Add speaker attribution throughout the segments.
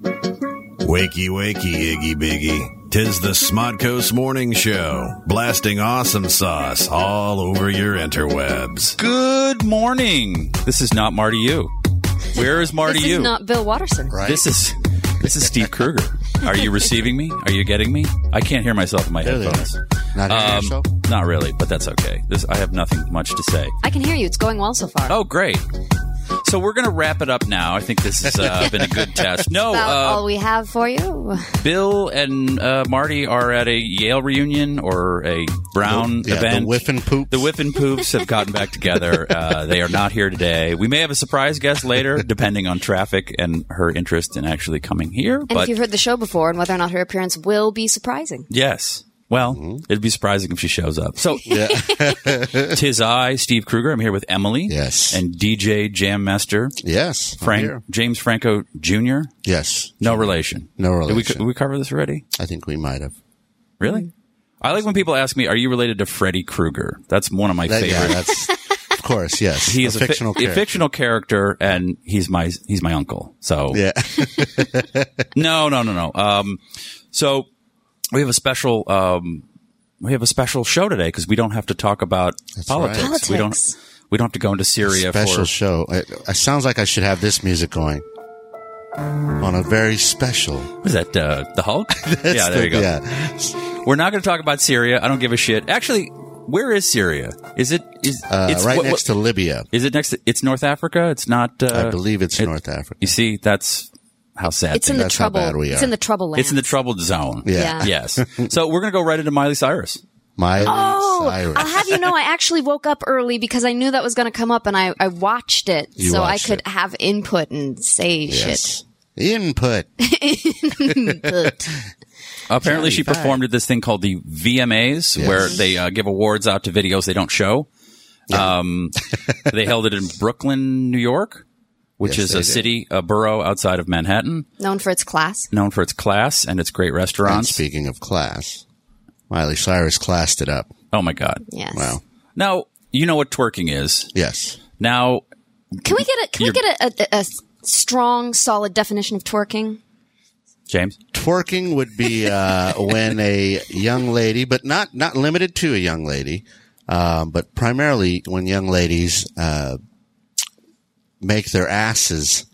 Speaker 1: Wakey, wakey, Iggy Biggy. Tis the Smodco's Morning Show, blasting awesome sauce all over your interwebs.
Speaker 2: Good morning. This is not Marty U. Where is Marty
Speaker 3: this
Speaker 2: U?
Speaker 3: is not Bill Watterson.
Speaker 4: Right.
Speaker 2: this is this is Steve Kruger. Are you receiving me? Are you getting me? I can't hear myself in my
Speaker 4: There they
Speaker 2: headphones.
Speaker 4: are. Not hearing
Speaker 2: Um,
Speaker 4: yourself?
Speaker 2: not really, but that's okay. This I have nothing much to say.
Speaker 3: I can hear you. It's going well so far.
Speaker 2: Oh, great. So we're going to wrap it up now. I think this has uh, been a good test. No,
Speaker 3: About
Speaker 2: uh,
Speaker 3: all we have for you.
Speaker 2: Bill and uh, Marty are at a Yale reunion or a Brown
Speaker 4: The- yeah, the
Speaker 2: event.
Speaker 4: Whiff and Poops.
Speaker 2: The Whiff and Poops have gotten back together. Uh, they are not here today. We may have a surprise guest later, depending on traffic and her interest in actually coming here.
Speaker 3: And
Speaker 2: but
Speaker 3: if you've heard the show before and whether or not her appearance will be surprising.
Speaker 2: yes. Well,
Speaker 4: Mm-hmm.
Speaker 2: it'd be surprising if she shows up. So, tis I, Steve Kruger. I'm here with Emily.
Speaker 4: Yes.
Speaker 2: And DJ Jam Master,
Speaker 4: Yes. I'm
Speaker 2: Frank,
Speaker 4: here.
Speaker 2: James Franco Jr.
Speaker 4: Yes.
Speaker 2: No relation.
Speaker 4: No
Speaker 2: Did we,
Speaker 4: relation.
Speaker 2: did we cover this already?
Speaker 4: I think we might have.
Speaker 2: Really?
Speaker 4: Mm-hmm.
Speaker 2: I like when people ask me, "Are you related to Freddy Krueger?" That's one of my
Speaker 4: That, yeah,
Speaker 2: favorite.
Speaker 4: that's of course, yes.
Speaker 2: he is
Speaker 4: a fictional
Speaker 2: fi-
Speaker 4: character.
Speaker 2: a fictional character, and he's my he's my uncle. So
Speaker 4: yeah.
Speaker 2: no, no, no, no. Um, so we have a special um, we have a special show today because we don't have to talk about politics.
Speaker 3: right.
Speaker 2: We
Speaker 3: Politics.
Speaker 2: don't we don't have to go into Syria
Speaker 4: special
Speaker 2: for
Speaker 4: show. It, it sounds like I should have this music going on a very special.
Speaker 2: what is that uh, the Hulk? yeah, there you go.
Speaker 4: Yeah.
Speaker 2: We're not going to talk about Syria. I don't give a shit. Actually, where is Syria? Is it is
Speaker 4: Uh,
Speaker 2: it's
Speaker 4: right
Speaker 2: what-
Speaker 4: next
Speaker 2: what-
Speaker 4: to Libya.
Speaker 2: Is it next? To, it's North Africa. It's not. Uh,
Speaker 4: I believe it's
Speaker 2: it-
Speaker 4: North Africa.
Speaker 2: You see, that's how sad.
Speaker 3: It's in the
Speaker 4: that's how
Speaker 3: trouble.
Speaker 4: bad we
Speaker 3: It's
Speaker 4: are.
Speaker 3: in the trouble land.
Speaker 2: it's in the troubled zone.
Speaker 3: Yeah.
Speaker 4: Yeah.
Speaker 2: Yes. so we're gonna go right into Miley Cyrus.
Speaker 4: Miley
Speaker 3: Oh,
Speaker 4: Cyrus.
Speaker 3: I'll have you know, I actually woke up early because I knew that was going to come up, and I, I watched it
Speaker 4: You
Speaker 3: so
Speaker 4: watched
Speaker 3: I could
Speaker 4: it.
Speaker 3: have input and say shit.
Speaker 4: Yes. Input.
Speaker 2: Apparently, she
Speaker 4: 35.
Speaker 2: performed at this thing called the VMAs,
Speaker 4: Yes.
Speaker 2: where they uh, give awards out to videos they don't show. Um, they held it in Brooklyn, New York, which is
Speaker 4: Yes, they
Speaker 2: a
Speaker 4: did.
Speaker 2: city, a borough outside of Manhattan,
Speaker 3: Known for its class.
Speaker 2: known for its class and its great
Speaker 4: And
Speaker 2: restaurants.
Speaker 4: speaking of class, Miley Cyrus classed it up.
Speaker 2: Oh my God!
Speaker 3: Yes.
Speaker 4: Wow.
Speaker 2: Now you know what twerking is.
Speaker 4: Yes.
Speaker 2: Now
Speaker 3: Can we get a can we
Speaker 2: You're-
Speaker 3: get a, a, a strong, solid definition of twerking?
Speaker 2: James,
Speaker 4: Twerking would be uh, when a young lady, but not not limited to a young lady, um, but primarily when young ladies uh, make their asses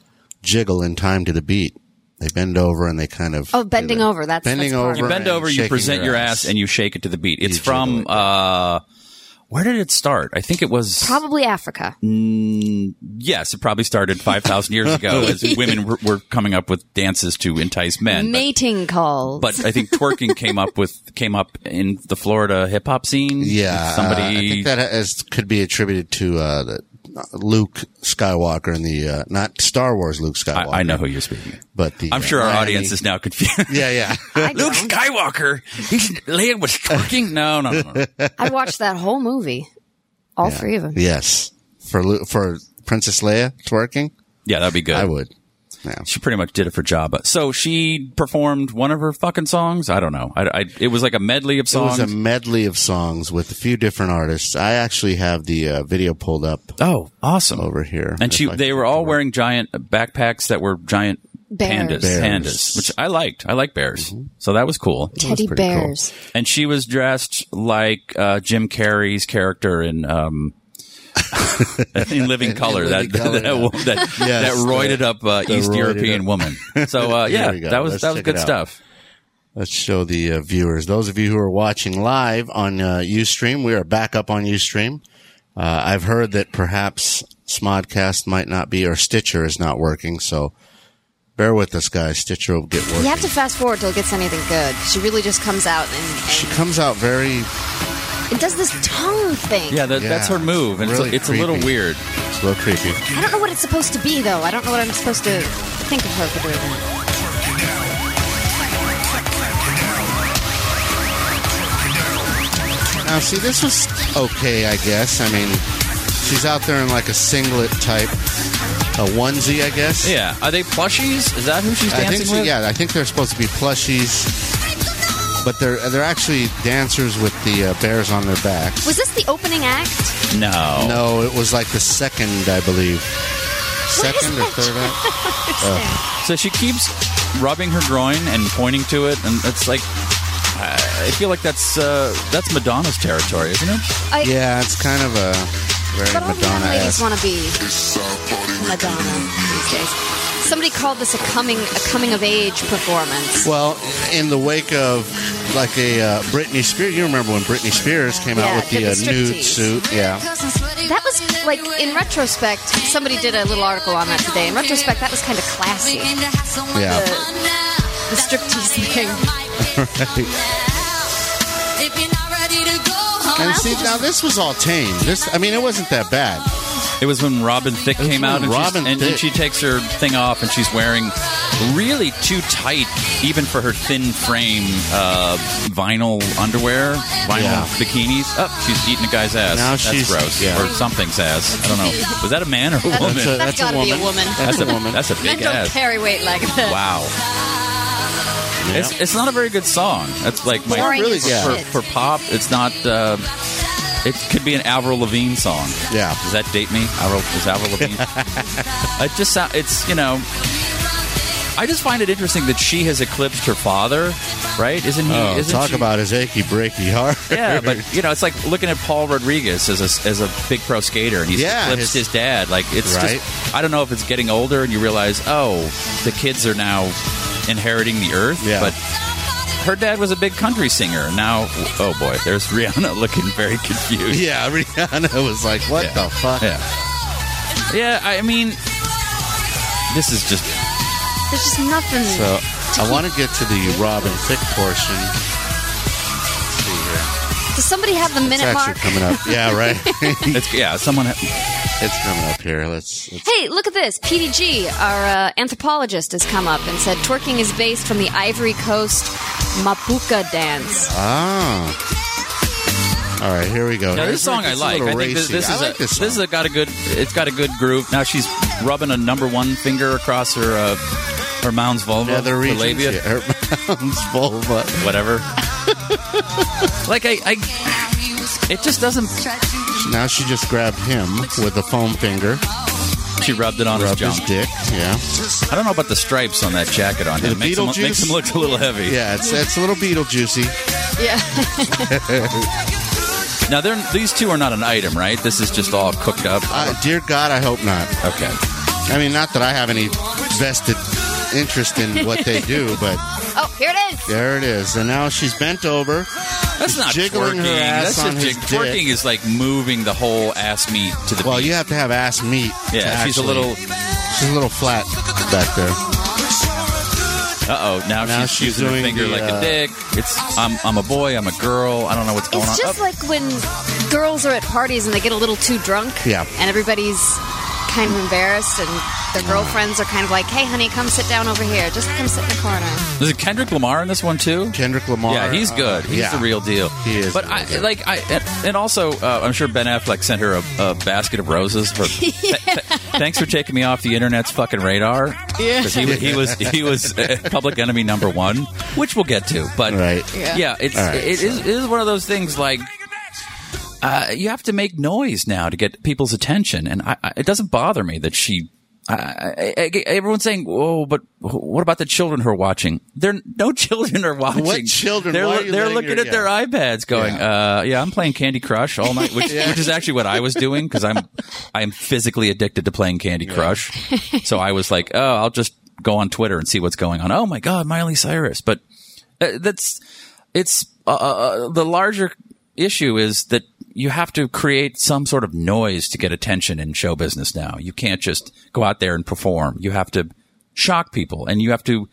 Speaker 4: jiggle in time to the beat. They bend over and they kind of
Speaker 3: Oh, bending
Speaker 4: do that.
Speaker 3: over, that's-
Speaker 4: bending
Speaker 3: that's part of
Speaker 4: over.
Speaker 3: it. You
Speaker 2: bend
Speaker 4: and
Speaker 2: over, you
Speaker 4: shaking
Speaker 2: present your ass, and you shake it to the beat. It's
Speaker 4: jiggle
Speaker 2: from
Speaker 4: it.
Speaker 2: uh, where did it start? I think it was
Speaker 3: Probably Africa.
Speaker 2: yes, it probably started five thousand years ago as women were, were coming up with dances to entice men. But,
Speaker 3: Mating calls.
Speaker 2: but I think twerking came up with came up in the Florida hip hop scene.
Speaker 4: yeah, uh, I
Speaker 2: somebody.
Speaker 4: think that is, could be attributed to uh, the, Luke Skywalker and the uh, not Star Wars Luke
Speaker 2: I,
Speaker 4: Skywalker.
Speaker 2: I know who you're speaking.
Speaker 4: but the
Speaker 2: I'm sure
Speaker 4: uh,
Speaker 2: our
Speaker 4: Miami-
Speaker 2: audience is now confused.
Speaker 4: Yeah, yeah.
Speaker 3: I,
Speaker 2: Luke
Speaker 3: don't.
Speaker 2: Skywalker, he's Leia was twerking. No, no, no, no.
Speaker 3: I watched that whole movie, all three of them.
Speaker 4: Yes, for Lu- for Princess Leia twerking,
Speaker 2: Yeah, that'd be good.
Speaker 4: I would.
Speaker 2: She pretty much did it for Jabba. So she performed one of her fucking songs. I don't know. I, I- it was like a medley of songs.
Speaker 4: It was a medley of songs with a few different artists. I actually have the uh, video pulled up
Speaker 2: oh, awesome.
Speaker 4: over here.
Speaker 2: And
Speaker 4: If
Speaker 2: she,
Speaker 4: I
Speaker 2: they
Speaker 4: can
Speaker 2: were all
Speaker 4: remember.
Speaker 2: wearing giant backpacks that were giant
Speaker 3: Bears.
Speaker 2: pandas,
Speaker 4: Bears. Mm-hmm.
Speaker 2: pandas, which I liked. I like bears, so that was cool.
Speaker 3: Teddy
Speaker 4: pretty cool.
Speaker 3: bears.
Speaker 2: And she was dressed like uh, Jim Carrey's character in um, in Living Color, that
Speaker 4: Living Colour,
Speaker 2: that
Speaker 4: yeah.
Speaker 2: wo- that, that roided up uh,
Speaker 4: the
Speaker 2: East
Speaker 4: roided
Speaker 2: European
Speaker 4: up-
Speaker 2: woman. So uh, yeah,
Speaker 4: There we go.
Speaker 2: that was
Speaker 4: Let's
Speaker 2: that was
Speaker 4: check
Speaker 2: good
Speaker 4: it out.
Speaker 2: stuff.
Speaker 4: Let's show the uh, viewers. Those of you who are watching live on uh, UStream, we are back up on UStream. Uh, I've heard that perhaps Smodcast might not be, or Stitcher is not working. So bear with us, guys. Stitcher will get working.
Speaker 3: You have to fast forward till it gets anything good. She really just comes out
Speaker 4: She
Speaker 3: and,
Speaker 4: comes out very
Speaker 3: and it does this tongue thing.
Speaker 2: Yeah, that,
Speaker 4: Yeah,
Speaker 2: that's her move, and
Speaker 4: really
Speaker 2: it's, a, it's a little
Speaker 4: creepy.
Speaker 2: weird.
Speaker 4: it's a little creepy.
Speaker 3: I don't know what it's supposed to be though. I don't know what I'm supposed to think of her for doing that.
Speaker 4: Now, see, this was okay, I guess. I mean, she's out there in like a singlet type, a onesie, I guess.
Speaker 2: Yeah, are they plushies? Is that who she's
Speaker 4: I
Speaker 2: dancing
Speaker 4: think. so-
Speaker 2: with?
Speaker 4: Yeah, I think they're supposed to be plushies, but they're they're actually dancers with the uh, bears on their backs.
Speaker 3: Was this the opening act?
Speaker 2: No,
Speaker 4: no, it was like the second, I believe.
Speaker 3: What is
Speaker 4: Second or
Speaker 3: that?
Speaker 4: third act?
Speaker 3: This thing.
Speaker 2: So she keeps rubbing her groin and pointing to it, and it's like I feel like that's uh, that's Madonna's territory, isn't it?
Speaker 3: I,
Speaker 4: Yeah, it's kind of a very
Speaker 3: But all the young
Speaker 4: Madonna
Speaker 3: ladies
Speaker 4: esque.
Speaker 3: want to be Madonna these days. Somebody called this a coming a coming of age performance.
Speaker 4: Well, in the wake of like a uh, Britney Spears, you remember when Britney Spears came out
Speaker 3: Yeah,
Speaker 4: with the,
Speaker 3: did
Speaker 4: uh,
Speaker 3: the
Speaker 4: nude
Speaker 3: striptease.
Speaker 4: suit? Yeah.
Speaker 3: That was like in retrospect. Somebody did a little article on that today. In retrospect, that was kind of classy.
Speaker 4: Yeah.
Speaker 3: The striptease thing.
Speaker 4: And see, now this was all tame. This, I mean, it wasn't that bad.
Speaker 2: It was when Robin Thicke came out,
Speaker 4: when
Speaker 2: and, she's-
Speaker 4: Robin
Speaker 2: and, and
Speaker 4: Thicke-
Speaker 2: she takes her thing off, and she's wearing really too tight, even for her thin frame, uh, vinyl underwear, vinyl
Speaker 4: Yeah.
Speaker 2: bikinis. Oh, she's eating a guy's ass.
Speaker 4: Now
Speaker 2: that's
Speaker 4: she's-
Speaker 2: gross,
Speaker 4: yeah.
Speaker 2: or something's ass. I don't know. Was that a man or a woman?
Speaker 4: That's a-
Speaker 3: That's
Speaker 4: that's a
Speaker 3: got to be a
Speaker 4: woman.
Speaker 3: woman.
Speaker 4: That's a woman.
Speaker 2: That's a
Speaker 3: Men
Speaker 2: big
Speaker 3: don't
Speaker 2: ass.
Speaker 3: carry weight like that.
Speaker 2: Wow. It's, it's not a very good song. That's like my
Speaker 3: Boring
Speaker 4: Really,
Speaker 3: as
Speaker 4: yeah.
Speaker 2: for,
Speaker 3: shit.
Speaker 2: for pop. It's not. Uh, it could be an Avril Lavigne song.
Speaker 4: Yeah.
Speaker 2: Does that date me? Avril is Avril Lavigne. it just sound, it's you know. I just find it interesting that she has eclipsed her father, right? Isn't he?
Speaker 4: Oh,
Speaker 2: isn't
Speaker 4: talk
Speaker 2: she-
Speaker 4: about his achy breaky heart.
Speaker 2: Yeah, but you know, it's like looking at Paul Rodriguez as a, as a big pro skater, and he's
Speaker 4: Yeah,
Speaker 2: eclipsed his,
Speaker 4: his-
Speaker 2: dad. Like it's
Speaker 4: Right.
Speaker 2: just, I don't know if it's getting older, and you realize, oh, the kids are now inheriting the earth.
Speaker 4: Yeah.
Speaker 2: But her dad was a big country singer. Now, oh boy, there's Rihanna looking very confused.
Speaker 4: yeah, Rihanna was like, "What
Speaker 2: Yeah.
Speaker 4: the fuck?"
Speaker 2: Yeah, yeah. I mean, this is just
Speaker 3: There's just nothing.
Speaker 4: So I want to get to the Robin Thicke portion.
Speaker 3: Does somebody have the
Speaker 4: It's
Speaker 3: minute
Speaker 4: actually
Speaker 3: mark?
Speaker 4: coming up. Yeah, right.
Speaker 2: it's yeah. Someone
Speaker 4: it's coming up here. Let's. let's
Speaker 3: Hey, look at this. PDG, our uh, anthropologist, has come up and said twerking is based from the Ivory Coast Mapuka dance.
Speaker 4: ah. All right, here we
Speaker 2: Now,
Speaker 4: go.
Speaker 2: this
Speaker 4: Here's where
Speaker 2: song
Speaker 4: it
Speaker 2: I
Speaker 4: gets a
Speaker 2: like. I
Speaker 4: little
Speaker 2: think this,
Speaker 4: racy.
Speaker 2: this
Speaker 4: I
Speaker 2: is
Speaker 4: like
Speaker 2: a,
Speaker 4: this
Speaker 2: this,
Speaker 4: song.
Speaker 2: is a, got a good. It's got a good groove. Now she's rubbing a number one finger across her uh, her mound's vulva,
Speaker 4: Nether
Speaker 2: her
Speaker 4: regions.
Speaker 2: labia,
Speaker 4: Yeah, her mounds, vulva.
Speaker 2: whatever. like I, I, it just doesn't.
Speaker 4: Now she just grabbed him with a foam finger,
Speaker 2: She rubbed it on
Speaker 4: rubbed
Speaker 2: his
Speaker 4: his
Speaker 2: junk.
Speaker 4: dick. Yeah,
Speaker 2: I don't know about the stripes on that jacket on him.
Speaker 4: The
Speaker 2: makes, him
Speaker 4: Beetlejuice?
Speaker 2: makes him look a little heavy.
Speaker 4: yeah. It's it's a little Beetlejuicy.
Speaker 3: Yeah.
Speaker 2: Now they're, these two are not an item, right? This is just all cooked up.
Speaker 4: Uh, dear God, I hope not.
Speaker 2: okay.
Speaker 4: I mean, not that I have any vested interest in what they do, but
Speaker 3: oh, here it is.
Speaker 4: there it is. And now she's bent over.
Speaker 2: That's not
Speaker 4: jiggling
Speaker 2: twerking.
Speaker 4: her ass
Speaker 2: That's
Speaker 4: on
Speaker 2: just
Speaker 4: his
Speaker 2: jig-
Speaker 4: dick.
Speaker 2: twerking is like moving the whole ass meat to the.
Speaker 4: Well,
Speaker 2: beat.
Speaker 4: you have to have ass meat. to
Speaker 2: Yeah, she's a
Speaker 4: actually-
Speaker 2: little.
Speaker 4: she's a little flat back there.
Speaker 2: Uh oh! Now,
Speaker 4: Now
Speaker 2: she's,
Speaker 4: she's
Speaker 2: using her
Speaker 4: doing
Speaker 2: finger
Speaker 4: the,
Speaker 2: like a
Speaker 4: uh,
Speaker 2: dick. It's I'm I'm a boy. I'm a girl. I don't know what's going
Speaker 3: It's
Speaker 2: on.
Speaker 3: just
Speaker 2: Oh,
Speaker 3: like when girls are at parties and they get a little too drunk.
Speaker 4: Yeah.
Speaker 3: And everybody's kind of embarrassed, and their
Speaker 4: Oh.
Speaker 3: girlfriends are kind of like, hey, honey, come sit down over here. Just come sit in the corner.
Speaker 2: Oh, is it Kendrick Lamar in this one too?
Speaker 4: Kendrick Lamar.
Speaker 2: yeah, he's
Speaker 4: uh,
Speaker 2: good. he's
Speaker 4: yeah.
Speaker 2: the real deal.
Speaker 4: He is
Speaker 2: But
Speaker 4: the real
Speaker 2: I
Speaker 4: deal.
Speaker 2: like I and, and also uh, I'm sure Ben Affleck sent her a, a basket of roses for. th- th- thanks for taking me off the internet's fucking radar. Yeah, he, wa- he was he was uh, public enemy number one, which we'll get to. But
Speaker 4: Right.
Speaker 2: yeah,
Speaker 3: Yeah.
Speaker 2: it's
Speaker 4: All right,
Speaker 2: it, is, it is one of those things like. Uh, you have to make noise now to get people's attention, and I, I, it doesn't bother me that she. I, I, I, everyone's saying, "Oh, but what about the children who are watching?" There, no children are watching.
Speaker 4: children?
Speaker 2: They're,
Speaker 4: Why
Speaker 2: loo-
Speaker 4: are you
Speaker 2: they're
Speaker 4: letting
Speaker 2: looking
Speaker 4: your-
Speaker 2: at their iPads, going, yeah. "Uh, yeah, I'm playing Candy Crush all night," which, which is actually what I was doing because I'm I'm physically addicted to playing Candy Crush. so I was like, "Oh, I'll just go on Twitter and see what's going on." Oh my God, Miley Cyrus! But uh, that's it's uh, uh, the larger issue is that you have to create some sort of noise to get attention in show business now. You can't just go out there and perform. You have to shock people and you have to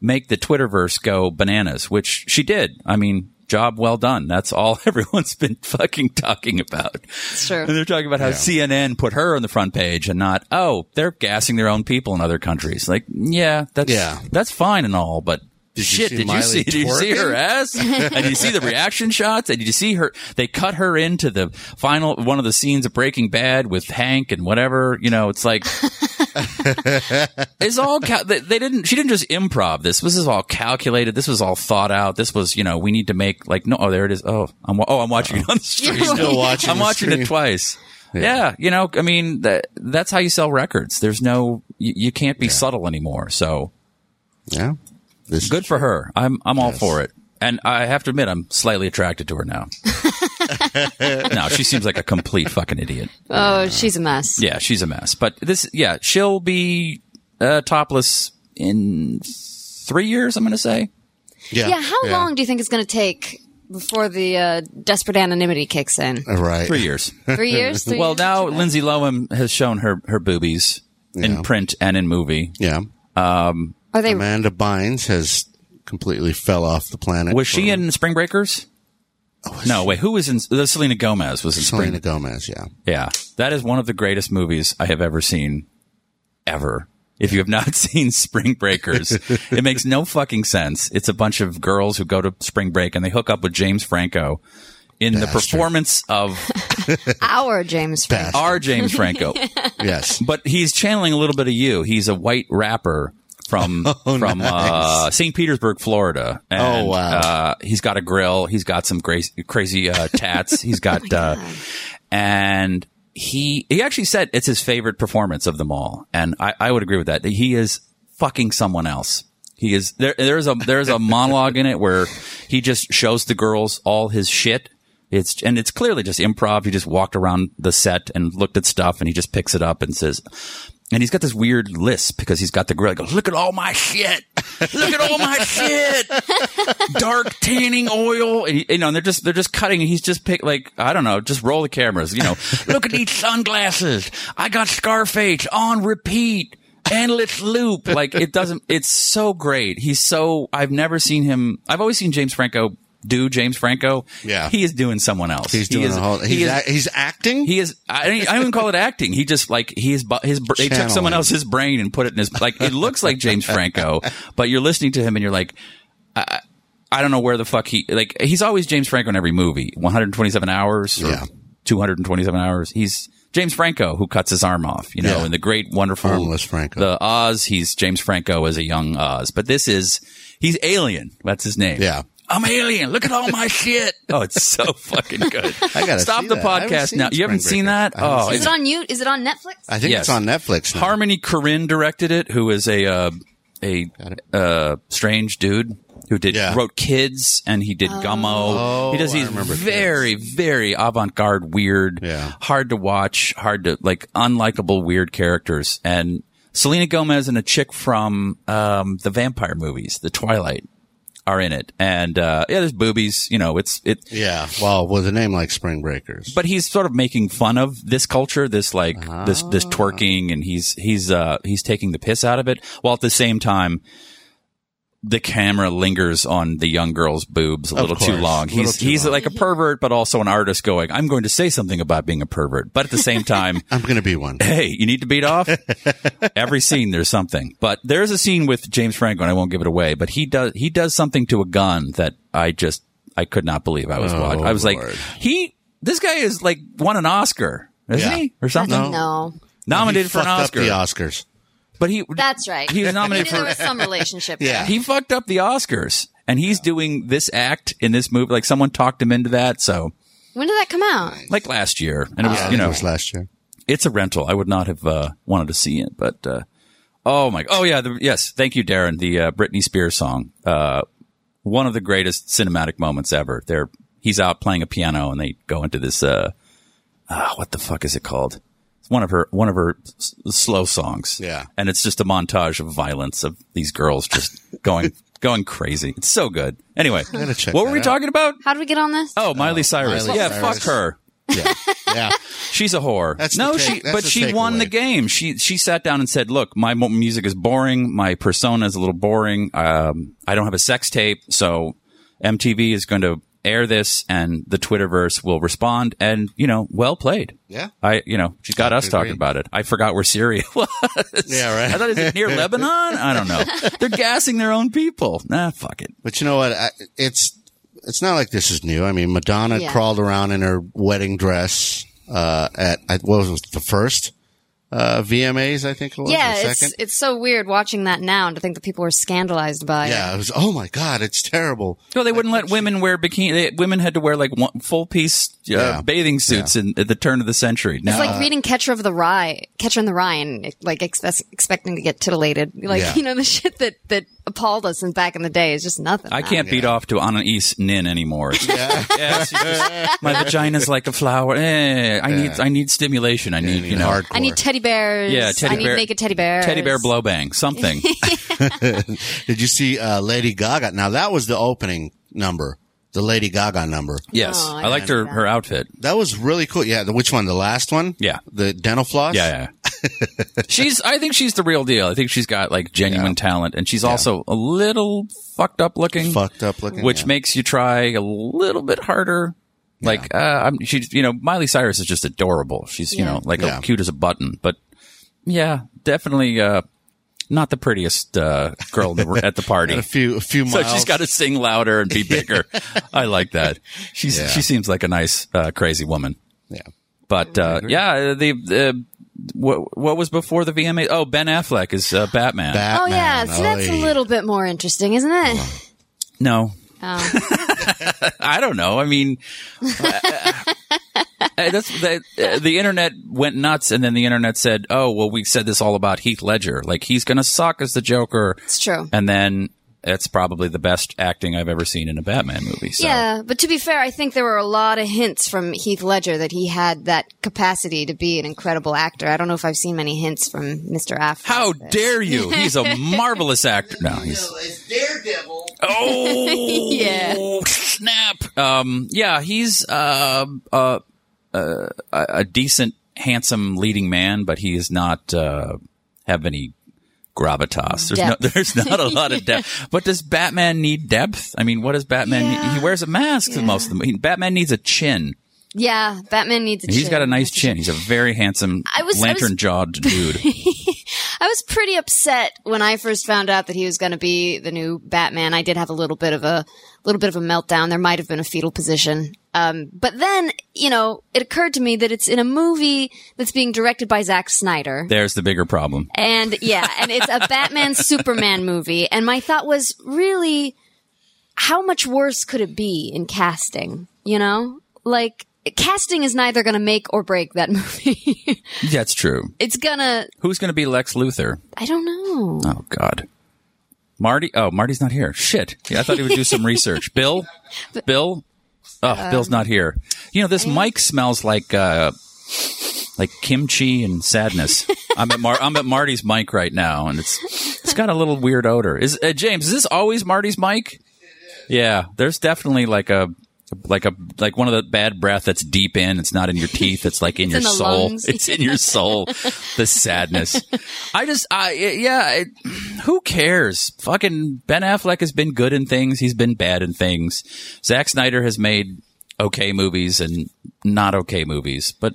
Speaker 2: make the Twitterverse go bananas, which she did. I mean, job well done. That's all everyone's been fucking talking about.
Speaker 3: It's true.
Speaker 2: And they're talking about how CNN put her on the front page and not, oh, they're gassing their own people in other countries. Like, yeah, that's
Speaker 4: Yeah.
Speaker 2: that's fine and all, but
Speaker 4: Did you
Speaker 2: shit,
Speaker 4: see
Speaker 2: did you
Speaker 4: Miley
Speaker 2: see did you see her
Speaker 4: twerking?
Speaker 2: ass? and did you see the reaction shots? And did you see her they cut her into the final one of the scenes of Breaking Bad with Hank and whatever, you know, it's like it's all cal- they, they didn't she didn't just improv this this is all calculated this was all thought out this was you know we need to make like no oh there it is oh i'm wa- oh i'm watching it on the stream
Speaker 3: You're
Speaker 4: Still watching
Speaker 2: i'm
Speaker 4: the
Speaker 2: watching it
Speaker 4: stream.
Speaker 2: twice Yeah. you know, I mean, that, that's how you sell records. There's no, you, you can't be subtle anymore. So
Speaker 4: Uh, Yeah. This
Speaker 2: good for her. I'm, I'm all
Speaker 4: Yes.
Speaker 2: for it. And I have to admit, I'm slightly attracted to her now. no, she seems like a complete fucking idiot.
Speaker 3: Oh, she's a mess.
Speaker 2: Yeah, she's a mess. But this, yeah, she'll be uh, topless in three years. I'm going to say.
Speaker 4: Yeah.
Speaker 3: Yeah, how long do you think it's going to take before the uh, desperate anonymity kicks in?
Speaker 4: Right.
Speaker 2: Three years.
Speaker 3: Three years? Three
Speaker 2: well,
Speaker 3: years?
Speaker 2: now Lindsay Lohan has shown her her boobies in print and in movie.
Speaker 4: Yeah.
Speaker 2: Um,
Speaker 3: Are they?
Speaker 4: Amanda Bynes has completely fell off the planet.
Speaker 2: Was she in Spring Breakers? no, wait. Who was in? The Selena Gomez was in
Speaker 4: Selena
Speaker 2: Spring.
Speaker 4: Gomez? Yeah.
Speaker 2: Yeah, that is one of the greatest movies I have ever seen, ever. If you have not seen Spring Breakers, it makes no fucking sense. It's a bunch of girls who go to spring break and they hook up with James Franco in the performance of
Speaker 3: Our James Franco.
Speaker 2: our James Franco.
Speaker 4: Yes.
Speaker 2: But he's channeling a little bit of you. He's a white rapper from from uh, St. Petersburg, Florida. And,
Speaker 4: Oh, wow.
Speaker 2: Uh, he's got a grill. He's got some gra- crazy uh, tats. He's got
Speaker 4: Oh
Speaker 2: uh, and he he actually said it's his favorite performance of them all, and I, I would agree with that. He is fucking someone else. He is there. There's a there's a monologue in it where he just shows the girls all his shit. It's and it's clearly just improv. He just walked around the set and looked at stuff, and he just picks it up and says. And he's got this weird lisp because he's got the grill. He goes, "Look at all my shit! Look at all my shit! dark tanning oil. And, you know, and they're just they're just cutting. And he's just pick like I don't know, just roll the cameras. You know, look at these sunglasses. I got Scarface on repeat, endless loop. Like it doesn't. It's so great. He's so. I've never seen him. I've always seen James Franco do James Franco.
Speaker 4: Yeah.
Speaker 2: he is doing someone else.
Speaker 4: He's doing
Speaker 2: he is,
Speaker 4: a whole. He's,
Speaker 2: he is-
Speaker 4: act- he's acting.
Speaker 2: he is. I don't, I don't even call it acting. He just like he is. bu- His br- they took
Speaker 4: Channeling.
Speaker 2: someone else's brain and put it in his. Like it looks like James Franco, but you're listening to him and you're like, I, I don't know where the fuck he. Like he's always James Franco in every movie. 127 hours. Or
Speaker 4: Yeah.
Speaker 2: 227 hours. He's James Franco who cuts his arm off. You know,
Speaker 4: Yeah.
Speaker 2: in the great, wonderful
Speaker 4: Harmless Franco.
Speaker 2: The Oz. He's James Franco as a young Oz. But this is he's Alien. That's his name.
Speaker 4: Yeah.
Speaker 2: I'm alien. Look at all my shit. Oh, it's so fucking good.
Speaker 4: I gotta
Speaker 2: stop
Speaker 4: see
Speaker 2: the
Speaker 4: that. I haven't
Speaker 2: podcast
Speaker 4: seen
Speaker 2: now. You haven't
Speaker 4: Spring
Speaker 2: seen
Speaker 4: Breakers.
Speaker 2: that?
Speaker 4: I haven't
Speaker 2: Oh,
Speaker 4: seen
Speaker 3: Is
Speaker 2: it's
Speaker 3: it on you? Is it on Netflix?
Speaker 4: I think
Speaker 2: Yes.
Speaker 4: it's on Netflix. Now.
Speaker 2: Harmony Corinne directed it, who is a uh, a uh, strange dude who did
Speaker 4: Yeah.
Speaker 2: wrote Kids and he did Gummo.
Speaker 4: Oh,
Speaker 2: he does
Speaker 4: I
Speaker 2: these
Speaker 4: remember Kids.
Speaker 2: very very avant garde, weird,
Speaker 4: Yeah.
Speaker 2: hard to watch, hard to like unlikable weird characters. And Selena Gomez and a chick from um, the vampire movies, The Twilight, are in it. And uh, yeah, there's boobies. You know, it's it.
Speaker 4: Yeah. Well, with a name like Spring Breakers.
Speaker 2: but he's sort of making fun of this culture, this like this this
Speaker 4: Ah.
Speaker 2: twerking, and he's he's uh he's taking the piss out of it, while at the same time, the camera lingers on the young girl's boobs a little too
Speaker 4: course.
Speaker 2: long.
Speaker 4: A little
Speaker 2: He's
Speaker 4: too
Speaker 2: he's
Speaker 4: long.
Speaker 2: like a pervert, but also an artist. Going, I'm going to say something about being a pervert, but at the same time,
Speaker 4: I'm going to be one.
Speaker 2: hey, you need to beat off. Every scene there's something. But there's a scene with James Franco, and I won't give it away, but he does he does something to a gun that I just I could not believe I was watching. I was like,
Speaker 4: Oh, Lord.
Speaker 2: he this guy is like won an Oscar, isn't
Speaker 4: Yeah.
Speaker 2: he? Or something.
Speaker 3: No.
Speaker 2: Nominated
Speaker 4: He
Speaker 2: for an
Speaker 4: fucked
Speaker 2: Oscar.
Speaker 4: Up the Oscars.
Speaker 2: But he
Speaker 3: That's right.
Speaker 2: He was nominated
Speaker 3: I knew
Speaker 2: for
Speaker 3: there was some relationship.
Speaker 4: Yeah.
Speaker 3: there.
Speaker 2: he fucked up the Oscars. And he's doing this act in this movie. Like someone talked him into that. So
Speaker 3: When did that come out?
Speaker 2: like last year. And it was,
Speaker 4: Yeah, I
Speaker 2: you
Speaker 4: think it
Speaker 2: know,
Speaker 4: was last year.
Speaker 2: it's a rental. I would not have uh, wanted to see it, but uh, oh my, oh yeah, the, yes, thank you, Darren. The uh, Britney Spears song, uh, one of the greatest cinematic moments ever. They're he's out playing a piano, and they go into this. Uh, ah, what the fuck is it called? It's one of her one of her s- slow songs.
Speaker 4: Yeah.
Speaker 2: and it's just a montage of violence of these girls just going going crazy. It's so good. Anyway,
Speaker 4: gotta check
Speaker 2: what were
Speaker 4: that
Speaker 2: we
Speaker 4: out.
Speaker 2: talking about?
Speaker 3: How did we get on this?
Speaker 2: Oh, Miley Cyrus.
Speaker 4: Miley
Speaker 2: yeah,
Speaker 4: Cyrus.
Speaker 2: fuck her.
Speaker 4: Yeah. yeah.
Speaker 2: She's a whore.
Speaker 4: That's
Speaker 2: no,
Speaker 4: the take-
Speaker 2: she
Speaker 4: that's
Speaker 2: but
Speaker 4: the
Speaker 2: she won
Speaker 4: takeaway.
Speaker 2: the game. She she sat down and said, "Look, my mo- music is boring. My persona is a little boring. Um, I don't have a sex tape, so MTV is going to air this, and the Twitterverse will respond." And you know, well played.
Speaker 4: Yeah.
Speaker 2: I you know she got us
Speaker 4: agree.
Speaker 2: talking about it. I forgot where Syria was.
Speaker 4: Yeah, right.
Speaker 2: I thought it was near Lebanon. I don't know. They're gassing their own people. Nah, fuck it.
Speaker 4: But you know what? I, it's it's not like this is new. I mean, Madonna
Speaker 3: Yeah.
Speaker 4: crawled around in her wedding dress uh, at, at what was it, the first uh, VMAs, I think it was. or
Speaker 3: yeah, it's
Speaker 4: second.
Speaker 3: it's so weird watching that now and to think that people were scandalized by
Speaker 4: yeah. It was. Oh my God, it's terrible.
Speaker 2: No, they wouldn't let women wear bikini. They, women had to wear like one, full piece uh,
Speaker 4: Yeah.
Speaker 2: bathing suits in, at the turn of the century.
Speaker 3: It's
Speaker 2: Now,
Speaker 4: Uh,
Speaker 3: like reading Catcher of the Rye, Catcher in the Rye, and like expec- expecting to get titillated. Like
Speaker 4: Yeah.
Speaker 3: you know the shit that that appalled us in back in the day is just nothing.
Speaker 2: I
Speaker 3: now.
Speaker 2: can't beat off to Anna East Nin anymore. It's- Yeah, it's just- my vagina's like a flower. Eh, I need I need stimulation. I need you know
Speaker 4: Hardcore.
Speaker 3: I need teddy bears.
Speaker 2: Yeah, teddy
Speaker 3: I need
Speaker 2: bear-
Speaker 3: naked teddy bears.
Speaker 2: teddy bear blowbang something.
Speaker 3: Oh,
Speaker 4: Did you see uh, Lady Gaga? Now that was the opening number, the Lady Gaga number.
Speaker 2: yes,
Speaker 3: Oh, I
Speaker 2: I liked her
Speaker 3: like that.
Speaker 2: her outfit.
Speaker 4: That was really cool. Yeah, the, which one? The last one?
Speaker 2: Yeah.
Speaker 4: the dental floss.
Speaker 2: Yeah, yeah. she's. I think she's the real deal. I think she's got like genuine talent, and she's also a little fucked up looking,
Speaker 4: fucked up looking.
Speaker 2: which
Speaker 4: yeah.
Speaker 2: makes you try a little bit harder. Like, uh, I'm, she's, you know, Miley Cyrus is just adorable. She's, you
Speaker 3: Yeah.
Speaker 2: know, like
Speaker 4: Yeah.
Speaker 2: cute as a button, but yeah, definitely, uh, not the prettiest, uh, girl in the- at the party.
Speaker 4: a few a few
Speaker 2: So
Speaker 4: miles.
Speaker 2: she's got to sing louder and be bigger. I like that. She's,
Speaker 4: Yeah.
Speaker 2: she seems like a nice, uh, crazy woman.
Speaker 4: yeah.
Speaker 2: But uh, yeah, the, the what what was before the VMA? Oh, Ben Affleck is uh, Batman.
Speaker 3: Oh
Speaker 4: Batman,
Speaker 3: yeah, so that's a
Speaker 4: oy.
Speaker 3: little bit more interesting, isn't it?
Speaker 2: no,
Speaker 3: Oh.
Speaker 2: I don't know. I mean, uh, uh, that's that, uh, the internet went nuts, and then the internet said, "Oh, well, we said this all about Heath Ledger. Like he's going to suck as the Joker."
Speaker 3: It's true.
Speaker 2: And then it's probably the best acting I've ever seen in a Batman movie. So.
Speaker 3: Yeah, but to be fair, I think there were a lot of hints from Heath Ledger that he had that capacity to be an incredible actor. I don't know if I've seen many hints from Mr. Affleck.
Speaker 2: How
Speaker 3: but-
Speaker 2: dare you? He's a marvelous actor. No, he's
Speaker 5: It's Daredevil.
Speaker 2: Oh
Speaker 3: Yeah.
Speaker 2: snap! Um, yeah, he's uh, uh, uh, a a decent, handsome leading man, but he is not uh, have any gravitas. There's, no,
Speaker 3: Depth.
Speaker 2: there's not a lot of depth. But does Batman need depth? I mean, what does Batman?
Speaker 3: Yeah.
Speaker 2: need? He wears a mask
Speaker 3: Yeah.
Speaker 2: most of the movie. Batman needs a chin.
Speaker 3: Yeah, Batman needs a
Speaker 2: He's
Speaker 3: chin.
Speaker 2: got a nice chin. He's a very handsome,
Speaker 3: I was- I was-
Speaker 2: lantern jawed dude.
Speaker 3: I was pretty upset when I first found out that he was going to be the new Batman. I did have a little bit of a little bit of a meltdown. There might have been a fetal position. Um, but then, you know, it occurred to me that it's in a movie that's being directed by Zack Snyder.
Speaker 2: There's the bigger problem.
Speaker 3: And yeah, and it's a Batman Superman movie. And my thought was really, how much worse could it be in casting? You know, like casting is neither going to make or break that movie.
Speaker 2: That's true.
Speaker 3: it's gonna,
Speaker 2: Who's going to be Lex Luthor?
Speaker 3: I don't know.
Speaker 2: Oh God, Marty. Oh, Marty's not here. Shit. Yeah, I thought he would do some research. Bill, Bill. Oh, Bill's not here. You know this mic smells like uh, like kimchi and sadness. I'm at Mar- I'm at Marty's mic right now, and it's it's got a little weird odor. Is uh, James? Is this always Marty's mic? Yeah. There's definitely like a. Like a like one of the bad breath that's deep in. It's not in your teeth. It's like in your
Speaker 3: in the
Speaker 2: soul.
Speaker 3: lungs.
Speaker 2: It's in your soul. the sadness. I just I yeah. It, who cares? Fucking Ben Affleck has been good in things. He's been bad in things. Zack Snyder has made okay movies and not okay movies. But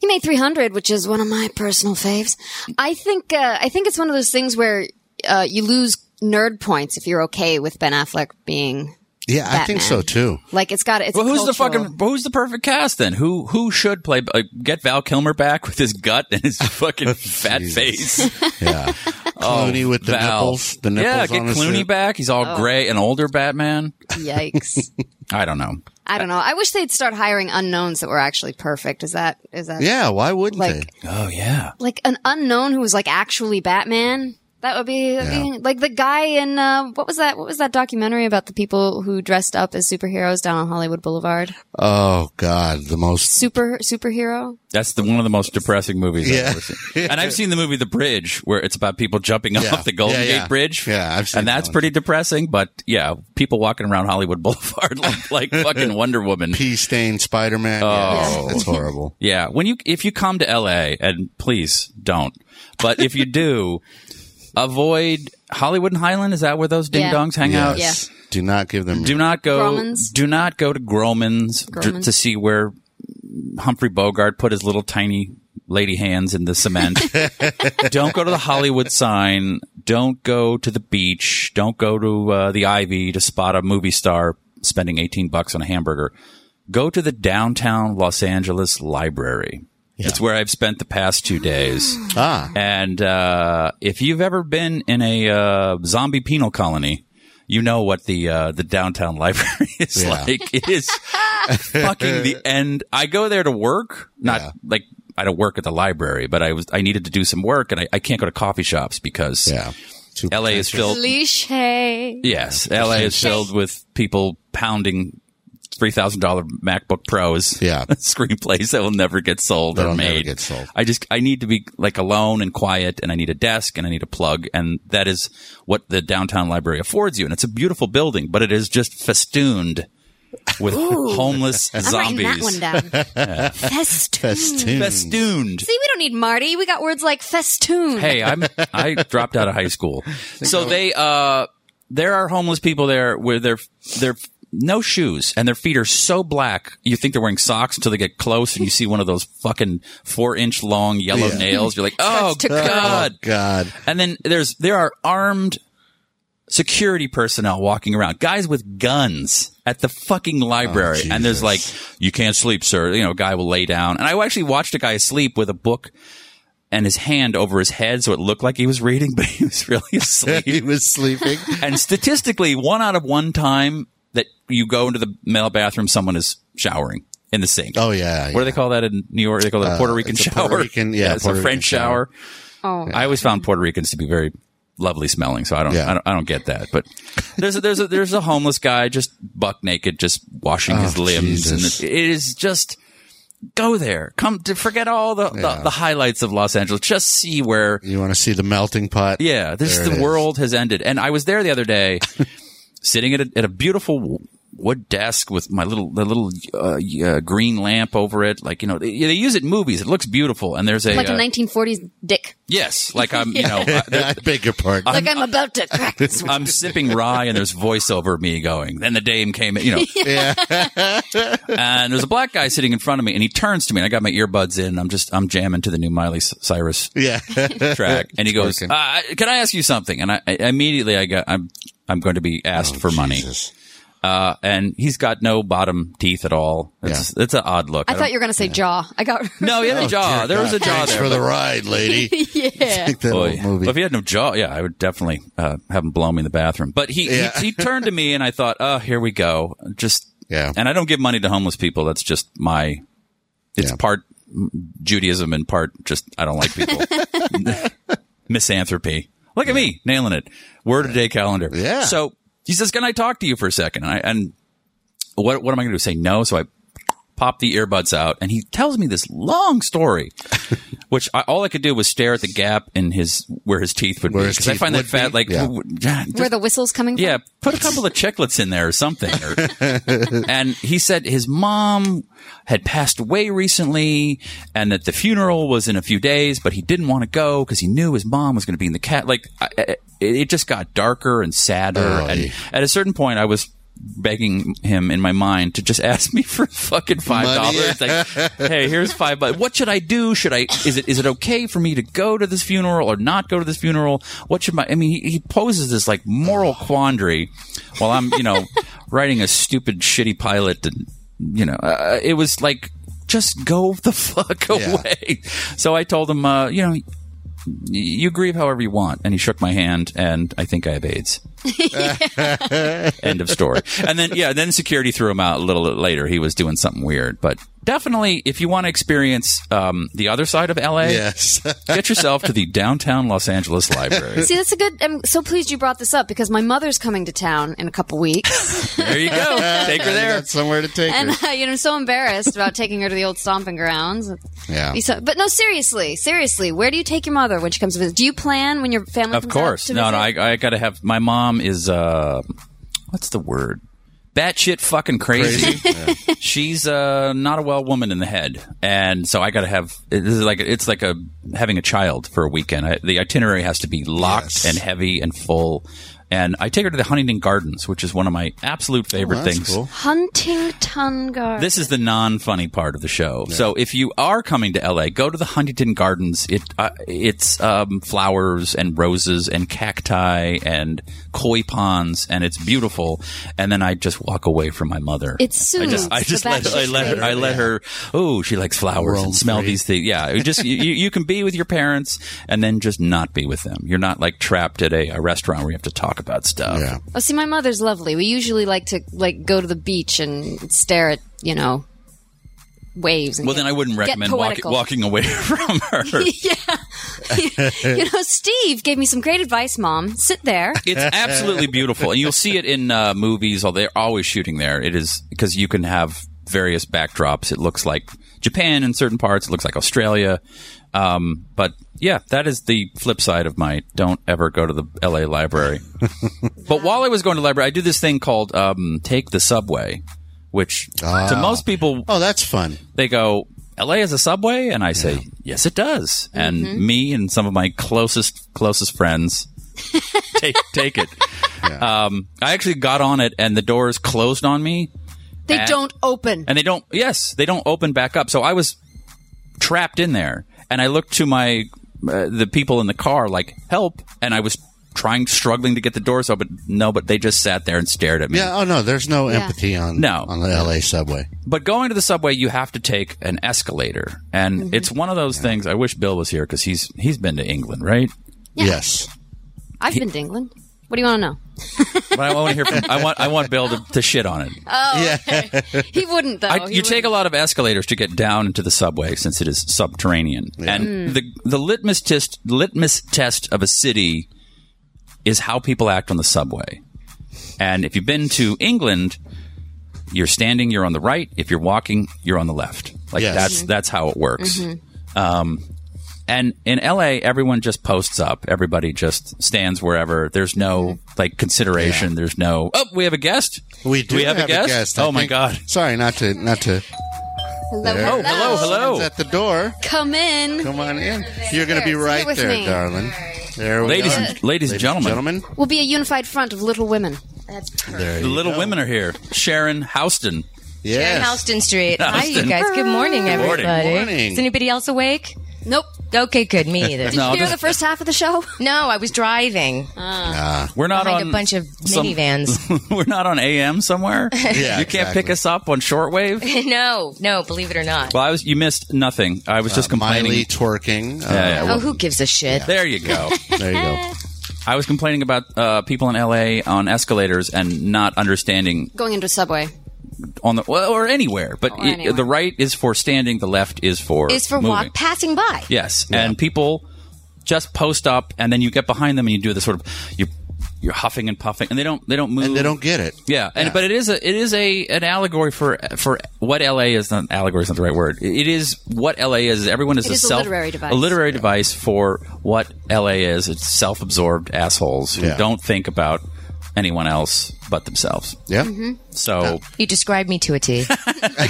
Speaker 3: He made 300, which is one of my personal faves. I think uh, I think it's one of those things where uh, you lose nerd points if you're okay with Ben Affleck being
Speaker 4: Yeah, I think so
Speaker 3: Batman.
Speaker 4: too.
Speaker 3: like it's got it's
Speaker 2: but
Speaker 3: a
Speaker 2: who's the
Speaker 3: cultural-
Speaker 2: fucking who's the perfect cast then? Who who should play? Like, get Val Kilmer back with his gut and his fucking fat face.
Speaker 4: Yeah, Clooney with the
Speaker 2: Oh, Val.
Speaker 4: nipples. The nipples.
Speaker 2: yeah, get
Speaker 4: on his
Speaker 2: Clooney
Speaker 4: suit.
Speaker 2: back. He's all gray, an older Batman.
Speaker 3: yikes.
Speaker 2: I don't know.
Speaker 3: I don't know. I wish they'd start hiring unknowns that were actually perfect. Is that is that
Speaker 4: Yeah, why wouldn't
Speaker 3: Like-
Speaker 4: they?
Speaker 2: Oh yeah,
Speaker 3: like an unknown who was like actually Batman. That would be, that'd be- like the guy in uh, what was that? What was that documentary about the people who dressed up as superheroes down on Hollywood Boulevard?
Speaker 4: Oh God, the most.
Speaker 3: Super superhero.
Speaker 2: that's the one of the most depressing movies
Speaker 4: Yeah.
Speaker 2: I've ever seen. And I've seen the movie The Bridge, where it's about people jumping off the Golden
Speaker 4: Yeah, yeah.
Speaker 2: Gate Bridge.
Speaker 4: Yeah, I've seen
Speaker 2: and
Speaker 4: that
Speaker 2: that's
Speaker 4: one.
Speaker 2: pretty depressing. But yeah, people walking around Hollywood Boulevard like, like fucking Wonder Woman.
Speaker 4: Pea stained Spider Man.
Speaker 2: Oh.
Speaker 4: that's horrible.
Speaker 2: Yeah, when you if you come to LA and please don't, but if you do, avoid Hollywood and Highland. Is that where those ding
Speaker 3: Yeah.
Speaker 2: dongs hang out?
Speaker 4: Yes. Do not give them.
Speaker 2: Do not go.
Speaker 3: Grauman's.
Speaker 2: Do not go to Groman's
Speaker 3: Grauman's.
Speaker 2: to see where Humphrey Bogart put his little tiny lady hands in the cement. Don't go to the Hollywood sign. Don't go to the beach. Don't go to uh, the Ivy to spot a movie star spending eighteen bucks on a hamburger. Go to the downtown Los Angeles library. It's where I've spent the past two days.
Speaker 4: Ah,
Speaker 2: And uh, if you've ever been in a uh, zombie penal colony, you know what the uh, the downtown library is
Speaker 4: Yeah.
Speaker 2: like. It is fucking the end. I go there to work, not like I don't work at the library, but I was I needed to do some work, and I, I can't go to coffee shops because
Speaker 4: yeah. Too
Speaker 2: L.A. is filled.
Speaker 3: Cliche.
Speaker 2: Yes, LA is filled with people pounding three thousand dollar MacBook Pros.
Speaker 4: Yeah.
Speaker 2: screenplays that will never get sold
Speaker 4: That'll
Speaker 2: or
Speaker 4: never
Speaker 2: made.
Speaker 4: get sold.
Speaker 2: I just I need to be like alone and quiet, and I need a desk and I need a plug, and that is what the downtown library affords you. And it's a beautiful building, but it is just festooned with homeless
Speaker 3: I'm writing that one
Speaker 2: zombies.
Speaker 3: down. Festoon.
Speaker 2: Hmm.
Speaker 4: festooned.
Speaker 2: Festooned.
Speaker 3: See, we don't need Marty. We got words like festoon.
Speaker 2: hey, I'm I dropped out of high school. So they uh there are homeless people there where they're they're no shoes and their feet are so black you think they're wearing socks until they get close and you see one of those fucking four inch long yellow
Speaker 4: Yeah.
Speaker 2: nails. You're like, oh
Speaker 3: to curl.
Speaker 2: god.
Speaker 4: God.
Speaker 2: And then there's there are armed security personnel walking around, guys with guns at the fucking library.
Speaker 4: Oh,
Speaker 2: and there's
Speaker 4: Jesus.
Speaker 2: like, you can't sleep, sir. You know, a guy will lay down. And I actually watched a guy sleep with a book and his hand over his head, so it looked like he was reading, but he was really
Speaker 4: he
Speaker 2: asleep.
Speaker 4: was sleeping.
Speaker 2: and statistically, one out of one time that you go into the male bathroom, someone is showering in the sink.
Speaker 4: Oh yeah. Uh,
Speaker 2: What do they call that in New York? They call it a Puerto Rican
Speaker 4: it's a
Speaker 2: shower.
Speaker 4: Puerto Rican- yeah,
Speaker 2: it's
Speaker 4: Puerto
Speaker 2: a
Speaker 4: Rican
Speaker 2: French
Speaker 4: shower.
Speaker 2: shower.
Speaker 3: Oh.
Speaker 2: I always found Puerto Ricans to be very lovely smelling, so I don't,
Speaker 4: Yeah.
Speaker 2: I don't, I don't get that. But there's a, there's a, there's a homeless guy just buck naked, just washing his
Speaker 4: Oh,
Speaker 2: limbs,
Speaker 4: Jesus.
Speaker 2: and it, it is just go there, come to forget all the, the the highlights of Los Angeles, just see where
Speaker 4: You want to see the melting pot?
Speaker 2: yeah, this
Speaker 4: There
Speaker 2: the
Speaker 4: it is.
Speaker 2: world has ended. And I was there the other day, sitting at a, at a beautiful wood desk with my little the little uh, uh, green lamp over it. Like you know, they, they use it in movies. It looks beautiful, and there's a,
Speaker 3: Like a
Speaker 2: uh,
Speaker 3: 1940s dick.
Speaker 2: yes, like I'm you know. I,
Speaker 4: I beg your
Speaker 2: Uh,
Speaker 4: pardon.
Speaker 3: Like I'm about to crack this one.
Speaker 2: I'm sipping rye and there's voiceover of me going, then the dame came, in," you know. and there's a black guy sitting in front of me and he turns to me and I got my earbuds in. And I'm just, I'm jamming to the new Miley Cyrus
Speaker 4: yeah.
Speaker 2: track, and he goes,
Speaker 4: Twerking.
Speaker 2: uh, "Can I ask you something?" And I, I immediately I got, I'm I'm going to be asked for money,
Speaker 4: Oh, Jesus.
Speaker 2: uh, and he's got no bottom teeth at all. It's, it's an odd look.
Speaker 3: I
Speaker 2: don't-
Speaker 3: thought you were going to say jaw. I got.
Speaker 2: no, he had a jaw. There was a jaw
Speaker 4: Oh, Thanks
Speaker 2: there.
Speaker 4: for
Speaker 2: but-
Speaker 4: the ride, lady.
Speaker 3: yeah.
Speaker 4: Like that
Speaker 2: Boy.
Speaker 4: old movie.
Speaker 2: Well, if he had no jaw, yeah, I would definitely uh, have him blow me in the bathroom. But he,
Speaker 4: Yeah.
Speaker 2: he he turned to me and I thought, oh, here we go. Just
Speaker 4: Yeah.
Speaker 2: And I don't give money to homeless people. That's just my. It's
Speaker 4: Yeah.
Speaker 2: part Judaism and part just I don't like people. Misanthropy. Look at me nailing it. Word of day calendar.
Speaker 4: Yeah.
Speaker 2: So he says, "Can I talk to you for a second? And, I, and what what am I going to do? Say no? So I pop the earbuds out, and he tells me this long story, which I, all I could do was stare at the gap in his where his teeth would
Speaker 4: Where
Speaker 2: be
Speaker 4: his
Speaker 2: because I
Speaker 4: teeth
Speaker 2: find that
Speaker 4: would
Speaker 2: fat
Speaker 4: be?
Speaker 2: like
Speaker 4: Yeah.
Speaker 2: who would- God,
Speaker 3: Where the whistle's coming from?
Speaker 2: yeah, put a couple of chiclets in there or something. or- and he said his mom had passed away recently and that the funeral was in a few days, but he didn't want to go because he knew his mom was going to be in the cat. Like, I, I- it, it just got darker and sadder.
Speaker 4: Oh,
Speaker 2: and
Speaker 4: yeah.
Speaker 2: at a certain point, I was begging him in my mind to just ask me for fucking five dollars like hey here's five bucks what should i do should i is it is it okay for me to go to this funeral or not go to this funeral what should my i mean he, he poses this like moral quandary while i'm you know writing a stupid shitty pilot and you know uh, it was like just go the fuck
Speaker 4: Yeah.
Speaker 2: away so i told him uh, you know y- you grieve however you want and he shook my hand and i think i have aids End of story. And then yeah, then security threw him out a little bit later. He was doing something weird, but definitely if you want to experience um, the other side of LA,
Speaker 4: yes.
Speaker 2: get yourself to the downtown Los Angeles library.
Speaker 3: See, that's a good. I'm so pleased you brought this up because my mother's coming to town in a couple weeks,
Speaker 2: there you go. Take her
Speaker 4: You
Speaker 2: there.
Speaker 4: got somewhere to take
Speaker 3: and
Speaker 4: her.
Speaker 3: uh, you know I'm so embarrassed about taking her to the old stomping grounds.
Speaker 4: Yeah.
Speaker 3: You saw- But no, seriously, seriously, where do you take your mother when she comes to visit? Do you plan when your family?
Speaker 2: Of
Speaker 3: comes
Speaker 2: course.
Speaker 3: Out to
Speaker 2: No,
Speaker 3: visit?
Speaker 2: no, I, I got to have my mom is uh what's the word? Batshit fucking crazy. She's uh not a well woman in the head. And so I got to have this is like it's like a having a child for a weekend. I, the itinerary has to be locked
Speaker 4: Yes.
Speaker 2: and heavy and full. And I take her to the Huntington Gardens, which is one of my absolute favorite
Speaker 4: Oh, that's
Speaker 2: things.
Speaker 4: cool.
Speaker 3: Huntington Garden.
Speaker 2: This is the non-funny part of the show. So if you are coming to LA, go to the Huntington Gardens. It uh, it's um, flowers and roses and cacti and koi ponds, and it's beautiful. And then I just walk away from my mother.
Speaker 3: It
Speaker 2: I
Speaker 3: soothes
Speaker 2: just I
Speaker 3: the
Speaker 2: just let
Speaker 3: back
Speaker 2: I let her I let her. Oh, she likes flowers
Speaker 4: Roam
Speaker 2: and smell
Speaker 4: free.
Speaker 2: these things. Yeah, you just you, you you can be with your parents and then just not be with them. You're not like trapped at a, a restaurant where you have to talk about stuff.
Speaker 4: Yeah.
Speaker 3: Oh, see, my mother's lovely. We usually like to like go to the beach and stare at you know waves. And
Speaker 2: Well, then I wouldn't
Speaker 3: Get
Speaker 2: recommend walk,
Speaker 3: poetical.
Speaker 2: walking away from her.
Speaker 3: you know, Steve gave me some great advice, Mom. Sit there.
Speaker 2: It's absolutely beautiful, and you'll see it in uh, movies. All they're always shooting there. It is because you can have various backdrops. It looks like Japan in certain parts. It looks like Australia. Um, but yeah, that is the flip side of my don't ever go to the LA library. but while I was going to the library, I do this thing called um, take the subway, which to most people
Speaker 4: Oh, that's fun.
Speaker 2: they go, LA has a subway? And I say, yes, it does. And me and some of my closest, closest friends take, take it. Um, I actually got on it and the doors closed on me
Speaker 3: They
Speaker 2: Uh,
Speaker 3: don't open.
Speaker 2: and they don't, yes, they don't open back up. So I was trapped in there and I looked to my, uh, the people in the car like, help. And I was trying, struggling to get the doors open. No, but they just sat there and stared at me.
Speaker 4: Yeah. Oh no, there's no
Speaker 3: Yeah.
Speaker 4: empathy on
Speaker 2: No.
Speaker 4: on the LA subway.
Speaker 2: But going to the subway, you have to take an escalator, and it's one of those things. I wish Bill was here because he's he's been to England, right?
Speaker 4: Yes.
Speaker 3: I've been to England. What do you want to know?
Speaker 2: But I want to hear from I want I want Bill to, to shit on it.
Speaker 3: He wouldn't though.
Speaker 2: I,
Speaker 3: Oh, He
Speaker 2: you take a
Speaker 3: wouldn't.
Speaker 2: lot of escalators to get down into the subway since it is subterranean, and
Speaker 3: Hmm.
Speaker 2: the the litmus test litmus test of a city is how people act on the subway. And if you've been to England, you're standing, you're on the right. If you're walking, you're on the left. Like
Speaker 4: Yes.
Speaker 3: Mm-hmm.
Speaker 2: that's that's how it works. Um, and in LA, everyone just posts up. Everybody just stands wherever. There's no
Speaker 3: Mm-hmm.
Speaker 2: like consideration. There's no oh, we have a guest.
Speaker 4: We do,
Speaker 2: we have, a guest.
Speaker 4: I
Speaker 2: oh my
Speaker 4: think-
Speaker 2: god.
Speaker 4: Sorry, not to not to.
Speaker 3: Hello,
Speaker 4: There.
Speaker 3: hello.
Speaker 4: Oh,
Speaker 2: Hello,
Speaker 4: It's
Speaker 2: hello,
Speaker 4: at the door.
Speaker 3: Come in.
Speaker 4: Come on in. You're going to be
Speaker 3: Sit
Speaker 4: right
Speaker 3: with
Speaker 4: there,
Speaker 3: me.
Speaker 4: darling. There we
Speaker 2: ladies,
Speaker 4: are.
Speaker 2: and, ladies, and gentlemen.
Speaker 4: gentlemen.
Speaker 3: We'll be a unified front of Little Women.
Speaker 5: That's perfect.
Speaker 4: There
Speaker 2: The
Speaker 4: you
Speaker 2: Little
Speaker 4: go.
Speaker 2: Women are here. Sharon Houston.
Speaker 5: Karen
Speaker 4: Yes.
Speaker 5: Houston Street. Hi, you
Speaker 2: Houston.
Speaker 5: guys. Good morning,
Speaker 2: morning.
Speaker 5: everybody.
Speaker 4: Good morning.
Speaker 5: Is anybody else awake?
Speaker 3: Nope.
Speaker 5: Okay, good. Me
Speaker 2: No,
Speaker 5: either. no.
Speaker 2: I'll
Speaker 3: Here
Speaker 2: just-
Speaker 3: the first half of the show.
Speaker 5: I was driving
Speaker 4: Ah,
Speaker 2: We're not
Speaker 5: behind
Speaker 2: on
Speaker 5: a bunch of
Speaker 2: some-
Speaker 5: minivans.
Speaker 2: we're not on AM somewhere.
Speaker 4: Yeah,
Speaker 2: you can't
Speaker 4: exactly.
Speaker 2: pick us up on shortwave.
Speaker 5: no, no, believe it or not.
Speaker 2: Well, I was. You missed nothing. I was just complaining.
Speaker 4: Uh, Miley twerking. Uh,
Speaker 2: Yeah, yeah, well,
Speaker 5: oh, who gives a shit?
Speaker 2: there you go.
Speaker 4: There you go.
Speaker 2: I was complaining about uh, people in LA on escalators and not understanding
Speaker 3: Going into a subway.
Speaker 2: on the well, or anywhere. But
Speaker 3: Or
Speaker 2: it-
Speaker 3: anywhere.
Speaker 2: the right is for standing. The left is for
Speaker 5: Oh, Is for
Speaker 2: moving.
Speaker 5: walk passing by.
Speaker 2: Yes, and people just post up, and then you get behind them and you do this sort of you you're huffing and puffing, and they don't they don't move.
Speaker 4: And they don't get it.
Speaker 2: Yeah, and but it is a it is a an allegory for for what LA is not allegory is not the right word. It is what LA is. Everyone is
Speaker 3: It
Speaker 2: a
Speaker 3: is a
Speaker 2: self
Speaker 3: literary device.
Speaker 2: a literary device for what LA is. It's self absorbed assholes who
Speaker 4: Yeah.
Speaker 2: don't think about anyone else but themselves.
Speaker 4: Yeah.
Speaker 3: Mm-hmm.
Speaker 2: So
Speaker 5: You described me to a T.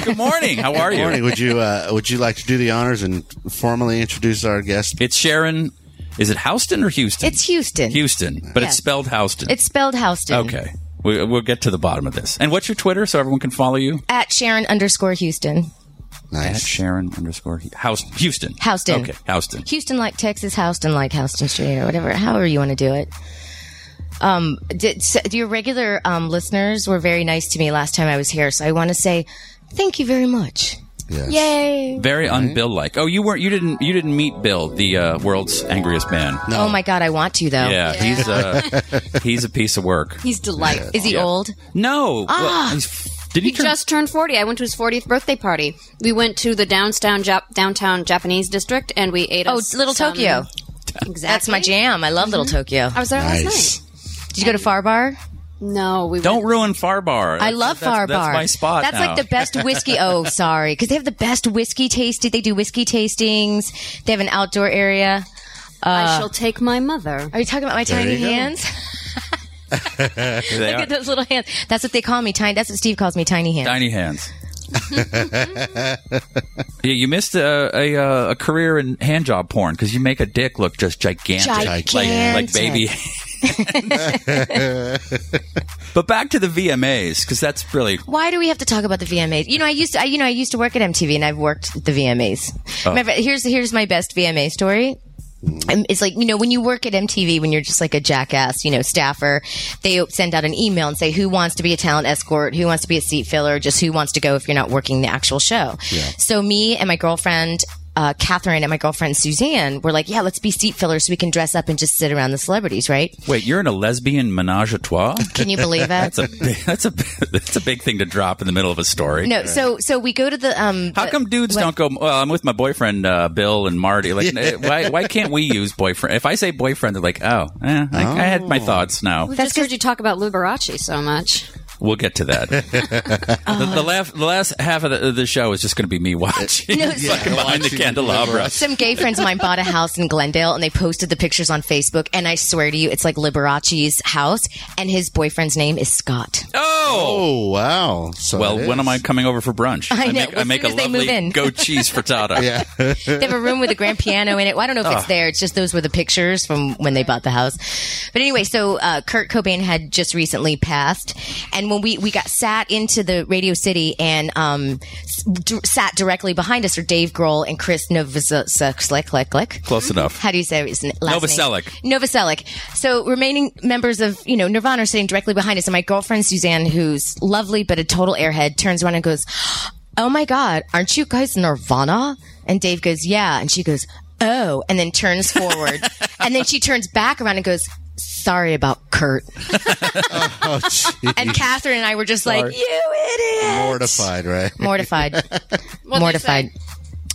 Speaker 2: good morning. How are
Speaker 4: Good morning.
Speaker 2: you?
Speaker 4: Would you uh, would you like to do the honors and formally introduce our guest?
Speaker 2: It's Sharon. Is it Houston or Houston?
Speaker 5: It's Houston.
Speaker 2: Houston, but it's
Speaker 5: Yes.
Speaker 2: spelled Houston.
Speaker 5: It's spelled Houston.
Speaker 2: okay. We, we'll get to the bottom of this. And what's your Twitter so everyone can follow you?
Speaker 5: At Sharon underscore Houston.
Speaker 2: At
Speaker 4: Nice.
Speaker 2: Sharon underscore Houston. Houston.
Speaker 5: Houston.
Speaker 2: Okay. Houston.
Speaker 5: Houston like Texas, Houston like Houston Street, or whatever, however you want to do it. Um, did, so your regular um, listeners were very nice to me last time I was here, so I want to say thank you very much.
Speaker 4: Yes.
Speaker 5: Yay!
Speaker 2: Very unbill like. Oh, you weren't. You didn't. You didn't meet Bill, the uh, world's angriest man.
Speaker 4: No.
Speaker 5: Oh my God, I want to though.
Speaker 2: Yeah, he's uh, he's a piece of work.
Speaker 3: He's delightful.
Speaker 5: Is he old?
Speaker 2: No,
Speaker 5: Ah.
Speaker 2: well, he's f- did he,
Speaker 3: He
Speaker 2: turn-
Speaker 3: just turned 40. I went to his 40th birthday party. We went to the downtown Jap- downtown Japanese district and we ate
Speaker 5: Oh,
Speaker 3: us
Speaker 5: Little
Speaker 3: some-
Speaker 5: Tokyo.
Speaker 3: Exactly.
Speaker 5: That's my jam. I love Little Tokyo.
Speaker 3: Mm-hmm. I was there
Speaker 4: Nice.
Speaker 3: last
Speaker 5: Did you go to Far Bar?
Speaker 3: night. No, we
Speaker 2: Don't
Speaker 3: went-
Speaker 2: ruin Farbar.
Speaker 5: I love
Speaker 2: that's,
Speaker 5: Far
Speaker 2: That's
Speaker 5: Bar.
Speaker 2: my spot.
Speaker 5: That's
Speaker 2: now.
Speaker 5: like the best whiskey. Oh, sorry, because they have the best whiskey tasting. They do whiskey tastings. They have an outdoor area.
Speaker 3: I shall take my mother.
Speaker 5: Are you talking about my tiny
Speaker 4: you go.
Speaker 5: hands?
Speaker 2: They
Speaker 5: Look
Speaker 2: are.
Speaker 5: at those little hands. That's what they call me. Tiny. That's what Steve calls me. Tiny hands.
Speaker 2: tiny hands. yeah, you missed a, a uh, a career in hand job porn because you make a dick look just gigantic, Like, like
Speaker 5: Gigantic.
Speaker 2: baby But back to the VMAs because that's really
Speaker 5: Why do we have to talk about the VMAs? You know, I used to, I, you know, I used to work at MTV and I've worked at the VMAs.
Speaker 2: Oh.
Speaker 5: Remember, here's here's my best VMA story.
Speaker 2: Mm.
Speaker 5: Um, It's like you know when you work at MTV when you're just like a jackass, you know, staffer. They send out an email and say who wants to be a talent escort, who wants to be a seat filler, just who wants to go if you're not working the actual show. So me and my girlfriend. Uh, Catherine and my girlfriend Suzanne were like, yeah, let's be seat fillers so we can dress up and just sit around the celebrities, right?
Speaker 2: wait. You're in a lesbian menage a trois.
Speaker 5: Can you believe it?
Speaker 2: That's a big- that's a that's a big thing to drop in the middle of a story.
Speaker 5: no, so so we go to the um.
Speaker 2: How
Speaker 5: the-
Speaker 2: come dudes
Speaker 5: what-
Speaker 2: don't go? Well, I'm with my boyfriend uh, Bill and Marty. Like, eh, why why can't we use boyfriend? If I say boyfriend, they're like, oh, eh, I, I had
Speaker 5: Oh.
Speaker 2: my thoughts. Now
Speaker 3: That's heard you talk about Liberace so much.
Speaker 2: we'll get to that. the, the, last, the last half of the, the show is just going to be me watching
Speaker 5: No, so-
Speaker 2: fucking behind the
Speaker 4: Watching
Speaker 2: candelabra.
Speaker 5: Some gay friends of mine bought a house in Glendale and they posted the pictures on Facebook. And I swear to you, it's like Liberace's house, and his boyfriend's name is Scott.
Speaker 2: Oh.
Speaker 4: Oh wow! So
Speaker 2: Well,
Speaker 4: it
Speaker 2: when
Speaker 4: is.
Speaker 2: am I coming over for brunch?
Speaker 5: I know.
Speaker 2: make,
Speaker 5: As
Speaker 2: I make
Speaker 5: soon
Speaker 2: a
Speaker 5: as they move
Speaker 2: lovely
Speaker 5: in.
Speaker 2: goat cheese frittata.
Speaker 4: Yeah,
Speaker 5: They have a room with a grand piano in it. Well, I don't know if it's there. It's just those were the pictures from when they bought the house. But anyway, so uh, Kurt Cobain had just recently passed, and when we we got sat into the Radio City and um, s- d- sat directly behind us are Dave Grohl and Chris Novoselic. Click, click.
Speaker 2: Close enough.
Speaker 5: How do you say his n- last
Speaker 2: Novoselic.
Speaker 5: name? Novoselic. So remaining members of, you know, Nirvana are sitting directly behind us. And my girlfriend, Suzanne, who's lovely but a total airhead, turns around and goes, Oh my God, aren't you guys Nirvana? And Dave goes, Yeah. And she goes, Oh, and then turns forward. and then she turns back around and goes, Sorry about Kurt.
Speaker 4: oh, gee.
Speaker 5: And Catherine and I were just like, You idiot.
Speaker 4: mortified, right?
Speaker 5: Mortified. Mortified.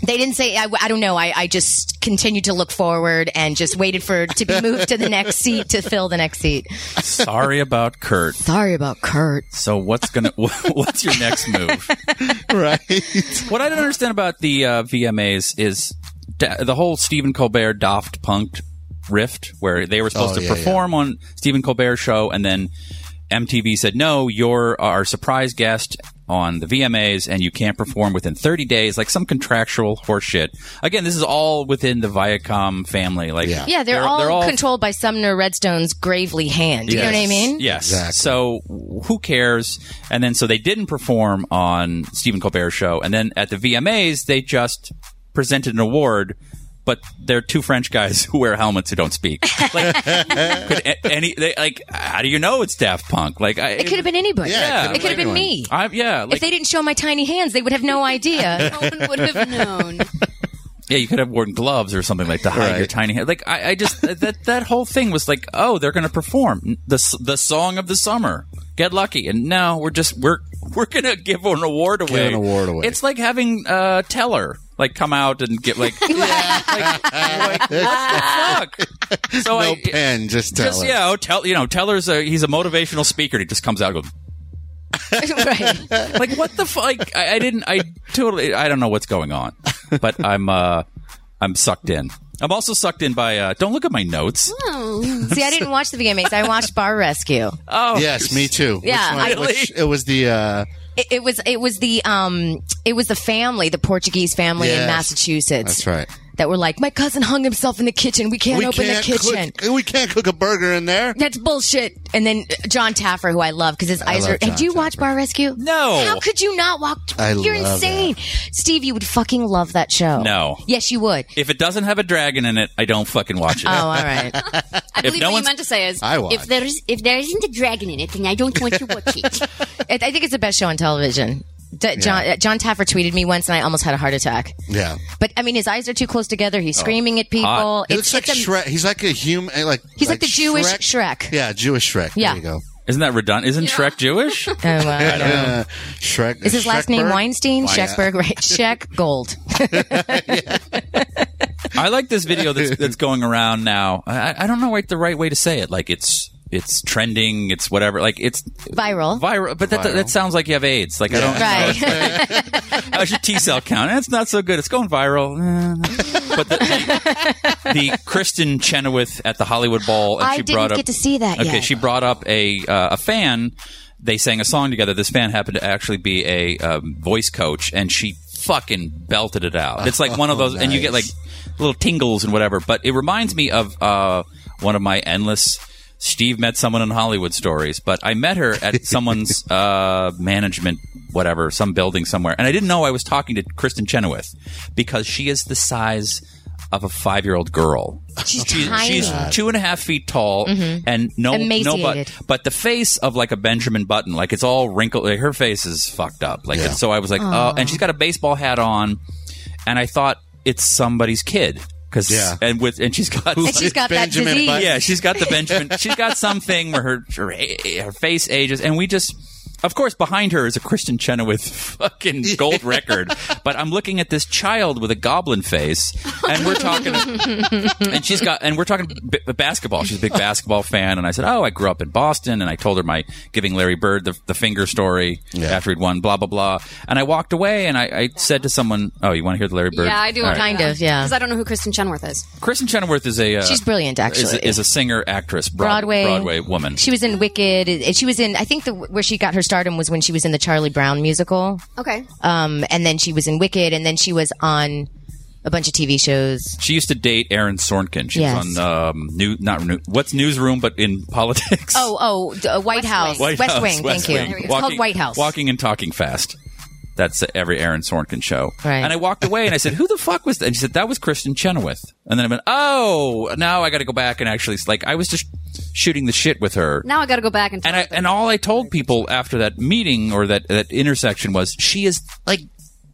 Speaker 5: They didn't say. I, I don't know. I, I just continued to look forward and just waited for to be moved to the next seat to fill the next seat.
Speaker 2: Sorry about Kurt.
Speaker 5: Sorry about Kurt.
Speaker 2: So what's gonna what's your next move?
Speaker 4: right?
Speaker 2: What I don't understand about the uh, VMAs is da- the whole Stephen Colbert Daft Punk rift, where they were supposed
Speaker 4: Oh,
Speaker 2: to
Speaker 4: yeah,
Speaker 2: perform on Stephen Colbert's show, and then MTV said, "No, you're our surprise guest on the VMAs, and you can't perform within 30 days." Like some contractual horseshit. Again, this is all within the Viacom family. Like,
Speaker 4: Yeah.
Speaker 5: Yeah, they're, all, controlled by Sumner Redstone's gravely hand. You know what I
Speaker 4: Yes.
Speaker 5: mean?
Speaker 2: Yes.
Speaker 4: Exactly.
Speaker 2: So who cares? And then so they didn't perform on Stephen Colbert's show, and then at the VMAs they just presented an award. But they're two French guys who wear helmets who don't speak. Like, could a- any they, like? How do you know it's Daft Punk? Like, I,
Speaker 5: It could have been anybody.
Speaker 4: Yeah,
Speaker 5: it could have been
Speaker 4: anyone.
Speaker 5: me.
Speaker 2: I, yeah, like,
Speaker 5: if they didn't show my tiny hands, they would have no idea.
Speaker 3: No one would have known.
Speaker 2: yeah, you could have worn gloves or something like to hide your
Speaker 4: Right.
Speaker 2: tiny hand. Like, I, I just that that whole thing was like, oh, they're going to perform the s- the song of the summer. Get lucky, and now we're just we're we're going to give an award away.
Speaker 4: an award away.
Speaker 2: It's like having uh, Teller like come out and get like, like, like, what the fuck? So
Speaker 4: No
Speaker 2: I.
Speaker 4: pen, just tell
Speaker 2: just
Speaker 4: us.
Speaker 2: yeah, oh, tell you know, Teller's a he's a motivational speaker. and He just comes out and goes,
Speaker 5: right.
Speaker 2: like what the fuck? Like, I, I didn't. I totally. I don't know what's going on, but I'm. uh I'm sucked in. I'm also sucked in by. uh Don't look at my notes.
Speaker 5: See, I didn't watch the VMAs. I watched Bar Rescue.
Speaker 2: Oh
Speaker 4: Yes, me too.
Speaker 5: Yeah,
Speaker 4: Which
Speaker 5: I-
Speaker 4: one? Which- it was the uh,
Speaker 5: It, it was it was the um it was the family, the Portuguese family in
Speaker 4: Yes.
Speaker 5: Massachusetts.
Speaker 4: That's right.
Speaker 5: That were like, my cousin hung himself in the kitchen. We can't open the kitchen.
Speaker 4: Cook, we can't cook a burger in there.
Speaker 5: That's bullshit. And then uh, John Taffer, who I love because his eyes
Speaker 4: love
Speaker 5: are. Did
Speaker 4: John
Speaker 5: you watch Bar Rescue?
Speaker 2: No.
Speaker 5: How could you not walk?
Speaker 4: I
Speaker 5: You're
Speaker 4: love
Speaker 5: insane, Steve. You would fucking love that show.
Speaker 2: No.
Speaker 5: Yes, you would.
Speaker 2: If it doesn't have a dragon in it, I don't fucking watch it.
Speaker 5: Oh, all right.
Speaker 3: I believe
Speaker 2: no
Speaker 3: what you
Speaker 2: one's-
Speaker 3: meant to say is,
Speaker 4: I watch.
Speaker 3: if there is if there isn't a dragon in it, then I don't want to watch it.
Speaker 5: I, I think it's the best show on television. D- John, uh, John Taffer tweeted me once, and I almost had a heart attack.
Speaker 4: Yeah.
Speaker 5: But I mean, his eyes are too close together. He's screaming at people.
Speaker 2: hot.
Speaker 4: He Oh, looks like
Speaker 5: a-
Speaker 4: Shrek. He's like a human. Like
Speaker 5: He's like the Jewish Shrek.
Speaker 4: Yeah, Jewish Shrek.
Speaker 5: Yeah.
Speaker 4: There you go.
Speaker 2: Isn't that redundant? Isn't Shrek Jewish?
Speaker 5: Oh, wow.
Speaker 4: Uh, Shrek.
Speaker 5: Is his last name
Speaker 4: Shrekberg? uh,
Speaker 5: Weinstein? Sheckberg, right? Sheck Gold.
Speaker 2: I like this video that's, that's going around now. I, I don't know like the right way to say it. Like it's it's trending. It's whatever. Like it's
Speaker 5: Viral.
Speaker 2: viral. But that, that, sounds like you have AIDS. Like I don't.
Speaker 5: Right.
Speaker 2: How's your T cell count? That's not so good. It's going viral. Eh. but the, the Kristen Chenoweth at the Hollywood Bowl. And
Speaker 5: I
Speaker 2: she
Speaker 5: didn't
Speaker 2: brought up,
Speaker 5: get to see that
Speaker 2: Okay,
Speaker 5: yet.
Speaker 2: she brought up a uh, a fan. They sang a song together. This fan happened to actually be a um, voice coach, and she fucking belted it out. It's like one
Speaker 5: Oh,
Speaker 2: of those, and you get like little tingles and whatever. But it reminds me of uh, one of my endless Steve met someone in Hollywood Stories, but I met her at someone's uh, management, whatever, some building somewhere, and I didn't know I was talking to Kristen Chenoweth because she is the size of a five-year-old girl.
Speaker 5: She's
Speaker 2: She-
Speaker 5: tiny. Mm-hmm.
Speaker 2: she's two and a half feet tall, and no, no,
Speaker 5: Emaciated.
Speaker 2: but but the face of like a Benjamin Button, like it's all wrinkled. Like, her face is fucked up. Like and so, I was like, oh, and she's got a baseball hat on, and I thought it's somebody's kid because
Speaker 4: Yeah.
Speaker 2: and with and she's got
Speaker 5: and she's got
Speaker 4: Benjamin
Speaker 5: that disease.
Speaker 4: Button.
Speaker 2: yeah, she's got the Benjamin. She's got something where her, her her face ages, and we just, of course, behind her is a Kristen Chenoweth fucking gold record. But I'm looking at this child with a goblin face, and we're talking, and she's got, and we're talking b- basketball. She's a big basketball fan, and I said, "Oh, I grew up in Boston," and I told her my giving Larry Bird the, the finger story after he'd won, blah blah blah. And I walked away, and I, I said to someone, "Oh, you want to hear the Larry Bird?"
Speaker 3: Yeah, I do.
Speaker 2: All right.
Speaker 5: Kind of, yeah.
Speaker 3: Because I don't know who Kristen Chenworth is.
Speaker 2: Kristen Chenoweth is a uh,
Speaker 5: She's brilliant, actually.
Speaker 2: Is, a- is a singer, actress, Broad-
Speaker 5: Broadway,
Speaker 2: Broadway woman.
Speaker 5: She was in Wicked. and She was in. I think the where she got her stardom was when she was in the Charlie Brown musical.
Speaker 3: Okay.
Speaker 5: Um, and then she was in Wicked, and then she was on a bunch of TV shows.
Speaker 2: She used to date Aaron Sorkin. She was
Speaker 5: Yes.
Speaker 2: on um, new, not new, what's newsroom, but in politics.
Speaker 5: Oh, oh, d- uh, White House,
Speaker 2: White
Speaker 5: West
Speaker 2: House,
Speaker 5: Wing.
Speaker 2: West
Speaker 5: thank
Speaker 2: Wing.
Speaker 5: you. It's
Speaker 2: Walking-
Speaker 5: called White House.
Speaker 2: Walking and talking fast. That's every Aaron Sorkin show.
Speaker 5: Right.
Speaker 2: And I walked away and I said, "Who the fuck was that?" And she said, "That was Kristen Chenoweth." And then I went, "Oh, now I got to go back and actually like I was just shooting the shit with her."
Speaker 3: Now I got to go back and.
Speaker 2: And I and all I told people after that meeting or that that intersection was she is like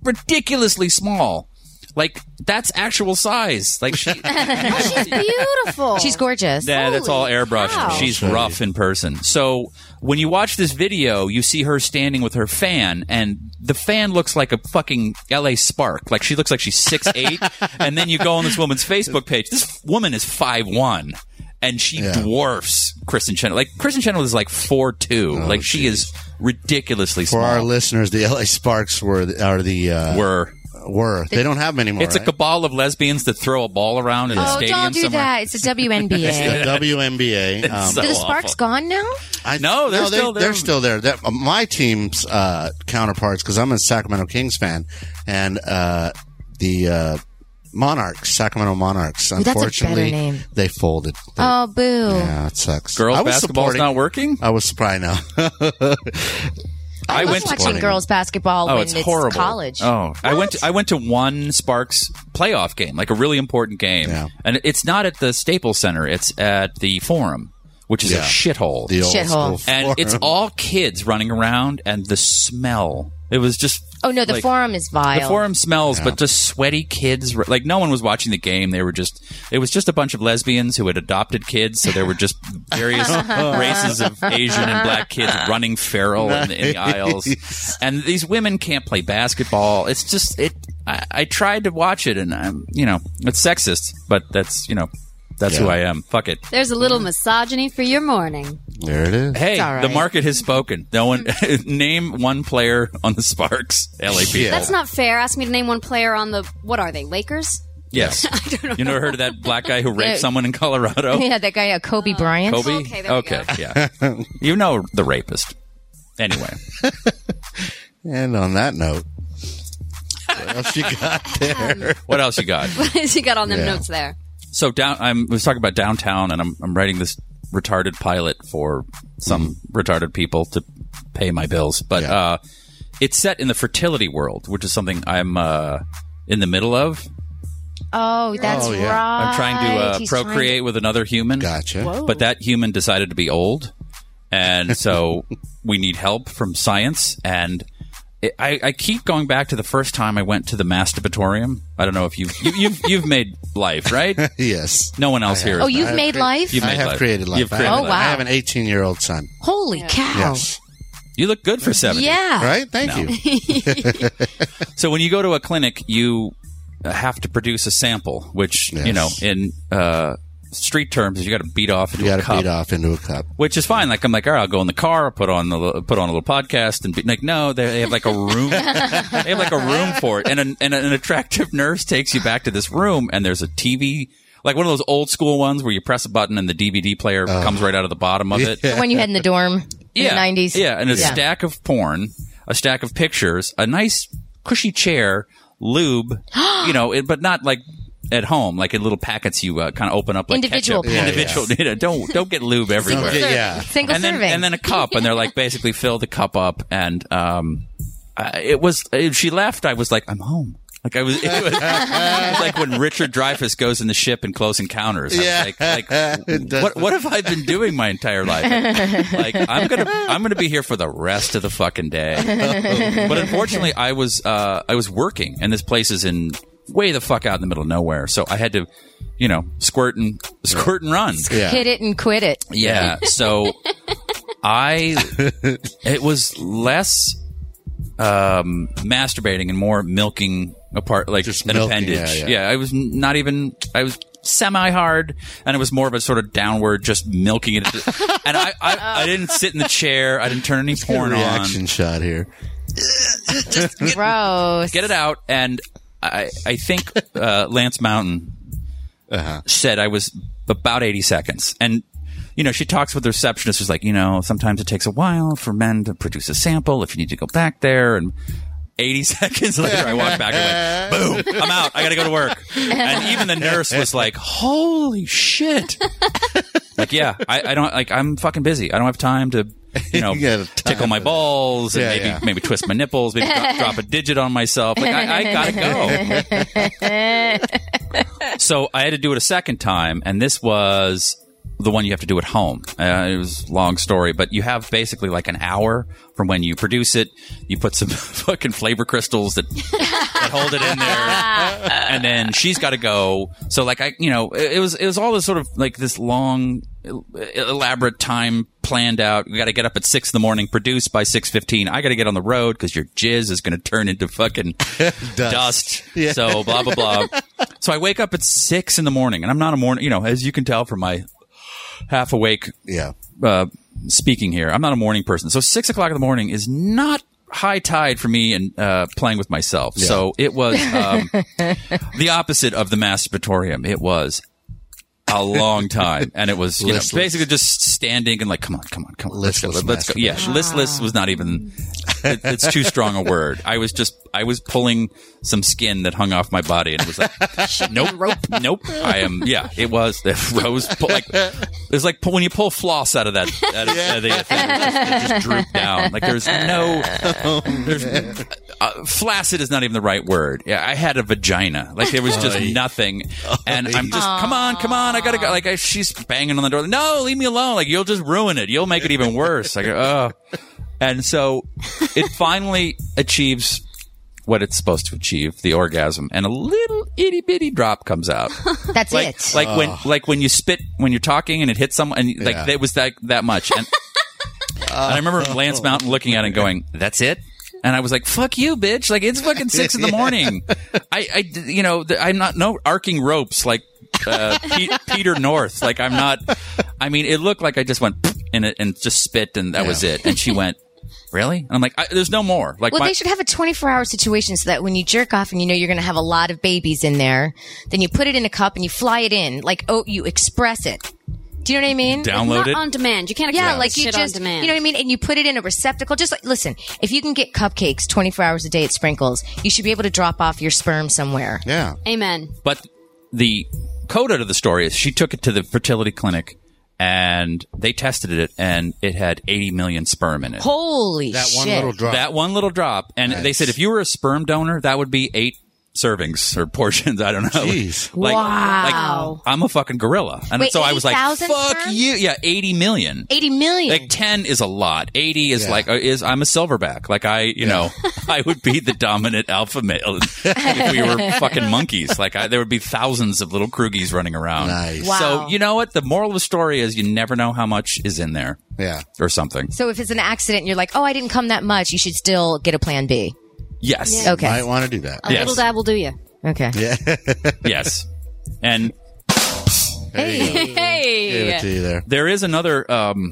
Speaker 2: ridiculously small. Like that's actual size. Like she
Speaker 3: she's beautiful.
Speaker 5: She's gorgeous.
Speaker 2: Nah, that's all
Speaker 3: Holy
Speaker 2: airbrush.
Speaker 3: cow.
Speaker 2: She's rough in person. So when you watch this video, you see her standing with her fan, and the fan looks like a fucking LA Spark. Like she looks like she's six eight. and then you go on this woman's Facebook page. This woman is five one, and she dwarfs Kristen Chenoweth. Like Kristen Chenoweth is like four two. like she is ridiculously
Speaker 4: Oh, For our
Speaker 2: small.
Speaker 4: listeners, the LA Sparks were the, are the uh, were.
Speaker 2: Were
Speaker 4: They don't have them anymore.
Speaker 2: it's a
Speaker 4: right?
Speaker 2: cabal of lesbians that throw a ball around in a
Speaker 5: oh,
Speaker 2: stadium
Speaker 5: don't do
Speaker 2: somewhere.
Speaker 5: that. It's a WNBA.
Speaker 4: The WNBA. Um,
Speaker 2: so
Speaker 5: Are the Sparks
Speaker 2: awful.
Speaker 5: gone now?
Speaker 4: I,
Speaker 2: No, they're still there.
Speaker 4: They're still there. That- uh, my team's uh, counterparts, because I'm a Sacramento Kings fan, and uh, the uh, Monarchs, Sacramento Monarchs,
Speaker 5: that's a better
Speaker 4: unfortunately,
Speaker 5: name.
Speaker 4: they folded. They-
Speaker 5: Oh, boo.
Speaker 4: yeah, it sucks.
Speaker 2: Girls
Speaker 4: I was
Speaker 2: basketball's
Speaker 4: supporting-
Speaker 2: not working.
Speaker 4: I was surprised now.
Speaker 5: I, was
Speaker 2: went to-
Speaker 5: watching girls basketball
Speaker 2: Oh,
Speaker 5: when
Speaker 2: it's horrible.
Speaker 5: college.
Speaker 2: Oh, I went. To, I went to one Sparks playoff game, like a really important game,
Speaker 4: Yeah.
Speaker 2: and it's not at the Staples Center. It's at the Forum, which is a
Speaker 4: Yeah.
Speaker 2: shithole,
Speaker 4: The old
Speaker 5: Shithole.
Speaker 4: school
Speaker 2: and it's
Speaker 4: forum.
Speaker 2: all kids running around, and the smell. It was just.
Speaker 5: Oh, no, the
Speaker 2: like,
Speaker 5: forum is vile.
Speaker 2: The forum smells, but just sweaty kids. were- Like no one was watching the game. They were just. It was just a bunch of lesbians who had adopted kids, so there were just various races of Asian and black kids running feral in, the, in the aisles. And these women can't play basketball. It's just it. I, I tried to watch it, and I'm you know it's sexist, but that's you know that's who I am. Fuck it.
Speaker 3: There's a little misogyny for your morning.
Speaker 4: There it is.
Speaker 2: Hey,
Speaker 5: all right.
Speaker 2: the market has spoken. No one name one player on the Sparks. LA people.
Speaker 4: Yeah.
Speaker 3: That's not fair. Ask me to name one player on the what are they Lakers?
Speaker 2: Yes. You never heard of that black guy who raped someone in Colorado?
Speaker 5: yeah, that guy, uh, Kobe Bryant.
Speaker 2: Kobe?
Speaker 3: Okay, there we go.
Speaker 2: yeah. you know the rapist. Anyway,
Speaker 4: And on that note, what else you got there?
Speaker 2: what else you got?
Speaker 3: she got all them
Speaker 4: Yeah.
Speaker 3: notes there.
Speaker 2: So down, I'm I was talking about downtown, and I'm I'm writing this retarded pilot for some retarded people to pay my bills, but
Speaker 4: Yeah.
Speaker 2: uh, it's set in the fertility world, which is something I'm uh, in the middle of.
Speaker 5: Oh, that's
Speaker 4: Oh, yeah.
Speaker 5: right.
Speaker 2: I'm trying to uh,
Speaker 5: He's trying to-
Speaker 2: procreate with another human.
Speaker 4: Gotcha.
Speaker 2: But that human decided to be old, and so we need help from science. And it, I, I keep going back to the first time I went to the masturbatorium. I don't know if you've you, you've, you've made life right.
Speaker 4: Yes.
Speaker 2: No one else here. has
Speaker 5: Oh,
Speaker 2: made
Speaker 5: you've made life? Oh,
Speaker 2: You've
Speaker 4: I
Speaker 2: made
Speaker 4: have
Speaker 2: life.
Speaker 4: created life.
Speaker 2: You've
Speaker 4: I
Speaker 2: created
Speaker 4: have-
Speaker 5: life.
Speaker 4: I have an 18 year old son.
Speaker 5: Holy cow.
Speaker 4: Yes.
Speaker 2: You look good for seventy.
Speaker 5: Yeah.
Speaker 4: Right? Thank you.
Speaker 2: So when you go to a clinic, you uh, have to produce a sample, which you
Speaker 4: Yes.
Speaker 2: know in uh, street terms, is you got to beat off into
Speaker 4: You got
Speaker 2: a
Speaker 4: to
Speaker 2: cup.
Speaker 4: beat off into a cup.
Speaker 2: Which is fine. Like I'm like, all right, I'll go in the car, I'll put on a little, put on a little podcast, and be like, no, they, they have like a room, they have like a room for it, and an, and an attractive nurse takes you back to this room, and there's a TV, like one of those old school ones where you press a button and the DVD player comes right out of the bottom of it.
Speaker 5: The one you had in the dorm
Speaker 2: Yeah.
Speaker 5: in the 90s.
Speaker 2: Yeah, and a stack of porn, a stack of pictures, a nice cushy chair, lube, you know, it, but not like at home, like in little packets you uh, kind of open up like
Speaker 5: Individual
Speaker 2: ketchup.
Speaker 5: packets.
Speaker 2: individual. don't don't get lube everywhere.
Speaker 4: get- Yeah.
Speaker 5: Single
Speaker 2: and then
Speaker 5: serving.
Speaker 2: and then a cup, and they're like basically fill the cup up, and um, I, it was uh, she left. I was like, I'm home. Like I was, it was, it was like when Richard Dreyfuss goes in the ship and Close Encounters. I
Speaker 4: Yeah.
Speaker 2: was like, like
Speaker 4: It does-
Speaker 2: what what have I been doing my entire life? Like I'm gonna I'm gonna be here for the rest of the fucking day. But unfortunately, I was uh, I was working, and this place is in way the fuck out in the middle of nowhere. So I had to, you know, squirt and squirt and run.
Speaker 4: Yeah.
Speaker 5: Hit it and quit it.
Speaker 2: Yeah. So I, it was less um, masturbating and more milking apart, like
Speaker 4: Just
Speaker 2: an
Speaker 4: milking,
Speaker 2: appendage. Yeah,
Speaker 4: yeah, yeah.
Speaker 2: I was n- not even. I was semi hard, and it was more of a sort of downward, just milking it. and I, I, I didn't sit in the chair. I didn't turn any porn on.
Speaker 4: reaction shot here.
Speaker 5: Gross.
Speaker 2: Get it out, and I, I think uh, Lance Mountain said I was about 80 seconds. And, you know, she talks with the receptionist who's like, you know, sometimes it takes a while for men to produce a sample if you need to go back there. And 80 seconds later, I walk back and went, boom, I'm out. I got to go to work. And even the nurse was like, holy shit. like, yeah, I, I don't, like, I'm fucking busy. I don't have time to. You know,
Speaker 4: You got time
Speaker 2: tickle my balls and
Speaker 4: Yeah,
Speaker 2: maybe
Speaker 4: yeah.
Speaker 2: maybe twist my nipples, maybe drop, drop a digit on myself. Like I, I gotta go. So I had to do it a second time, and this was the one you have to do at home. Uh, it was a long story, but you have basically like an hour from when you produce it. You put some fucking flavor crystals that, that hold it in there, and then she's got to go. So like I, you know, it, it was it was all this sort of like this long, el- elaborate time planned out. We got to get up at six in the morning, produce by six fifteen. I got to get on the road because your jizz is going to turn into fucking dust. So blah blah blah. so I wake up at six in the morning, and I'm not a morning. You know, as you can tell from my half awake
Speaker 4: Yeah.
Speaker 2: uh, speaking here, I'm not a morning person. So six o'clock in the morning is not high tide for me and uh, playing with myself. So it was um, the opposite of the masturbatorium. It was. A long time, and it was you know,
Speaker 4: Listless.
Speaker 2: basically just standing and like, come on, come on, come on, let's go,
Speaker 4: Listless
Speaker 2: let's go. Yeah, listless was not even it, it's too strong a word. I was just I was pulling some skin that hung off my body and was like, nope, rope, nope. I am yeah. It was rose pull, like it was like when you pull floss out of that out of, out of the thing, it just, it just drooped down. Like there's no there's uh, flaccid is not even the right word. Yeah, I had a vagina. Like there was just nothing, and I'm just come on, come on. I gotta go. Like I, she's banging on the door. No, leave me alone. Like you'll just ruin it. You'll make it even worse. Like oh. And so it finally achieves what it's supposed to achieve, the orgasm, and a little itty bitty drop comes out.
Speaker 5: That's
Speaker 2: like
Speaker 5: it.
Speaker 2: like when like when you spit when you're talking and it hits someone and like
Speaker 4: Yeah.
Speaker 2: it was like that much. And, and I remember Lance Mountain looking at it and going, That's it? And I was like, "Fuck you, bitch! Like it's fucking six in the morning. I, I, d- you know, th- I'm not no arcing ropes like uh, Pe- Peter North. Like I'm not. I mean, it looked like I just went and it and just spit, and that was it. And she went, "Really?" And I'm like, I, "There's no more." Like,
Speaker 5: Well,
Speaker 2: my-
Speaker 5: they should have a 24 hour situation so that when you jerk off and you know you're going to have a lot of babies in there, then you put it in a cup and you fly it in. Like, oh, you express it. Do you know what I mean?
Speaker 2: download
Speaker 3: Not
Speaker 2: it.
Speaker 3: on demand. You can't
Speaker 5: Yeah,
Speaker 3: expect
Speaker 5: like you
Speaker 3: shit
Speaker 5: just,
Speaker 3: on
Speaker 5: you
Speaker 3: demand.
Speaker 5: know what I mean? And you put it in a receptacle. Just like, listen, if you can get cupcakes 24 hours a day at Sprinkles, you should be able to drop off your sperm somewhere.
Speaker 4: Yeah.
Speaker 3: Amen.
Speaker 2: But the coda to the story is she took it to the fertility clinic and they tested it and it had 80 million sperm in it.
Speaker 5: Holy
Speaker 4: That
Speaker 5: shit.
Speaker 4: one little drop.
Speaker 2: That one little drop. And they said if you were a sperm donor, that would be eight servings or portions. I don't know.
Speaker 4: Jeez.
Speaker 2: Like,
Speaker 5: Wow.
Speaker 2: Like, I'm a fucking gorilla. And
Speaker 5: Wait,
Speaker 2: so I was like,
Speaker 5: 80,000
Speaker 2: fuck
Speaker 5: sperm?
Speaker 2: you. Yeah, 80 million.
Speaker 5: 80 million.
Speaker 2: Like 10 is a lot. 80 is
Speaker 4: Yeah.
Speaker 2: like, uh, is I'm a silverback. Like I, you know, I would be the dominant alpha male if we were fucking monkeys. Like I, there would be thousands of little Krugies running around.
Speaker 4: Nice.
Speaker 5: Wow.
Speaker 2: So you know what? The moral of the story is you never know how much is in there.
Speaker 4: Yeah.
Speaker 2: Or something.
Speaker 5: so if it's an accident and you're like, oh, I didn't come that much, you should still get a plan B.
Speaker 2: Yes.
Speaker 5: Okay.
Speaker 4: Might want to do that.
Speaker 3: A
Speaker 2: Yes.
Speaker 3: little dab will do you.
Speaker 5: Okay.
Speaker 2: Yes. And
Speaker 3: Hey.
Speaker 4: Give it to you there.
Speaker 2: there is another um,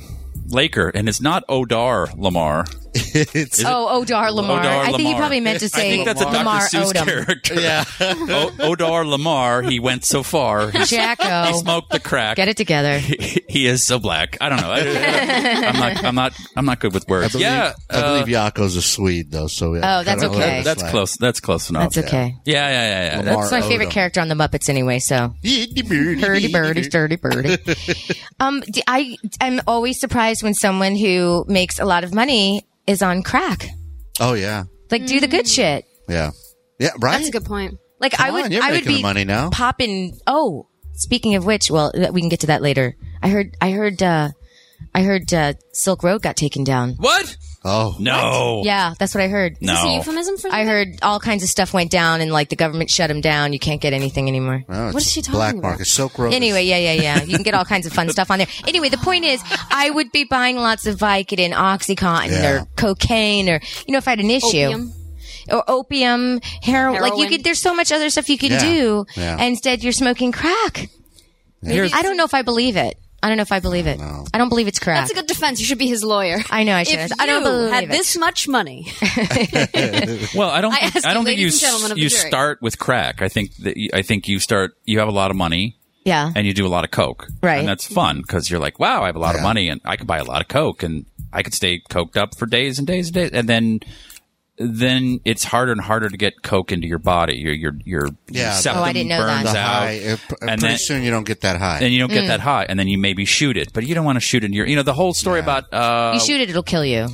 Speaker 2: Laker, and it's not Odar Lamar.
Speaker 4: it's
Speaker 5: Oh, Odar Lamar.
Speaker 2: Odar
Speaker 5: I think he
Speaker 2: Lamar.
Speaker 5: probably meant to
Speaker 2: I
Speaker 5: say
Speaker 2: think that's a Dr.
Speaker 5: Lamar
Speaker 2: Seuss
Speaker 5: Odom.
Speaker 2: character.
Speaker 4: yeah.
Speaker 2: O- Odar Lamar, he went so far. He, he
Speaker 5: Jacko.
Speaker 2: smoked the crack.
Speaker 5: Get it together.
Speaker 2: He is so black. I don't know. I, am not. I'm not. I'm not good with words.
Speaker 4: I believe,
Speaker 2: yeah,
Speaker 4: I
Speaker 2: uh,
Speaker 4: believe Yako's a Swede though, so
Speaker 5: Oh, that's
Speaker 4: kinda
Speaker 5: okay.
Speaker 4: let it
Speaker 2: that's
Speaker 4: slide.
Speaker 2: close. That's close enough.
Speaker 5: That's okay.
Speaker 2: Yeah, yeah, yeah, yeah.
Speaker 4: Lamar
Speaker 5: It's my favorite
Speaker 4: Odom.
Speaker 5: character on the Muppets anyway, so. Dirty birdie, dirty birdie. um, d- I am always surprised when someone who makes a lot of money is on crack.
Speaker 4: Oh yeah,
Speaker 5: Like, do the good shit.
Speaker 4: yeah, yeah. Right.
Speaker 3: That's a good point.
Speaker 5: Like, I
Speaker 4: Mm. Come
Speaker 5: would,
Speaker 4: on, you're
Speaker 5: I would
Speaker 4: making the
Speaker 5: be
Speaker 4: money now.
Speaker 5: popping. Oh, speaking of which, well, th- we can get to that later. I heard, I heard, uh, I heard uh, Silk Road got taken down.
Speaker 2: What?
Speaker 4: Oh
Speaker 2: No.
Speaker 5: Yeah, that's what I heard.
Speaker 3: Is it a
Speaker 2: No.
Speaker 3: euphemism for
Speaker 5: I
Speaker 3: that?
Speaker 5: heard all kinds of stuff went down, and like the government shut them down. You can't get anything anymore.
Speaker 4: No,
Speaker 3: What
Speaker 4: it's
Speaker 3: is she talking
Speaker 4: black
Speaker 3: about?
Speaker 4: market Silk Road. is-
Speaker 5: Anyway, yeah, yeah, yeah. You can get all kinds of fun stuff on there. Anyway, the point is, I would be buying lots of Vicodin, OxyContin,
Speaker 4: Yeah.
Speaker 5: or cocaine, or you know, if I had an issue,
Speaker 3: Opium.
Speaker 5: or opium, heroin. Like you
Speaker 3: Heroin.
Speaker 5: could, there's so much other stuff you could
Speaker 4: Yeah.
Speaker 5: do.
Speaker 4: Yeah.
Speaker 5: And instead, you're smoking crack. I don't know if I believe it. I don't know if I believe it. I don't believe it's crack.
Speaker 3: That's a good defense. You should be his lawyer.
Speaker 5: I know I should.
Speaker 3: If
Speaker 5: I don't
Speaker 3: you
Speaker 5: believe
Speaker 3: had
Speaker 5: it.
Speaker 3: this much money,
Speaker 2: Well, I don't.
Speaker 3: I
Speaker 2: think,
Speaker 3: ask
Speaker 2: I
Speaker 3: you,
Speaker 2: don't think
Speaker 3: ladies
Speaker 2: you
Speaker 3: and gentlemen
Speaker 2: s-
Speaker 3: of the
Speaker 2: you
Speaker 3: jury.
Speaker 2: start with crack. I think that you, I think you start. You have a lot of money
Speaker 5: yeah.
Speaker 2: and you do a lot of coke,
Speaker 5: Right.
Speaker 2: And that's fun because you're like, wow, I have a lot of money and I could buy a lot of coke and I could stay coked up for days and days and days. And then then it's harder and harder to get coke into your body. Your your your
Speaker 4: Yeah, the-
Speaker 2: septum
Speaker 5: Oh, I didn't know
Speaker 2: burns
Speaker 5: that.
Speaker 4: the
Speaker 2: out,
Speaker 4: high. uh, pr- uh,
Speaker 2: and
Speaker 4: pretty
Speaker 2: then-
Speaker 4: soon you don't get that high.
Speaker 2: and you don't
Speaker 5: Mm.
Speaker 2: get that high, and then you maybe shoot it, but you don't want to shoot it. In your, you know, the whole story about uh,
Speaker 5: you shoot it, it'll kill you.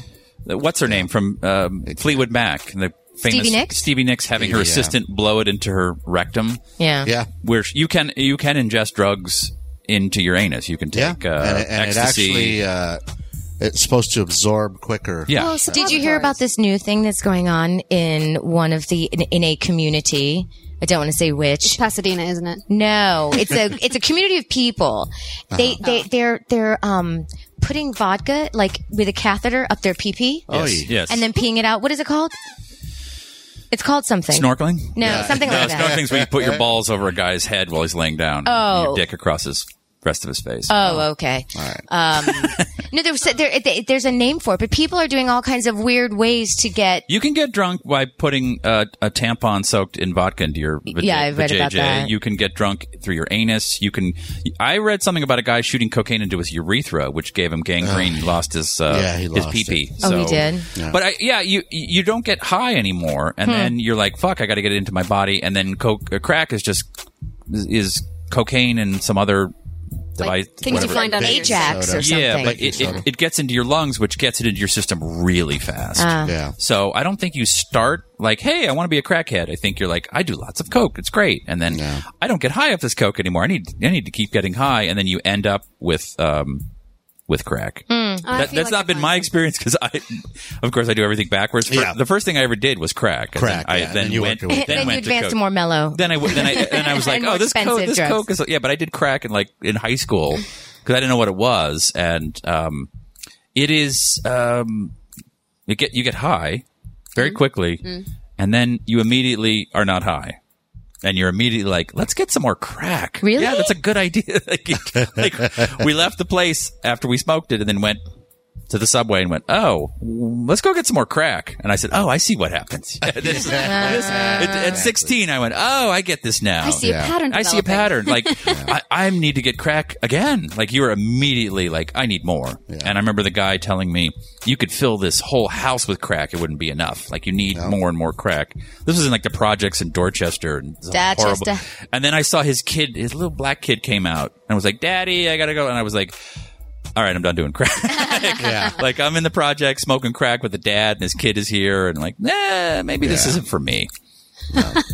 Speaker 2: what's her name from um, Fleetwood Mac, the famous
Speaker 5: Stevie Nicks?
Speaker 2: Stevie Nicks having her
Speaker 4: Stevie, yeah.
Speaker 2: assistant blow it into her rectum,
Speaker 5: Yeah.
Speaker 4: yeah,
Speaker 2: where you can you can ingest drugs into your anus. You can
Speaker 4: yeah.
Speaker 2: take uh,
Speaker 4: and it, and it
Speaker 2: ecstasy.
Speaker 4: actually uh, it's supposed to absorb quicker.
Speaker 2: yeah.
Speaker 3: Oh, so
Speaker 5: Did you hear about this new thing that's going on in one of the in, in a community? I don't want to say which.
Speaker 3: Pasadena, isn't it?
Speaker 5: No, it's a it's a community of people.
Speaker 2: Uh-huh.
Speaker 5: They they they're they're um putting vodka like with a catheter up their pee pee
Speaker 4: Oh,
Speaker 2: yes.
Speaker 4: yeah.
Speaker 2: yes.
Speaker 5: and then peeing it out. What is it called? It's called something.
Speaker 2: snorkeling.
Speaker 5: No, something
Speaker 2: No,
Speaker 5: like that.
Speaker 2: snorkeling's where you put your balls over a guy's head while he's laying down.
Speaker 5: Oh.
Speaker 2: your dick across his rest of his face.
Speaker 5: Oh, okay.
Speaker 3: Uh,
Speaker 5: Um, no, there was, there, there- there's a name for it, but people are doing all kinds of weird ways to get.
Speaker 2: You can get drunk by putting uh, a tampon soaked in vodka into your vajay-
Speaker 5: Yeah, I've read
Speaker 2: vajayjay.
Speaker 5: about that.
Speaker 2: You can get drunk through your anus. You can. I read something about a guy shooting cocaine into his urethra, which gave him gangrene. He lost his uh,
Speaker 4: Yeah, he
Speaker 2: his
Speaker 4: lost
Speaker 2: pee pee.
Speaker 5: Oh, he did? Hmm.
Speaker 2: But I, yeah, you you don't get high anymore, and then you're like, fuck, I got to get it into my body, and then coke, uh, crack is just is, is cocaine and some other device.
Speaker 3: things you
Speaker 2: whatever.
Speaker 3: find on
Speaker 4: Baking
Speaker 5: Ajax
Speaker 4: soda.
Speaker 5: or something.
Speaker 2: yeah, but it,
Speaker 4: Baking
Speaker 2: it,
Speaker 4: soda.
Speaker 2: it gets into your lungs, which gets it into your system really fast.
Speaker 5: Uh-huh.
Speaker 4: yeah.
Speaker 2: So I don't think you start like, hey, I want to be a crackhead. I think you're like, I do lots of coke. It's great. And then I don't get high off this coke anymore. I need I need to keep getting high. And then you end up with um with crack.
Speaker 3: I
Speaker 2: That,
Speaker 3: feel
Speaker 2: that's
Speaker 3: like
Speaker 2: not
Speaker 3: I'm
Speaker 2: been
Speaker 3: lying.
Speaker 2: my experience because I, of course, I do everything backwards. Fir-
Speaker 4: Yeah.
Speaker 2: The first thing I ever did was crack. and
Speaker 4: Crack,
Speaker 2: then
Speaker 4: yeah,
Speaker 2: I
Speaker 4: and
Speaker 2: then,
Speaker 4: then you
Speaker 2: went.
Speaker 4: worked your way
Speaker 5: then you
Speaker 2: went
Speaker 5: advance
Speaker 2: coke.
Speaker 5: to more mellow.
Speaker 2: Then I w- then I then I was like,
Speaker 5: And more
Speaker 2: oh, this coke,
Speaker 5: expensive
Speaker 2: this
Speaker 5: drugs.
Speaker 2: coke is yeah. But I did crack in like in high school because I didn't know what it was, and um, it is um, you get you get high very
Speaker 5: Mm-hmm.
Speaker 2: quickly,
Speaker 5: Mm.
Speaker 2: and then you immediately are not high. And you're immediately like, let's get some more crack.
Speaker 5: Really?
Speaker 2: Yeah, that's a good idea. like, like, we left the place after we smoked it and then went to the subway and went, "Oh, let's go get some more crack." And I said, "Oh, I see what happens." This- this-
Speaker 3: uh,
Speaker 2: at, at 16, I went, "Oh, I get this now."
Speaker 3: I see a pattern.
Speaker 2: I see a pattern.
Speaker 3: developing.
Speaker 2: Like I, I need to get crack again. Like you were immediately like, I need more. And I remember the guy telling me, you could fill this whole house with crack, it wouldn't be enough. Like you need more and more crack. This was in like the projects in Dorchester and some horrible-
Speaker 5: Dorchester.
Speaker 2: And then I saw his kid, his little black kid came out and was like, Daddy, I gotta go. And I was like. All right, I'm done doing crack. Like I'm in the project smoking crack with the dad, and his kid is here, and like, nah, maybe this
Speaker 4: Yeah.
Speaker 2: isn't for me.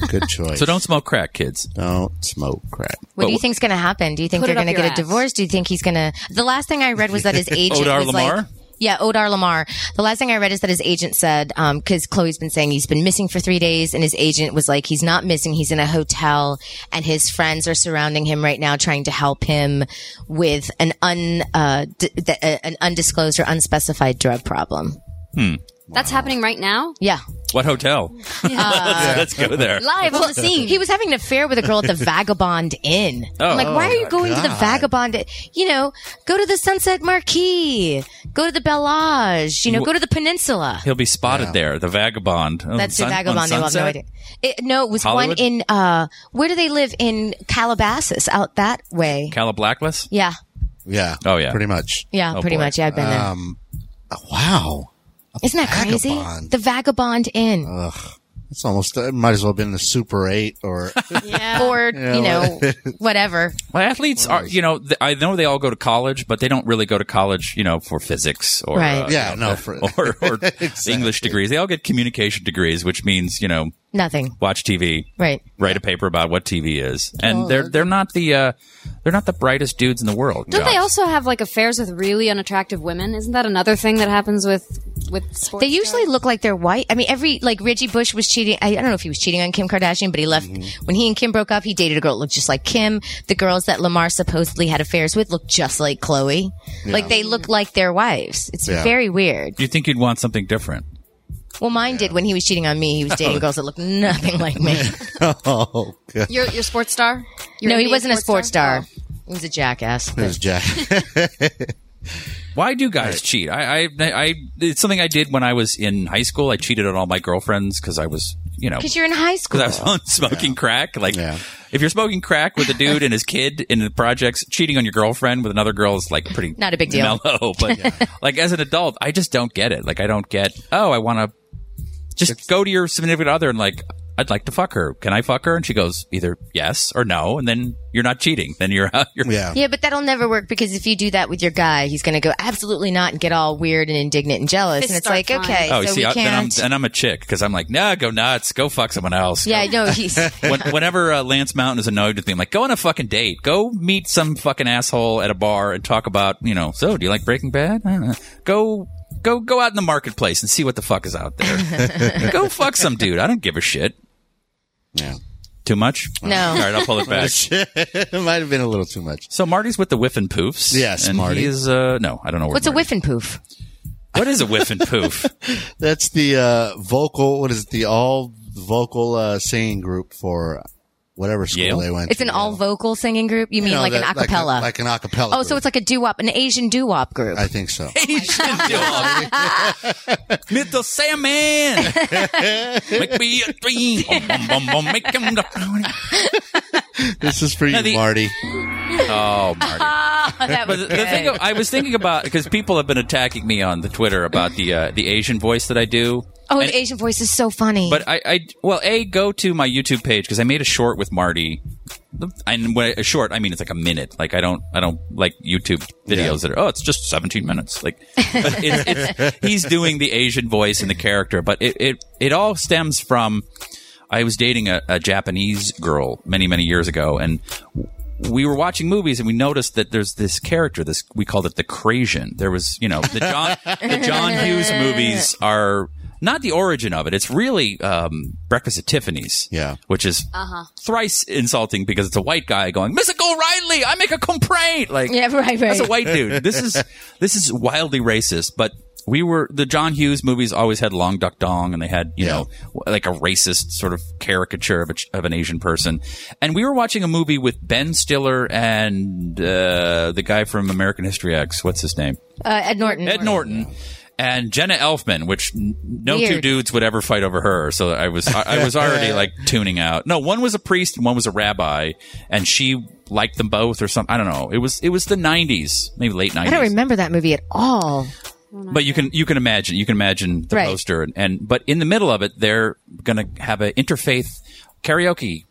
Speaker 4: Good choice.
Speaker 2: So don't smoke crack, kids.
Speaker 4: Don't smoke crack.
Speaker 5: What do you
Speaker 2: But-
Speaker 5: think's going to happen? Do you think
Speaker 3: Put
Speaker 5: they're
Speaker 3: it up
Speaker 5: going to
Speaker 3: your
Speaker 5: get
Speaker 3: ass.
Speaker 5: a divorce? Do you think he's going to? The last thing I read was that his agent
Speaker 2: Odar
Speaker 5: was like,
Speaker 2: Lamar?
Speaker 5: yeah, Odar Lamar. The last thing I read is that his agent said, because Chloe's been saying he's been missing for three days, and his agent was like, he's not missing. He's in a hotel, and his friends are surrounding him right now, trying to help him with an un uh, d- th- uh, an undisclosed or unspecified drug problem.
Speaker 3: That's happening right now,
Speaker 5: Yeah.
Speaker 2: What hotel? Let's go there.
Speaker 3: live on the scene.
Speaker 5: He was having an affair with a girl at the Vagabond Inn.
Speaker 2: Oh.
Speaker 5: I'm like, why are you going to the
Speaker 4: God.
Speaker 5: Vagabond? Inn? You know, go to the Sunset Marquee, go to the Bellage, you know, go to the Peninsula.
Speaker 2: He'll be spotted there. The vagabond. Oh,
Speaker 5: That's
Speaker 2: Sun-
Speaker 5: the Vagabond.
Speaker 2: on
Speaker 5: Inn. I have no
Speaker 2: Sunset?
Speaker 5: idea. It, no, it was
Speaker 2: Hollywood?
Speaker 5: one in uh, where do they live in Calabasas out that way?
Speaker 2: Calabacas?
Speaker 5: yeah,
Speaker 4: Yeah.
Speaker 2: Oh, yeah.
Speaker 4: Pretty much. Um,
Speaker 5: yeah,
Speaker 2: Oh,
Speaker 5: pretty
Speaker 2: boy.
Speaker 5: much. Yeah, I've been
Speaker 4: Uh,
Speaker 5: there.
Speaker 4: Wow.
Speaker 5: Isn't that crazy?
Speaker 4: Vagabond.
Speaker 5: The Vagabond Inn,
Speaker 4: It's almost. It might as well have been the Super Eight or
Speaker 3: yeah.
Speaker 5: or you know, whatever.
Speaker 2: Well, athletes are, you know, th- I know they all go to college, but they don't really go to college, you know, for physics or,
Speaker 5: Right.
Speaker 2: uh,
Speaker 4: yeah. No. For,
Speaker 2: or, or English degrees. They all get communication degrees, which means, you know,
Speaker 5: Nothing.
Speaker 2: watch TV,
Speaker 5: Right.
Speaker 2: write a paper about what TV is.
Speaker 5: Oh,
Speaker 2: And they're, they're not the, uh, they're not the brightest dudes in the world.
Speaker 3: Don't they
Speaker 2: Josh.
Speaker 3: also have like affairs with really unattractive women? Isn't that another thing that happens with with sports?
Speaker 5: They usually look like they're white. I mean, every like Reggie Bush was cheating. I, I don't know if he was cheating on Kim Kardashian, but he left
Speaker 2: Mm-hmm.
Speaker 5: when he and Kim broke up. He dated a girl that looked just like Kim. The girls that Lamar supposedly had affairs with looked just like Chloe. Like they look like their wives. It's
Speaker 4: Yeah.
Speaker 5: very weird.
Speaker 2: You think you'd want something different?
Speaker 5: Well, mine did when he was cheating on me. He was dating girls that looked nothing like me.
Speaker 4: oh, God.
Speaker 3: Your your sports star? Your
Speaker 5: no, he
Speaker 3: NBA
Speaker 5: wasn't a sports star. He was a jackass.
Speaker 4: There's Jack.
Speaker 2: Why do guys cheat? I, I, I, it's something I did when I was in high school. I cheated on all my girlfriends because I was, you know,
Speaker 5: Because you're in high school.
Speaker 2: because I was on smoking crack. Like,
Speaker 4: Yeah.
Speaker 2: if you're smoking crack with a dude and his kid in the projects, cheating on your girlfriend with another girl is like pretty
Speaker 5: Not a big deal.
Speaker 2: Mellow, but like as an adult, I just don't get it. Like, I don't get. Oh, I want to just go to your significant other and like, I'd like to fuck her. Can I fuck her? And she goes either yes or no, and then you're not cheating. Then you're you're
Speaker 4: Yeah.
Speaker 5: Yeah, but that'll never work because if you do that with your guy, he's going to go absolutely not and get all weird and indignant and jealous.
Speaker 3: Fist
Speaker 5: and it's
Speaker 3: start
Speaker 5: like,
Speaker 3: flying.
Speaker 5: okay,
Speaker 2: Oh, you
Speaker 5: so
Speaker 2: see,
Speaker 5: we
Speaker 2: I,
Speaker 5: can't.
Speaker 2: then I'm then I'm a chick because I'm like, nah, go nuts, go fuck someone else.
Speaker 5: yeah, no, he's
Speaker 2: when, whenever uh, Lance Mountain is annoyed with me, I'm like, go on a fucking date. Go meet some fucking asshole at a bar and talk about, you know, so do you like Breaking Bad? I don't know. Go, go, go out in the marketplace and see what the fuck is out there. go fuck some dude. I don't give a shit.
Speaker 4: yeah.
Speaker 2: Too much?
Speaker 5: No.
Speaker 2: All right, I'll pull it back.
Speaker 4: it might have been a little too much.
Speaker 2: So Marty's with the whiff and poofs.
Speaker 4: Yes,
Speaker 2: and
Speaker 4: Marty.
Speaker 2: He is, uh, no, I don't know where
Speaker 5: What's a
Speaker 2: Marty-
Speaker 5: whiff and poof?
Speaker 2: What is a whiff and poof?
Speaker 4: That's the uh, vocal. What is it? The all vocal uh, singing group for whatever school
Speaker 2: Yale?
Speaker 4: they went.
Speaker 5: It's
Speaker 4: to.
Speaker 5: an all vocal singing group. You mean
Speaker 4: You know,
Speaker 5: like an
Speaker 4: that-
Speaker 5: acapella?
Speaker 4: Like, a- like an acapella.
Speaker 5: oh, so it's like a doo wop, an Asian doo wop group.
Speaker 4: I think so.
Speaker 2: Asian dog. Little salmon. Make me a dream. Bum, bum, bum, bum. Make him the-
Speaker 4: This is for you,
Speaker 2: the-
Speaker 4: Marty.
Speaker 2: Oh, Marty.
Speaker 5: that
Speaker 2: But the, the thing of- I was thinking about, because people have been attacking me on the Twitter about the uh, the Asian voice that I do.
Speaker 5: oh,
Speaker 2: And-
Speaker 5: the Asian voice is so funny.
Speaker 2: But I, I well, a go to my YouTube page because I made a short with Marty, and when I, a short, I mean it's like a minute. Like I don't, I don't like YouTube videos that are oh, it's just seventeen minutes. Like, but it's, it's, he's doing the Asian voice and the character, but it it it all stems from. I was dating a, a Japanese girl many many years ago, and we were watching movies and we noticed that there's this character this we called it the Crasian. There was you know the John the John Hughes movies are not the origin of it. It's really um, Breakfast at Tiffany's,
Speaker 4: Yeah.
Speaker 2: which is thrice insulting because it's a white guy going Miss O'Reilly, I make a complaint. Like
Speaker 5: yeah, right, right.
Speaker 2: that's a white dude. This is this is wildly racist, but we were the John Hughes movies always had Long Duck Dong, and they had you
Speaker 4: Yeah.
Speaker 2: know like a racist sort of caricature of, a, ch- of an Asian person. And we were watching a movie with Ben Stiller and uh, the guy from American History X. What's his name?
Speaker 5: uh, Ed Norton.
Speaker 2: Ed Norton. And Jenna Elfman, which n- no two
Speaker 5: Weird.
Speaker 2: dudes would ever fight over her. So I was, I, I was already like tuning out. No, one was a priest and one was a rabbi, and she liked them both or something. I don't know. It was, it was the '90s, maybe late '90s.
Speaker 5: I don't remember that movie at all.
Speaker 2: But you can, you can imagine, you can imagine the
Speaker 5: Right.
Speaker 2: poster, and, and but in the middle of it, they're gonna have an interfaith karaoke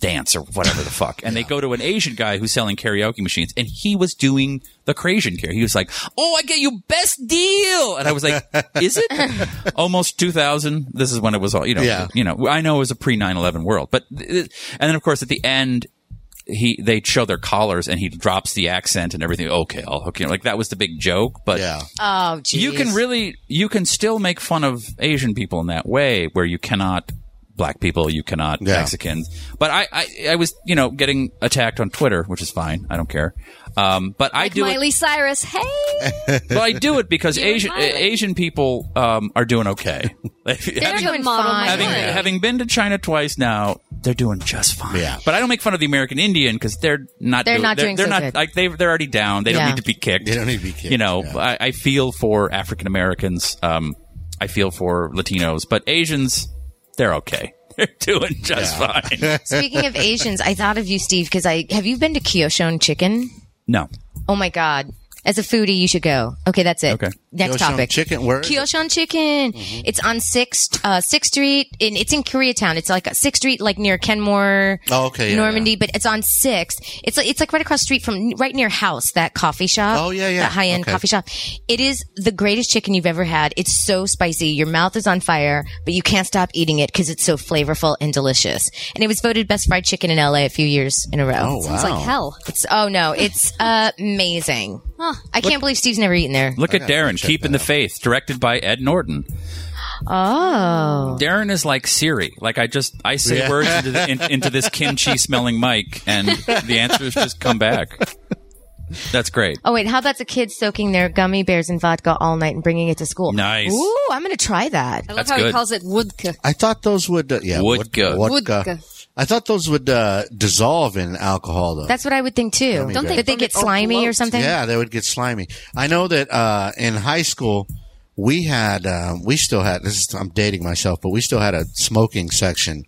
Speaker 2: dance or whatever the fuck. And they go to an Asian guy who's selling karaoke machines and he was doing the Crasian care. He was like, Oh, I get you best deal. And I was like, is it almost 2000? This is when it was all, you know,
Speaker 4: Yeah.
Speaker 2: you know, I know it was a pre 9-11 world, but, and then of course at the end, he, they show their collars and he drops the accent and everything. Okay. I'll hook you. Like that was the big joke, but
Speaker 4: Yeah.
Speaker 5: Oh, geez.
Speaker 2: you can really, you can still make fun of Asian people in that way where you cannot black people, you cannot
Speaker 4: Yeah.
Speaker 2: Mexicans. But I, I, I was, you know, getting attacked on Twitter, which is fine. I don't care. Um, but I do
Speaker 3: Miley Cyrus. Hey,
Speaker 2: it, but I do it because Asian
Speaker 3: Miley.
Speaker 2: Asian people um, are doing okay.
Speaker 3: they're
Speaker 2: having,
Speaker 3: the
Speaker 5: doing
Speaker 3: model.
Speaker 5: fine.
Speaker 2: having,
Speaker 3: minority.
Speaker 2: having been to China twice now, they're doing just fine.
Speaker 4: Yeah.
Speaker 2: But I don't make fun of the American Indian because they're not.
Speaker 5: They're
Speaker 2: do-
Speaker 5: not
Speaker 2: they're,
Speaker 5: doing
Speaker 2: they're
Speaker 5: so
Speaker 2: not
Speaker 5: good.
Speaker 2: like they they're already down. They
Speaker 5: Yeah.
Speaker 2: don't need to be kicked.
Speaker 4: They don't need to be kicked,
Speaker 2: You know,
Speaker 4: yeah.
Speaker 2: I, I feel for African Americans. Um, I feel for Latinos, but Asians, they're okay. They're doing just fine.
Speaker 5: Speaking of Asians, I thought of you, Steve, because I have you been to Kyoshon Chicken?
Speaker 2: No.
Speaker 5: Oh my God. As a foodie, you should go. Okay, that's it.
Speaker 2: Okay.
Speaker 5: Next
Speaker 4: Kyoshon
Speaker 5: topic.
Speaker 4: Chicken, where is it?
Speaker 5: Kyoshan Chicken.
Speaker 4: Mm-hmm.
Speaker 5: It's on Sixth uh, Sixth Street, and it's in Koreatown. It's like a Sixth Street, like near Kenmore,
Speaker 4: Oh, okay, yeah,
Speaker 5: Normandy. But it's on Sixth. It's like, it's like right across the street from right near House, that coffee shop.
Speaker 4: Oh, yeah, yeah.
Speaker 5: that high end
Speaker 4: Okay.
Speaker 5: coffee shop. It is the greatest chicken you've ever had. It's so spicy, your mouth is on fire, but you can't stop eating it because it's so flavorful and delicious. And it was voted best fried chicken in LA a few years in a row.
Speaker 4: Oh, wow.
Speaker 3: It's like hell.
Speaker 5: It's oh no, it's amazing. I can't believe Steve's never eaten there.
Speaker 2: Look at Darren, Keeping the Faith, directed by Ed Norton.
Speaker 5: Oh.
Speaker 2: Darren is like Siri. Like I just I say
Speaker 4: Yeah.
Speaker 2: words into, the, in, into this kimchi smelling mic, and the answers just come back. That's great.
Speaker 5: Oh wait, how about the kids soaking their gummy bears in vodka all night and bringing it to school?
Speaker 2: Nice.
Speaker 5: Ooh, I'm gonna try that.
Speaker 3: I love
Speaker 2: That's
Speaker 3: how he
Speaker 2: good.
Speaker 3: calls it woodka.
Speaker 4: I thought those would, uh, yeah,
Speaker 2: Woodka.
Speaker 4: Woodka.
Speaker 3: Woodka.
Speaker 4: I thought those would uh, dissolve in alcohol, though.
Speaker 5: That's what I would think too.
Speaker 4: Don't they
Speaker 5: that they
Speaker 3: ferment
Speaker 5: get
Speaker 3: or
Speaker 5: slimy or
Speaker 3: float?
Speaker 5: something?
Speaker 4: yeah, they would get slimy. I know that uh, in high school we had, um, we still had. This is, I'm dating myself, but we still had a smoking section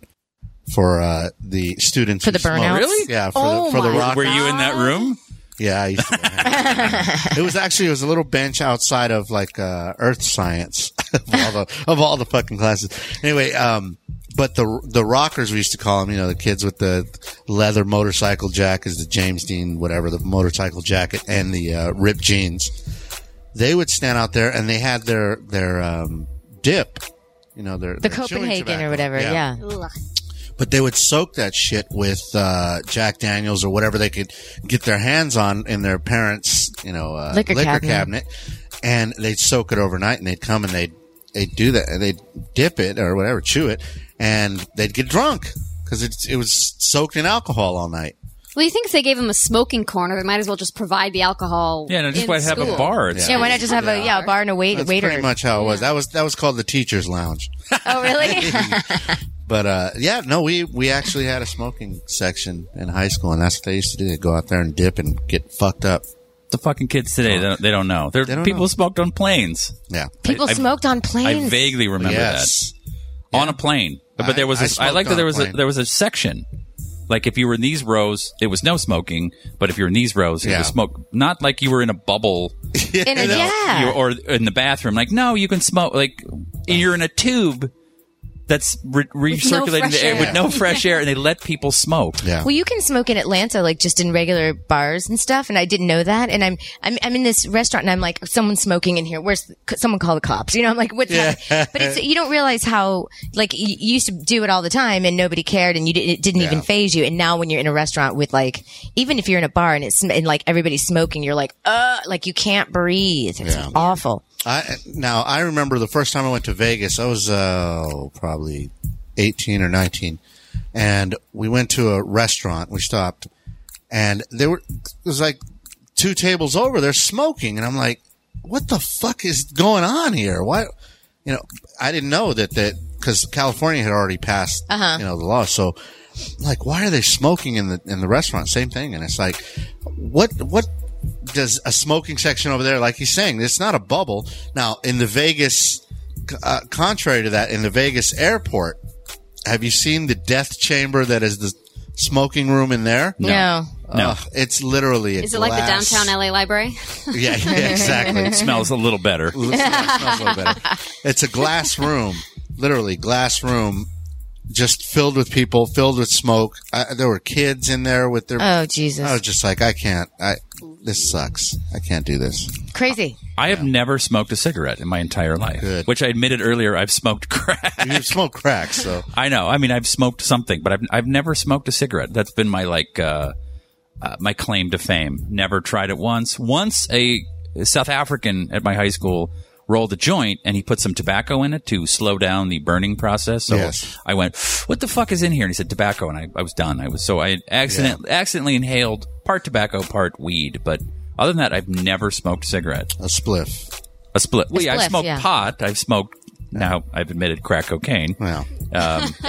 Speaker 4: for uh, the students
Speaker 5: For
Speaker 4: who
Speaker 5: the burnouts?
Speaker 4: smoked.
Speaker 2: Really?
Speaker 4: Yeah, for
Speaker 5: Oh
Speaker 4: the, for the
Speaker 5: my
Speaker 4: rock.
Speaker 2: Were you in that room?
Speaker 4: Yeah, I used to go hang out. it was actually it was a little bench outside of like uh, earth science of all the of all the fucking classes. Anyway, um, but the the rockers we used to call them, you know, the kids with the leather motorcycle jackets, the James Dean whatever, the motorcycle jacket and the uh, ripped jeans. They would stand out there and they had their their um, dip, you know, their their
Speaker 5: The
Speaker 4: chewing
Speaker 5: Copenhagen
Speaker 4: tobacco.
Speaker 5: or whatever, yeah.
Speaker 3: Ugh.
Speaker 4: But they would soak that shit with uh, Jack Daniels or whatever they could get their hands on in their parents' you know uh,
Speaker 5: Liquor cabinet.
Speaker 4: and they'd soak it overnight, and they'd come and they'd they'd do that, and they'd dip it or whatever, chew it, and they'd get drunk because it it was soaked in alcohol all night.
Speaker 3: Well, you think if they gave him a smoking corner, they might as well just provide the alcohol.
Speaker 2: Yeah, no, just
Speaker 3: in
Speaker 2: why have a
Speaker 3: school.
Speaker 2: bar? It's
Speaker 5: Yeah, why not just have a yeah, a bar and a wait,
Speaker 4: That's
Speaker 5: waiter?
Speaker 4: pretty much how it was. That was that was called the teachers' lounge.
Speaker 5: Oh really?
Speaker 4: But uh, yeah, no, we we actually had a smoking section in high school, and that's what they used to do. They'd go out there and dip and get fucked up.
Speaker 2: the fucking kids today. They don't, they don't know. They're,
Speaker 4: They don't
Speaker 2: people
Speaker 4: know.
Speaker 2: smoked on planes.
Speaker 4: Yeah.
Speaker 5: People
Speaker 2: I- I-
Speaker 5: smoked on
Speaker 2: I
Speaker 5: planes.
Speaker 2: vaguely remember
Speaker 4: yes.
Speaker 2: that on a plane. But there was
Speaker 4: I-
Speaker 2: a
Speaker 4: I
Speaker 2: I
Speaker 4: smoked
Speaker 2: like that
Speaker 4: on
Speaker 2: there
Speaker 4: a
Speaker 2: was a,
Speaker 4: plane.
Speaker 2: there was a section. Like if you were in these rows, it was no smoking. But if you were in these rows, it
Speaker 4: Yeah.
Speaker 2: was smoke. Not like you were in a bubble
Speaker 5: In a, yeah.
Speaker 2: you, or in the bathroom. Like, no, you can smoke. Like, you're in a tube that's re-
Speaker 3: no
Speaker 2: recirculating
Speaker 3: fresh
Speaker 2: the air,
Speaker 3: air.
Speaker 2: with no fresh air, and they let people smoke.
Speaker 4: Yeah.
Speaker 5: Well, you can smoke in Atlanta, like just in regular bars and stuff. And I didn't know that. And I'm, I'm, I'm in this restaurant and I'm like, someone's smoking in here. Where's c- someone call the cops? You know, I'm like, what's happening? But it's, you don't realize how, like, you, you used to do it all the time and nobody cared and you did, it didn't even phase you. And now when you're in a restaurant with like, even if you're in a bar and it's, sm- and like everybody's smoking, you're like, uh, like you can't breathe. It's
Speaker 4: Yeah.
Speaker 5: awful.
Speaker 4: I now I remember the first time I went to Vegas. I was uh, probably eighteen or nineteen, and we went to a restaurant. We stopped, and there were it was like two tables over. They're smoking, and I'm like, "What the fuck is going on here? Why?" You know, I didn't know that that because California had already passed you know the law, so. Like, why are they smoking in the in the restaurant? Same thing, and it's like, what what does a smoking section over there, like he's saying, it's not a bubble. Now, in the Vegas, uh, contrary to that, in the Vegas airport, have you seen the death chamber that is the smoking room in there?
Speaker 5: No.
Speaker 2: No.
Speaker 4: Ugh, it's literally a
Speaker 3: Is it like the
Speaker 4: glass-
Speaker 3: downtown LA library?
Speaker 4: Yeah, yeah, exactly.
Speaker 2: It smells a little better.
Speaker 4: It smells a little better. It's a glass room, literally glass room, just filled with people, filled with smoke. I, there were kids in there with their.
Speaker 5: Oh, Jesus.
Speaker 4: I was just like, I can't. I this sucks. I can't do this.
Speaker 5: Crazy.
Speaker 2: I have never smoked a cigarette in my entire life,
Speaker 4: Good.
Speaker 2: which I admitted earlier I've smoked crack.
Speaker 4: You smoke crack, so
Speaker 2: I know. I mean, I've smoked something, but I've I've never smoked a cigarette. That's been my like uh, uh, my claim to fame. Never tried it once. Once a South African at my high school roll the joint and he put some tobacco in it to slow down the burning process. So
Speaker 4: Yes.
Speaker 2: I went, what the fuck is in here? And he said tobacco. And I, I was done. I was, so I had accident, accidentally inhaled part tobacco, part weed. But other than that, I've never smoked a cigarette.
Speaker 4: A spliff.
Speaker 2: A split. Well, yeah, I've
Speaker 5: spliff,
Speaker 2: smoked
Speaker 5: yeah.
Speaker 2: pot. I've smoked, now I've admitted crack cocaine.
Speaker 4: Well,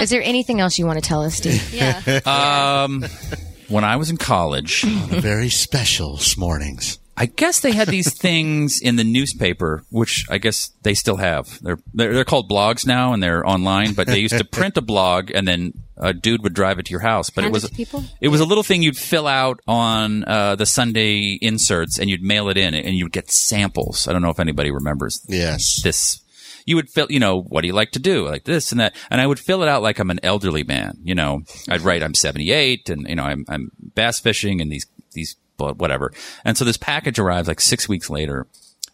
Speaker 5: Is there anything else you want to tell us, Steve?
Speaker 3: Yeah.
Speaker 2: When I was in college,
Speaker 4: very special mornings.
Speaker 2: I guess they had these things in the newspaper, which I guess they still have. They're they're, they're called blogs now, and they're online. But they used to print a blog, and then a dude would drive it to your house. But it
Speaker 3: Hand
Speaker 2: was
Speaker 3: it to people?
Speaker 2: it was a little thing you'd fill out on uh, the Sunday inserts, and you'd mail it in, and you'd get samples. I don't know if anybody remembers
Speaker 4: Yes.
Speaker 2: this. You would fill, you know, what do you like to do? Like this and that. And I would fill it out like I'm an elderly man. You know, I'd write I'm 78 and, you know, I'm, I'm bass fishing and these, these, but whatever. And so this package arrives like six weeks later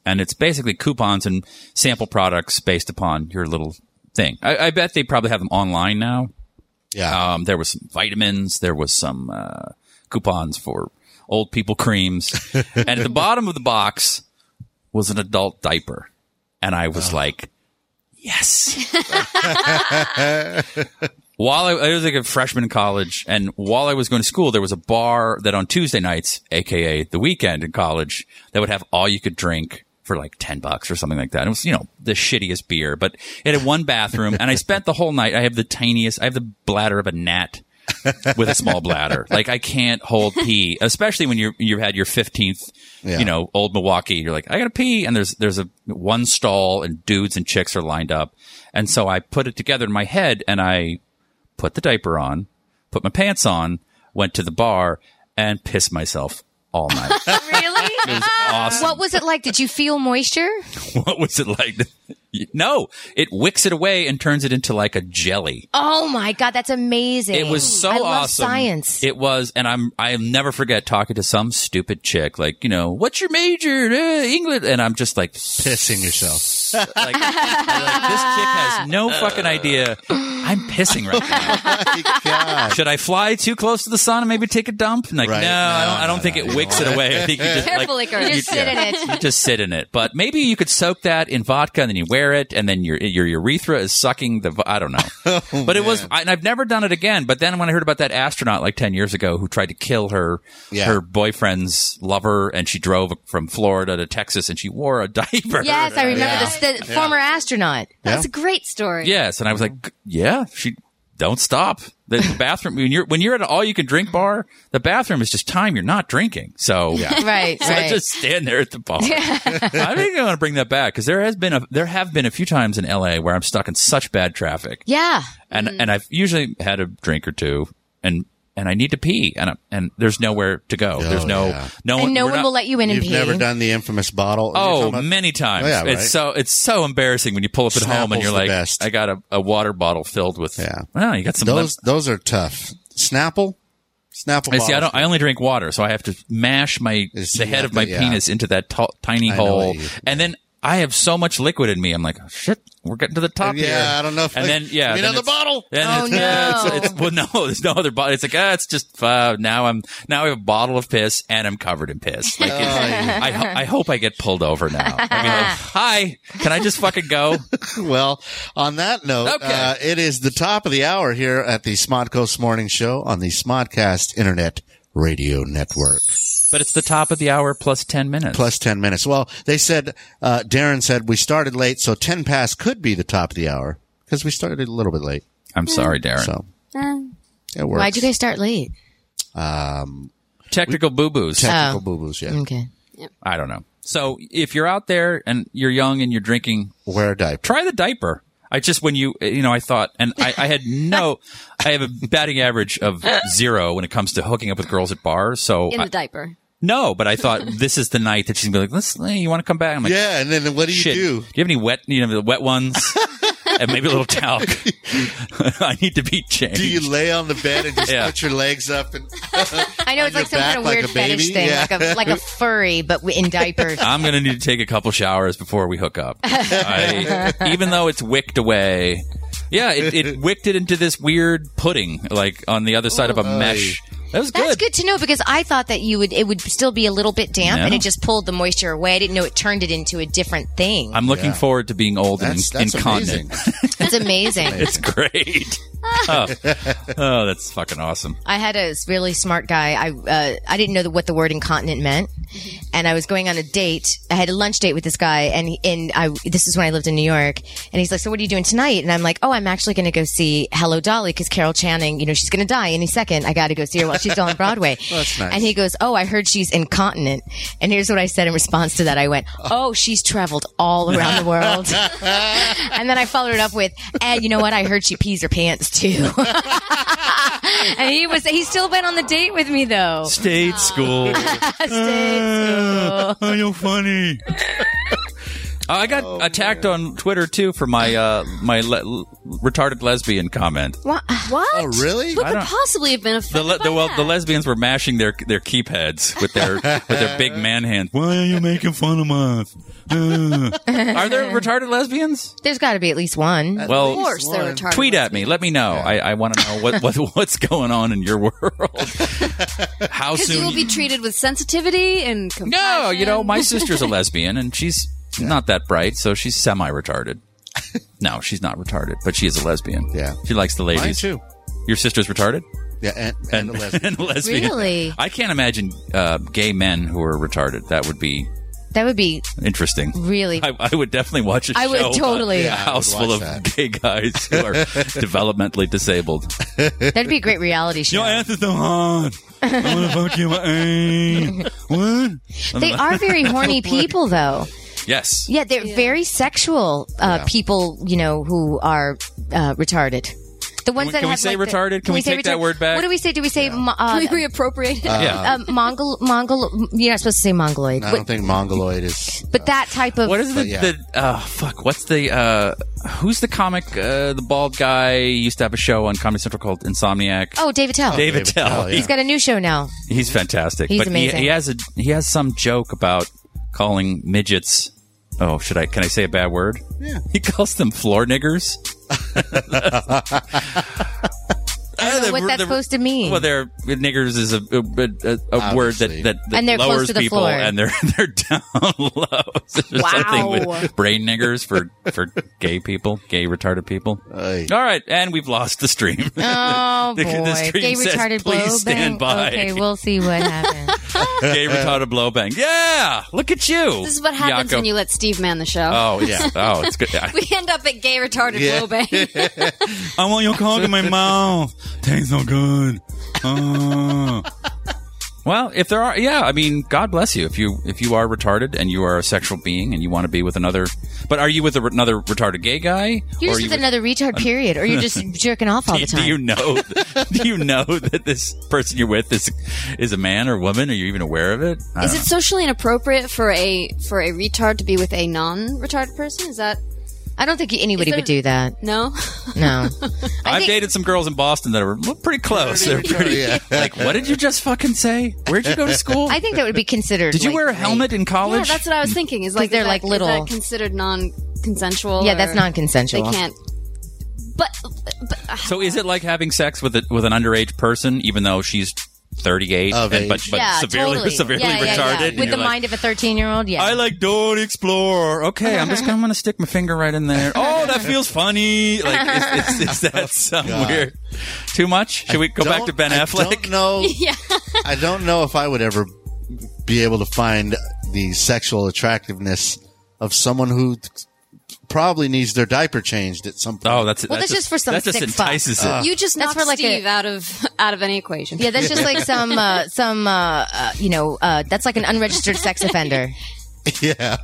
Speaker 2: and it's basically coupons and sample products based upon your little thing. I, I bet they probably have them online now.
Speaker 4: Yeah.
Speaker 2: Um, there was some vitamins. There was some uh, coupons for old people creams. and at the bottom of the box was an adult diaper. And I was like, yes. while I, I was like a freshman in college, and while I was going to school, there was a bar that on Tuesday nights, aka the weekend in college, that would have all you could drink for like 10 bucks or something like that. It was, you know, the shittiest beer, but it had one bathroom, and I spent the whole night. I have the tiniest, I have the bladder of a gnat. with a small bladder, like I can't hold pee, especially when you're you've had your fifteenth,
Speaker 4: Yeah.
Speaker 2: you know, old Milwaukee. You're like, I gotta pee, and there's there's a one stall, and dudes and chicks are lined up, and so I put it together in my head, and I put the diaper on, put my pants on, went to the bar, and pissed myself all night.
Speaker 5: really?
Speaker 2: awesome.
Speaker 5: What was it like? Did you feel moisture?
Speaker 2: what was it like? no, it wicks it away and turns it into like a jelly.
Speaker 5: Oh my God, that's amazing.
Speaker 2: It was so
Speaker 5: I love
Speaker 2: awesome.
Speaker 5: Science.
Speaker 2: It was, and I'm I'll never forget talking to some stupid chick like, you know, what's your major? Uh, England, and I'm just like,
Speaker 4: Pissing yourself.
Speaker 2: like, like, this chick has no fucking idea. I'm pissing right now.
Speaker 4: God.
Speaker 2: Should I fly too close to the sun and maybe take a dump? And like,
Speaker 4: Right.
Speaker 2: no, I don't.
Speaker 4: No,
Speaker 2: I don't
Speaker 4: no,
Speaker 2: think
Speaker 4: no,
Speaker 2: it wicks it away. I think you just
Speaker 3: Careful,
Speaker 2: like,
Speaker 3: Icarus.
Speaker 5: You
Speaker 3: You
Speaker 5: just sit in it.
Speaker 2: you just sit in it. But maybe you could soak that in vodka and then you wear it, and then your your urethra is sucking the. vo- I don't know.
Speaker 4: Oh,
Speaker 2: but it was, I, and I've never done it again. But then when I heard about that astronaut like ten years ago who tried to kill her
Speaker 4: Yeah.
Speaker 2: her boyfriend's lover, and she drove from Florida to Texas, and she wore a diaper.
Speaker 5: Yes, I remember
Speaker 4: Yeah.
Speaker 5: this. The former astronaut.
Speaker 3: That's a great story.
Speaker 2: Yes, and I was
Speaker 5: Mm-hmm.
Speaker 2: like, yeah, she don't stop. The the bathroom when you're when you're at an all you can drink bar, the bathroom is just time you're not drinking. So
Speaker 5: Right.
Speaker 2: So
Speaker 5: right.
Speaker 2: I just stand there at the bar. I think I want to bring that back because there has been a there have been a few times in LA where I'm stuck in such bad traffic,
Speaker 5: yeah.
Speaker 2: and and I've usually had a drink or two, and and I need to pee, and i and there's nowhere to go. there's no
Speaker 4: yeah.
Speaker 2: no one.
Speaker 5: Oh, And no
Speaker 2: Oh, we're
Speaker 5: one
Speaker 2: not-
Speaker 5: will let you in and
Speaker 4: You've
Speaker 5: pee.
Speaker 4: never done the infamous bottle. You're
Speaker 2: Oh,
Speaker 4: talking about-
Speaker 2: many times.
Speaker 4: Oh, yeah, right.
Speaker 2: It's so it's so embarrassing when you pull up at home and
Speaker 4: Snapple's
Speaker 2: you're
Speaker 4: the
Speaker 2: like,
Speaker 4: best.
Speaker 2: I got a, a water bottle filled with.
Speaker 4: Yeah.
Speaker 2: Well, you got some.
Speaker 4: Those those are tough. Snapple. Snapple.
Speaker 2: I see. I
Speaker 4: bottles.
Speaker 2: don't. I only drink water, so I have to mash my
Speaker 4: It's-
Speaker 2: the
Speaker 4: you
Speaker 2: head
Speaker 4: have
Speaker 2: of my
Speaker 4: to- yeah.
Speaker 2: penis into that t- tiny
Speaker 4: I know
Speaker 2: hole,
Speaker 4: what you-
Speaker 2: and then I have so much liquid in me. I'm like, "Oh, shit, we're getting to the top
Speaker 4: Yeah,
Speaker 2: here.
Speaker 4: I don't know if
Speaker 2: and
Speaker 4: I-
Speaker 2: then yeah,
Speaker 4: Give me
Speaker 2: then
Speaker 4: another
Speaker 2: it's-
Speaker 4: bottle.
Speaker 2: Then
Speaker 5: Oh,
Speaker 2: it's, yeah, it's-
Speaker 5: no.
Speaker 2: it's, well, no, there's no other bottle. It's like ah, it's just uh, now I'm now I have a bottle of piss and I'm covered in piss. Like, it's- I, ho- I hope I get pulled over now. I mean, like, hi, can I just fucking go?
Speaker 4: Well, on that note,
Speaker 2: Okay.
Speaker 4: uh, it is the top of the hour here at the Smodcoast Morning Show on the Smodcast Internet Radio Network.
Speaker 2: But it's the top of the hour plus ten minutes.
Speaker 4: Plus 10 minutes. Well, they said, uh, Darren said we started late, so 10 past could be the top of the hour because we started a little bit late.
Speaker 2: I'm sorry, Darren.
Speaker 4: So
Speaker 3: Uh,
Speaker 4: it works.
Speaker 5: Why'd you guys start late?
Speaker 2: Technical boo boos.
Speaker 4: Technical
Speaker 5: oh.
Speaker 4: boo-boos, yeah.
Speaker 5: Okay.
Speaker 2: I don't know. So if you're out there and you're young and you're drinking,
Speaker 4: Wear a diaper.
Speaker 2: try the diaper. I just when you eh, you know I thought and I, I had no I have a batting average of zero when it comes to hooking up with girls at bars. So
Speaker 3: in
Speaker 2: I-
Speaker 3: the diaper.
Speaker 2: no, but I thought this is the night that she's gonna be like, listen, you want to come back? I'm like,
Speaker 4: Yeah, and then what do you
Speaker 2: shit.
Speaker 4: do?
Speaker 2: you have any wet you know the wet ones and maybe a little talc? I need to be changed.
Speaker 4: Do you lay on the bed and just
Speaker 2: Yeah.
Speaker 4: put your legs up and
Speaker 5: I know it's
Speaker 4: your
Speaker 5: like some
Speaker 4: back
Speaker 5: kind of
Speaker 4: like
Speaker 5: weird
Speaker 4: a baby?
Speaker 5: fetish thing,
Speaker 4: Yeah.
Speaker 5: like a like a furry, but in diapers.
Speaker 2: I'm gonna need to take a couple showers before we hook up. I, even though it's wicked away, yeah, it, it wicked it into this weird pudding, like on the other side of a mesh That was
Speaker 5: That's
Speaker 2: good.
Speaker 5: good to know because I thought that you would it would still be a little bit damp
Speaker 2: No.
Speaker 5: and it just pulled the moisture away. I didn't know it turned it into a different thing.
Speaker 2: I'm looking forward to being old
Speaker 4: That's,
Speaker 2: and
Speaker 4: that's amazing.
Speaker 2: incontinent.
Speaker 5: it's amazing.
Speaker 2: It's great. oh. oh, that's fucking awesome.
Speaker 5: I had a really smart guy. I uh, I didn't know the, what the word incontinent meant,
Speaker 4: Mm-hmm.
Speaker 5: and I was going on a date. I had a lunch date with this guy, and he- and I this is when I lived in New York, and he's like, "So what are you doing tonight?" And I'm like, "Oh, I'm actually going to go see Hello Dolly because Carol Channing, you know, she's going to die any second. I got to go see her while she's still on Broadway."
Speaker 4: that's nice.
Speaker 5: And he goes, "Oh, I heard she's incontinent." And here's what I said in response to that: I went, "Oh, she's traveled all around the world," and then I followed it up with, "And you know what? I heard she pees her pants too." and he was he still went on the date with me though.
Speaker 2: State school. oh, you're funny. Oh, I got
Speaker 4: Oh,
Speaker 2: attacked on Twitter too for my uh, my le- retarded lesbian comment.
Speaker 5: What?
Speaker 3: What?
Speaker 4: Oh, really?
Speaker 3: Who
Speaker 2: I
Speaker 3: could
Speaker 2: don't-
Speaker 3: possibly have been
Speaker 2: The,
Speaker 3: offended
Speaker 2: le-
Speaker 3: by
Speaker 2: the well,
Speaker 3: that?
Speaker 2: the lesbians were mashing their their keypads with their with their big man hands. Why are you making fun of us? Uh. are there retarded lesbians?
Speaker 5: There's got to be at least one.
Speaker 3: of
Speaker 2: Well,
Speaker 3: course, they're
Speaker 4: One.
Speaker 3: retarded.
Speaker 2: tweet at me. Let me know. I, I want to know what, what what's going on in your world. How
Speaker 3: Because you
Speaker 2: soon?
Speaker 3: will be treated with sensitivity and compassion.
Speaker 2: no, you know, my sister's a lesbian and she's not that bright, so she's semi retarded. No, she's not retarded, but she is a lesbian.
Speaker 4: Yeah.
Speaker 2: she likes the
Speaker 4: Mine
Speaker 2: ladies.
Speaker 4: too.
Speaker 2: Your sister's retarded
Speaker 4: Yeah, and, and, a lesbian.
Speaker 2: and a lesbian.
Speaker 5: Really?
Speaker 2: I can't imagine uh, gay men who are retarded. That would be
Speaker 5: That would be
Speaker 2: interesting.
Speaker 5: really.
Speaker 2: I, I would definitely watch a
Speaker 5: I
Speaker 2: show.
Speaker 5: would
Speaker 2: about
Speaker 5: totally.
Speaker 2: A
Speaker 5: Yeah,
Speaker 2: house
Speaker 4: I would
Speaker 2: full of
Speaker 4: watch that.
Speaker 2: gay guys who are developmentally disabled.
Speaker 5: That'd be a great reality show.
Speaker 2: is so hard. I want to fuck you. eh? What?
Speaker 5: They are very horny people though.
Speaker 2: Yes.
Speaker 5: Yeah, they're very sexual uh, people. You know who are uh, retarded. The ones
Speaker 2: we-
Speaker 5: that
Speaker 2: can we
Speaker 5: have,
Speaker 2: say
Speaker 5: like, the-
Speaker 2: retarded? Can we
Speaker 5: say
Speaker 2: take that
Speaker 5: retarded?
Speaker 2: word back?
Speaker 5: What do we say? Do we say mo- uh,
Speaker 3: Can we reappropriate it?
Speaker 2: Yeah.
Speaker 5: uh, Mongol? Mongol? You're not supposed to say mongoloid,
Speaker 4: I
Speaker 5: but,
Speaker 4: don't think mongoloid is.
Speaker 5: but that type of
Speaker 2: what is the,
Speaker 4: yeah.
Speaker 2: the uh, fuck? What's the uh, who's the comic? Uh, the bald guy used to have a show on Comedy Central called Insomniac.
Speaker 5: oh David Tell.
Speaker 2: David,
Speaker 4: David
Speaker 2: Tell.
Speaker 4: Tell, yeah.
Speaker 5: He's got a new show now.
Speaker 2: He- he's fantastic.
Speaker 5: He's
Speaker 2: but
Speaker 5: amazing.
Speaker 2: He, he has a he has some joke about calling midgets. Oh, should I? Can I say a bad word?
Speaker 4: Yeah.
Speaker 2: He calls them floor niggers.
Speaker 5: I don't know what that's supposed to mean.
Speaker 2: Well, they're niggers is a, a, a, a word that,
Speaker 4: Obviously.
Speaker 2: that, that
Speaker 5: And they're close
Speaker 2: lowers
Speaker 5: to the
Speaker 2: people,
Speaker 5: floor.
Speaker 2: and they're they're down low. So there's
Speaker 3: Wow.
Speaker 2: Something with brain niggers for for gay people, gay retarded people.
Speaker 4: Oy.
Speaker 2: All right, and we've lost the stream.
Speaker 5: Oh
Speaker 2: The-
Speaker 5: boy,
Speaker 2: the screen
Speaker 5: gay
Speaker 2: says,
Speaker 5: retarded
Speaker 2: "Please
Speaker 5: blow
Speaker 2: stand
Speaker 5: bang."
Speaker 2: by.
Speaker 5: Okay, we'll see what happens.
Speaker 2: gay retarded blowbang. Yeah, look at you.
Speaker 3: This is what happens
Speaker 2: Yako.
Speaker 3: when you let Steve man the show.
Speaker 2: Oh yeah. oh, it's good. I,
Speaker 3: We end up at gay retarded yeah.
Speaker 2: I want your cock in my mouth. Tastes so good. Uh. Well, if there are, yeah, I mean, God bless you. If you if you are retarded and you are a sexual being and you want to be with another, but are you with a, another retarded gay guy?
Speaker 5: You're
Speaker 2: Or are
Speaker 5: just
Speaker 2: you
Speaker 5: with another retard, period, or you're just jerking off all the
Speaker 2: do
Speaker 5: time.
Speaker 2: you know? Do you know that this person you're with is is a man or woman? Are you even aware of it? I
Speaker 3: Is
Speaker 2: don't
Speaker 3: it socially inappropriate for a for a retard to be with a non-retarded person? Is that
Speaker 5: I don't think anybody
Speaker 3: Is
Speaker 5: would
Speaker 3: there-
Speaker 5: do that.
Speaker 3: no?
Speaker 5: No,
Speaker 2: know. I've
Speaker 5: think-
Speaker 2: dated some girls in Boston that are pretty close. They're pretty.
Speaker 4: Yeah.
Speaker 2: Like, what did you just fucking say? Where'd you go to school?
Speaker 5: I think that would be considered.
Speaker 2: did you
Speaker 5: like,
Speaker 2: wear a
Speaker 5: rape.
Speaker 2: helmet in
Speaker 3: yeah,
Speaker 2: college?
Speaker 3: that's what I was thinking. Is like
Speaker 5: 'Cause they're
Speaker 3: is that-
Speaker 5: like little-
Speaker 3: Is that considered non-consensual?
Speaker 5: Yeah, that's
Speaker 3: or They
Speaker 5: non-consensual.
Speaker 3: can't. But, but
Speaker 2: So is it like having sex with a, with an underage person, even though she's 38,
Speaker 4: Of
Speaker 2: and, but,
Speaker 4: age.
Speaker 2: but
Speaker 5: Yeah,
Speaker 2: severely
Speaker 5: totally.
Speaker 2: severely
Speaker 5: Yeah, yeah, yeah.
Speaker 2: retarded? and
Speaker 5: with
Speaker 2: you're
Speaker 5: the
Speaker 2: like,
Speaker 5: mind of a thirteen-year-old. Yeah,
Speaker 2: I like Dora the Explorer. Okay, I'm just gonna, I'm to stick my finger right in there. Oh, that feels funny. Like, is, is, is that some weird? Too much? Should we go back to
Speaker 4: Oh, Don't-
Speaker 2: Ben
Speaker 4: I don't
Speaker 2: Affleck?
Speaker 4: know.
Speaker 3: yeah,
Speaker 4: I don't know if I would ever be able to find the sexual attractiveness of someone who probably needs their diaper changed at some point.
Speaker 2: Oh, that's
Speaker 5: Well, that's just for some
Speaker 2: That just
Speaker 5: sick fuck.
Speaker 2: entices it.
Speaker 4: Ah.
Speaker 3: you just
Speaker 5: That's
Speaker 3: knocked
Speaker 5: for like a-
Speaker 3: Steve out of out of any equation.
Speaker 5: yeah. That's just like some, uh, some, uh, uh, you know, uh, that's like an unregistered sex offender.
Speaker 2: Oh.
Speaker 4: yeah.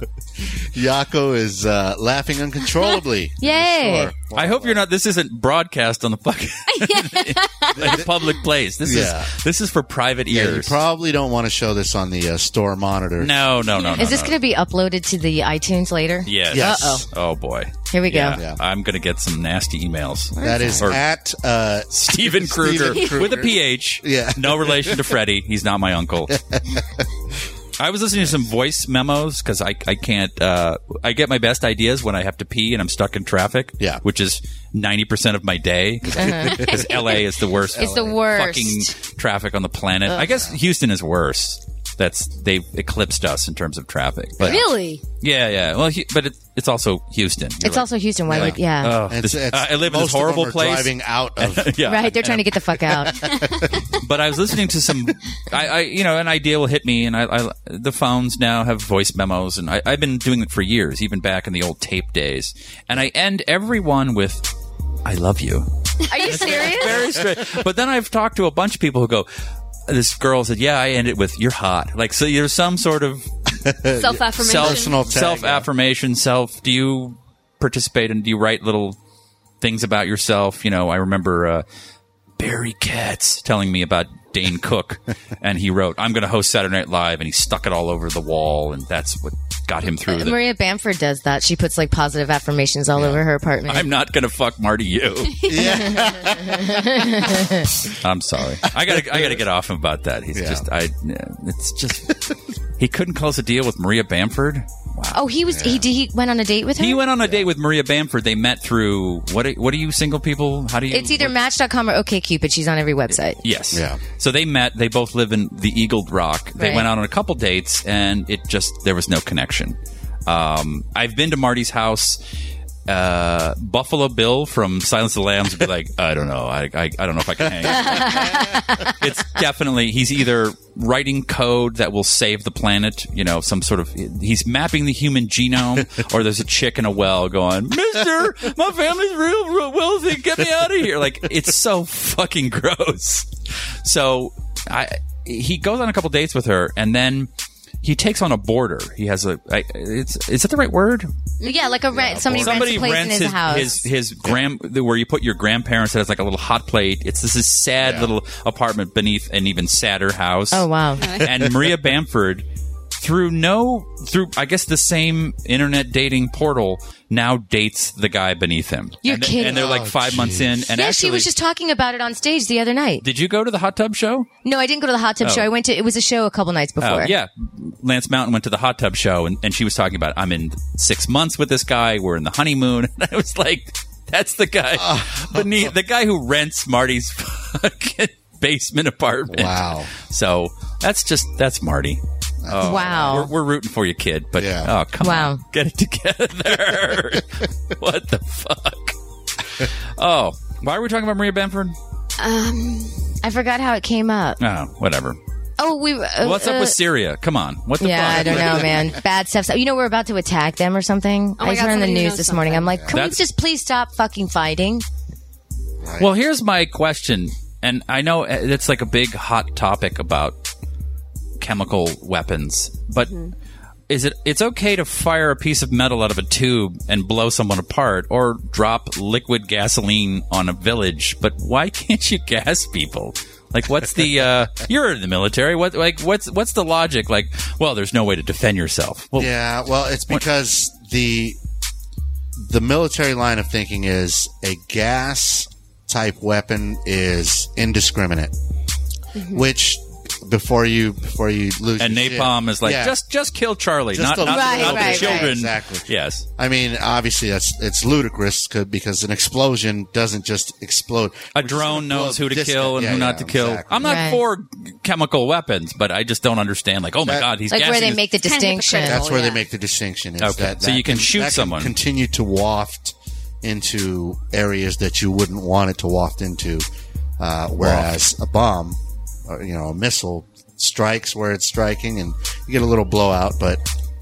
Speaker 4: Yako is uh, laughing uncontrollably.
Speaker 5: Yay!
Speaker 4: Sure.
Speaker 2: I hope you're not. This isn't broadcast on the fucking in a public place. This
Speaker 4: Yeah.
Speaker 2: is this is for private
Speaker 4: Yeah, you
Speaker 2: ears.
Speaker 4: probably don't want to show this on the uh, store monitor.
Speaker 2: no, no, no, no.
Speaker 5: Is this
Speaker 2: no.
Speaker 5: going to be uploaded to the iTunes later?
Speaker 2: Yes.
Speaker 4: Yes.
Speaker 2: Uh-oh. Oh boy.
Speaker 5: Here we go.
Speaker 2: Yeah.
Speaker 4: Yeah.
Speaker 2: I'm gonna get some nasty emails.
Speaker 4: That is
Speaker 2: Or-
Speaker 4: at uh,
Speaker 2: Steven Kruger
Speaker 4: Steven Kruger.
Speaker 2: with a PH.
Speaker 4: Yeah.
Speaker 2: No relation to Freddy. He's not my uncle. I was listening to some voice memos because I, I can't, uh, I get my best ideas when I have to pee and I'm stuck in traffic.
Speaker 4: Yeah.
Speaker 2: Which is 90% of my day. Because LA is the worst.
Speaker 5: Uh-huh. It's the worst.
Speaker 2: Fucking traffic on the planet. I guess Houston is worse. That's, they've eclipsed us in terms of traffic. But
Speaker 3: Really?
Speaker 2: yeah, yeah. Well, Hu- but it, it's also Houston. You're
Speaker 5: it's
Speaker 2: right.
Speaker 5: also Houston. Why? would yeah.
Speaker 2: Oh, this- uh, I live in this
Speaker 4: most of
Speaker 2: horrible
Speaker 4: them are
Speaker 2: place.
Speaker 4: Driving out of
Speaker 2: yeah.
Speaker 5: Right, they're trying to get the fuck out.
Speaker 2: but I was listening to some, I, I you know, an idea will hit me, and I, I the phones now have voice memos, and I, I've been doing it for years, even back in the old tape days, and I end every one with, "I love you."
Speaker 5: Are you serious?
Speaker 2: Very straight. but then I've talked to a bunch of people who go, "This girl said, yeah, I end it with you're hot." Like so, there's some sort of
Speaker 3: Self affirmation.
Speaker 4: personal tag.
Speaker 2: self affirmation. Self, do you participate and do you write little things about yourself? You know, I remember uh, Barry Katz telling me about Dane Cook, and he wrote, "I'm going to host Saturday Night Live," and he stuck it all over the wall, and that's what got him through. The,
Speaker 5: Maria Bamford does that. She puts like positive affirmations all over her apartment.
Speaker 2: I'm not going to fuck Marty. You. I'm sorry. I got to. I got to get off him about that. He's
Speaker 4: Yeah.
Speaker 2: just. I. It's just. he couldn't close a deal with Maria Bamford.
Speaker 5: oh, he was he did he went on a date with her.
Speaker 2: He went on a date with Maria Bamford. They met through what? Are, what are you single people? How do you?
Speaker 5: it's either Match.com or OKCupid. She's on every website.
Speaker 2: Yes.
Speaker 4: Yeah.
Speaker 2: So they met. They both live in the Eagled Rock. They
Speaker 5: Right.
Speaker 2: went out on a couple dates, and it just there was no connection. Um, I've been to Marty's house. Uh, Buffalo Bill from Silence of the Lambs would be like, I don't know, I, I, I don't know if I can hang. it's definitely he's either writing code that will save the planet, you know, some sort of he's mapping the human genome, or there's a chick in a well going, Mister, my family's real, real wealthy, get me out of here. Like it's so fucking gross. So I he goes on a couple dates with her, and then. He takes on a border. He has a. I, it's is that the right word?
Speaker 5: Yeah, like a rent. somebody, rents a place in his, house.
Speaker 2: his his grand where you put your grandparents that has like a little hot plate. It's this is sad little apartment beneath an even sadder house.
Speaker 5: oh wow.
Speaker 2: and Maria Bamford through no through I guess the same internet dating portal now dates the guy beneath him.
Speaker 5: You're
Speaker 2: and,
Speaker 5: kidding.
Speaker 2: And they're like five months in. And
Speaker 5: yeah,
Speaker 2: actually,
Speaker 5: she was just talking about it on stage the other night.
Speaker 2: Did you go to the hot tub show?
Speaker 5: No, I didn't go to the hot tub show. I went to it was a show a couple nights before.
Speaker 2: Oh, yeah. Lance Mountain went to the hot tub show and, and she was talking about, I'm in six months with this guy. We're in the honeymoon. And I was like, that's the guy.
Speaker 4: Ah.
Speaker 2: beneath, the guy who rents Marty's fucking basement apartment.
Speaker 4: Wow.
Speaker 2: So that's just, that's Marty.
Speaker 5: wow.
Speaker 2: Oh. We're, we're rooting for you, kid. But,
Speaker 4: Oh. Yeah.
Speaker 2: oh, come
Speaker 5: Wow.
Speaker 2: on. Get it together. what the fuck? Oh, why are we talking about Maria Benford?
Speaker 5: I forgot how it came up.
Speaker 2: Oh, whatever.
Speaker 5: Oh, we. Uh,
Speaker 2: What's up
Speaker 5: uh,
Speaker 2: with Syria? Come on. What the
Speaker 5: Yeah,
Speaker 2: fuck?
Speaker 5: I don't know, man. Bad stuff. You know, we're about to attack them or something.
Speaker 3: Oh my
Speaker 5: I just
Speaker 3: God,
Speaker 5: heard on the
Speaker 3: somebody
Speaker 5: news
Speaker 3: knows
Speaker 5: this morning. I'm like, can we
Speaker 2: That's-
Speaker 5: just please stop fucking fighting?
Speaker 2: Well, here's my question, and I know uh, it's like a big hot topic about chemical weapons, but is it it's okay to fire a piece of metal out of a tube and blow someone apart or drop liquid gasoline on a village, but why can't you gas people? Like what's the uh you're in the military what like what's what's the logic like well there's no way to defend yourself. Well
Speaker 4: Yeah, well, it's because the the military line of thinking is a gas type weapon is indiscriminate, which before you before you lose
Speaker 2: and
Speaker 4: your shit-
Speaker 2: napalm is like
Speaker 4: Yeah.
Speaker 2: just just kill Charlie
Speaker 4: Just
Speaker 2: not
Speaker 4: a-
Speaker 2: not,
Speaker 5: Right,
Speaker 2: not
Speaker 5: right,
Speaker 2: the children.
Speaker 5: right.
Speaker 4: Exactly.
Speaker 2: Yes.
Speaker 4: I mean, obviously that's it's ludicrous 'cause- because an explosion doesn't just explode.
Speaker 2: a
Speaker 4: We're just
Speaker 2: drone
Speaker 4: gonna blow
Speaker 2: knows
Speaker 4: up
Speaker 2: who to
Speaker 4: this-
Speaker 2: kill and
Speaker 4: yeah,
Speaker 2: who not
Speaker 4: yeah,
Speaker 2: to kill.
Speaker 4: exactly.
Speaker 2: I'm not
Speaker 5: Right.
Speaker 2: for chemical weapons, but I just don't understand. Like, oh my
Speaker 4: That-
Speaker 2: god, he's
Speaker 5: Like where
Speaker 2: gassing
Speaker 5: they
Speaker 2: his-
Speaker 5: make the
Speaker 3: of
Speaker 5: distinction.
Speaker 3: hypocritical.
Speaker 4: That's where
Speaker 3: yeah.
Speaker 4: they make the distinction. Is
Speaker 2: Okay,
Speaker 4: that,
Speaker 2: so you
Speaker 4: that
Speaker 2: can shoot
Speaker 4: that
Speaker 2: someone.
Speaker 4: Continue to waft into areas that you wouldn't want it to waft into, uh, whereas a bomb, or, you know, a missile strikes where it's striking, and you get a little blowout. But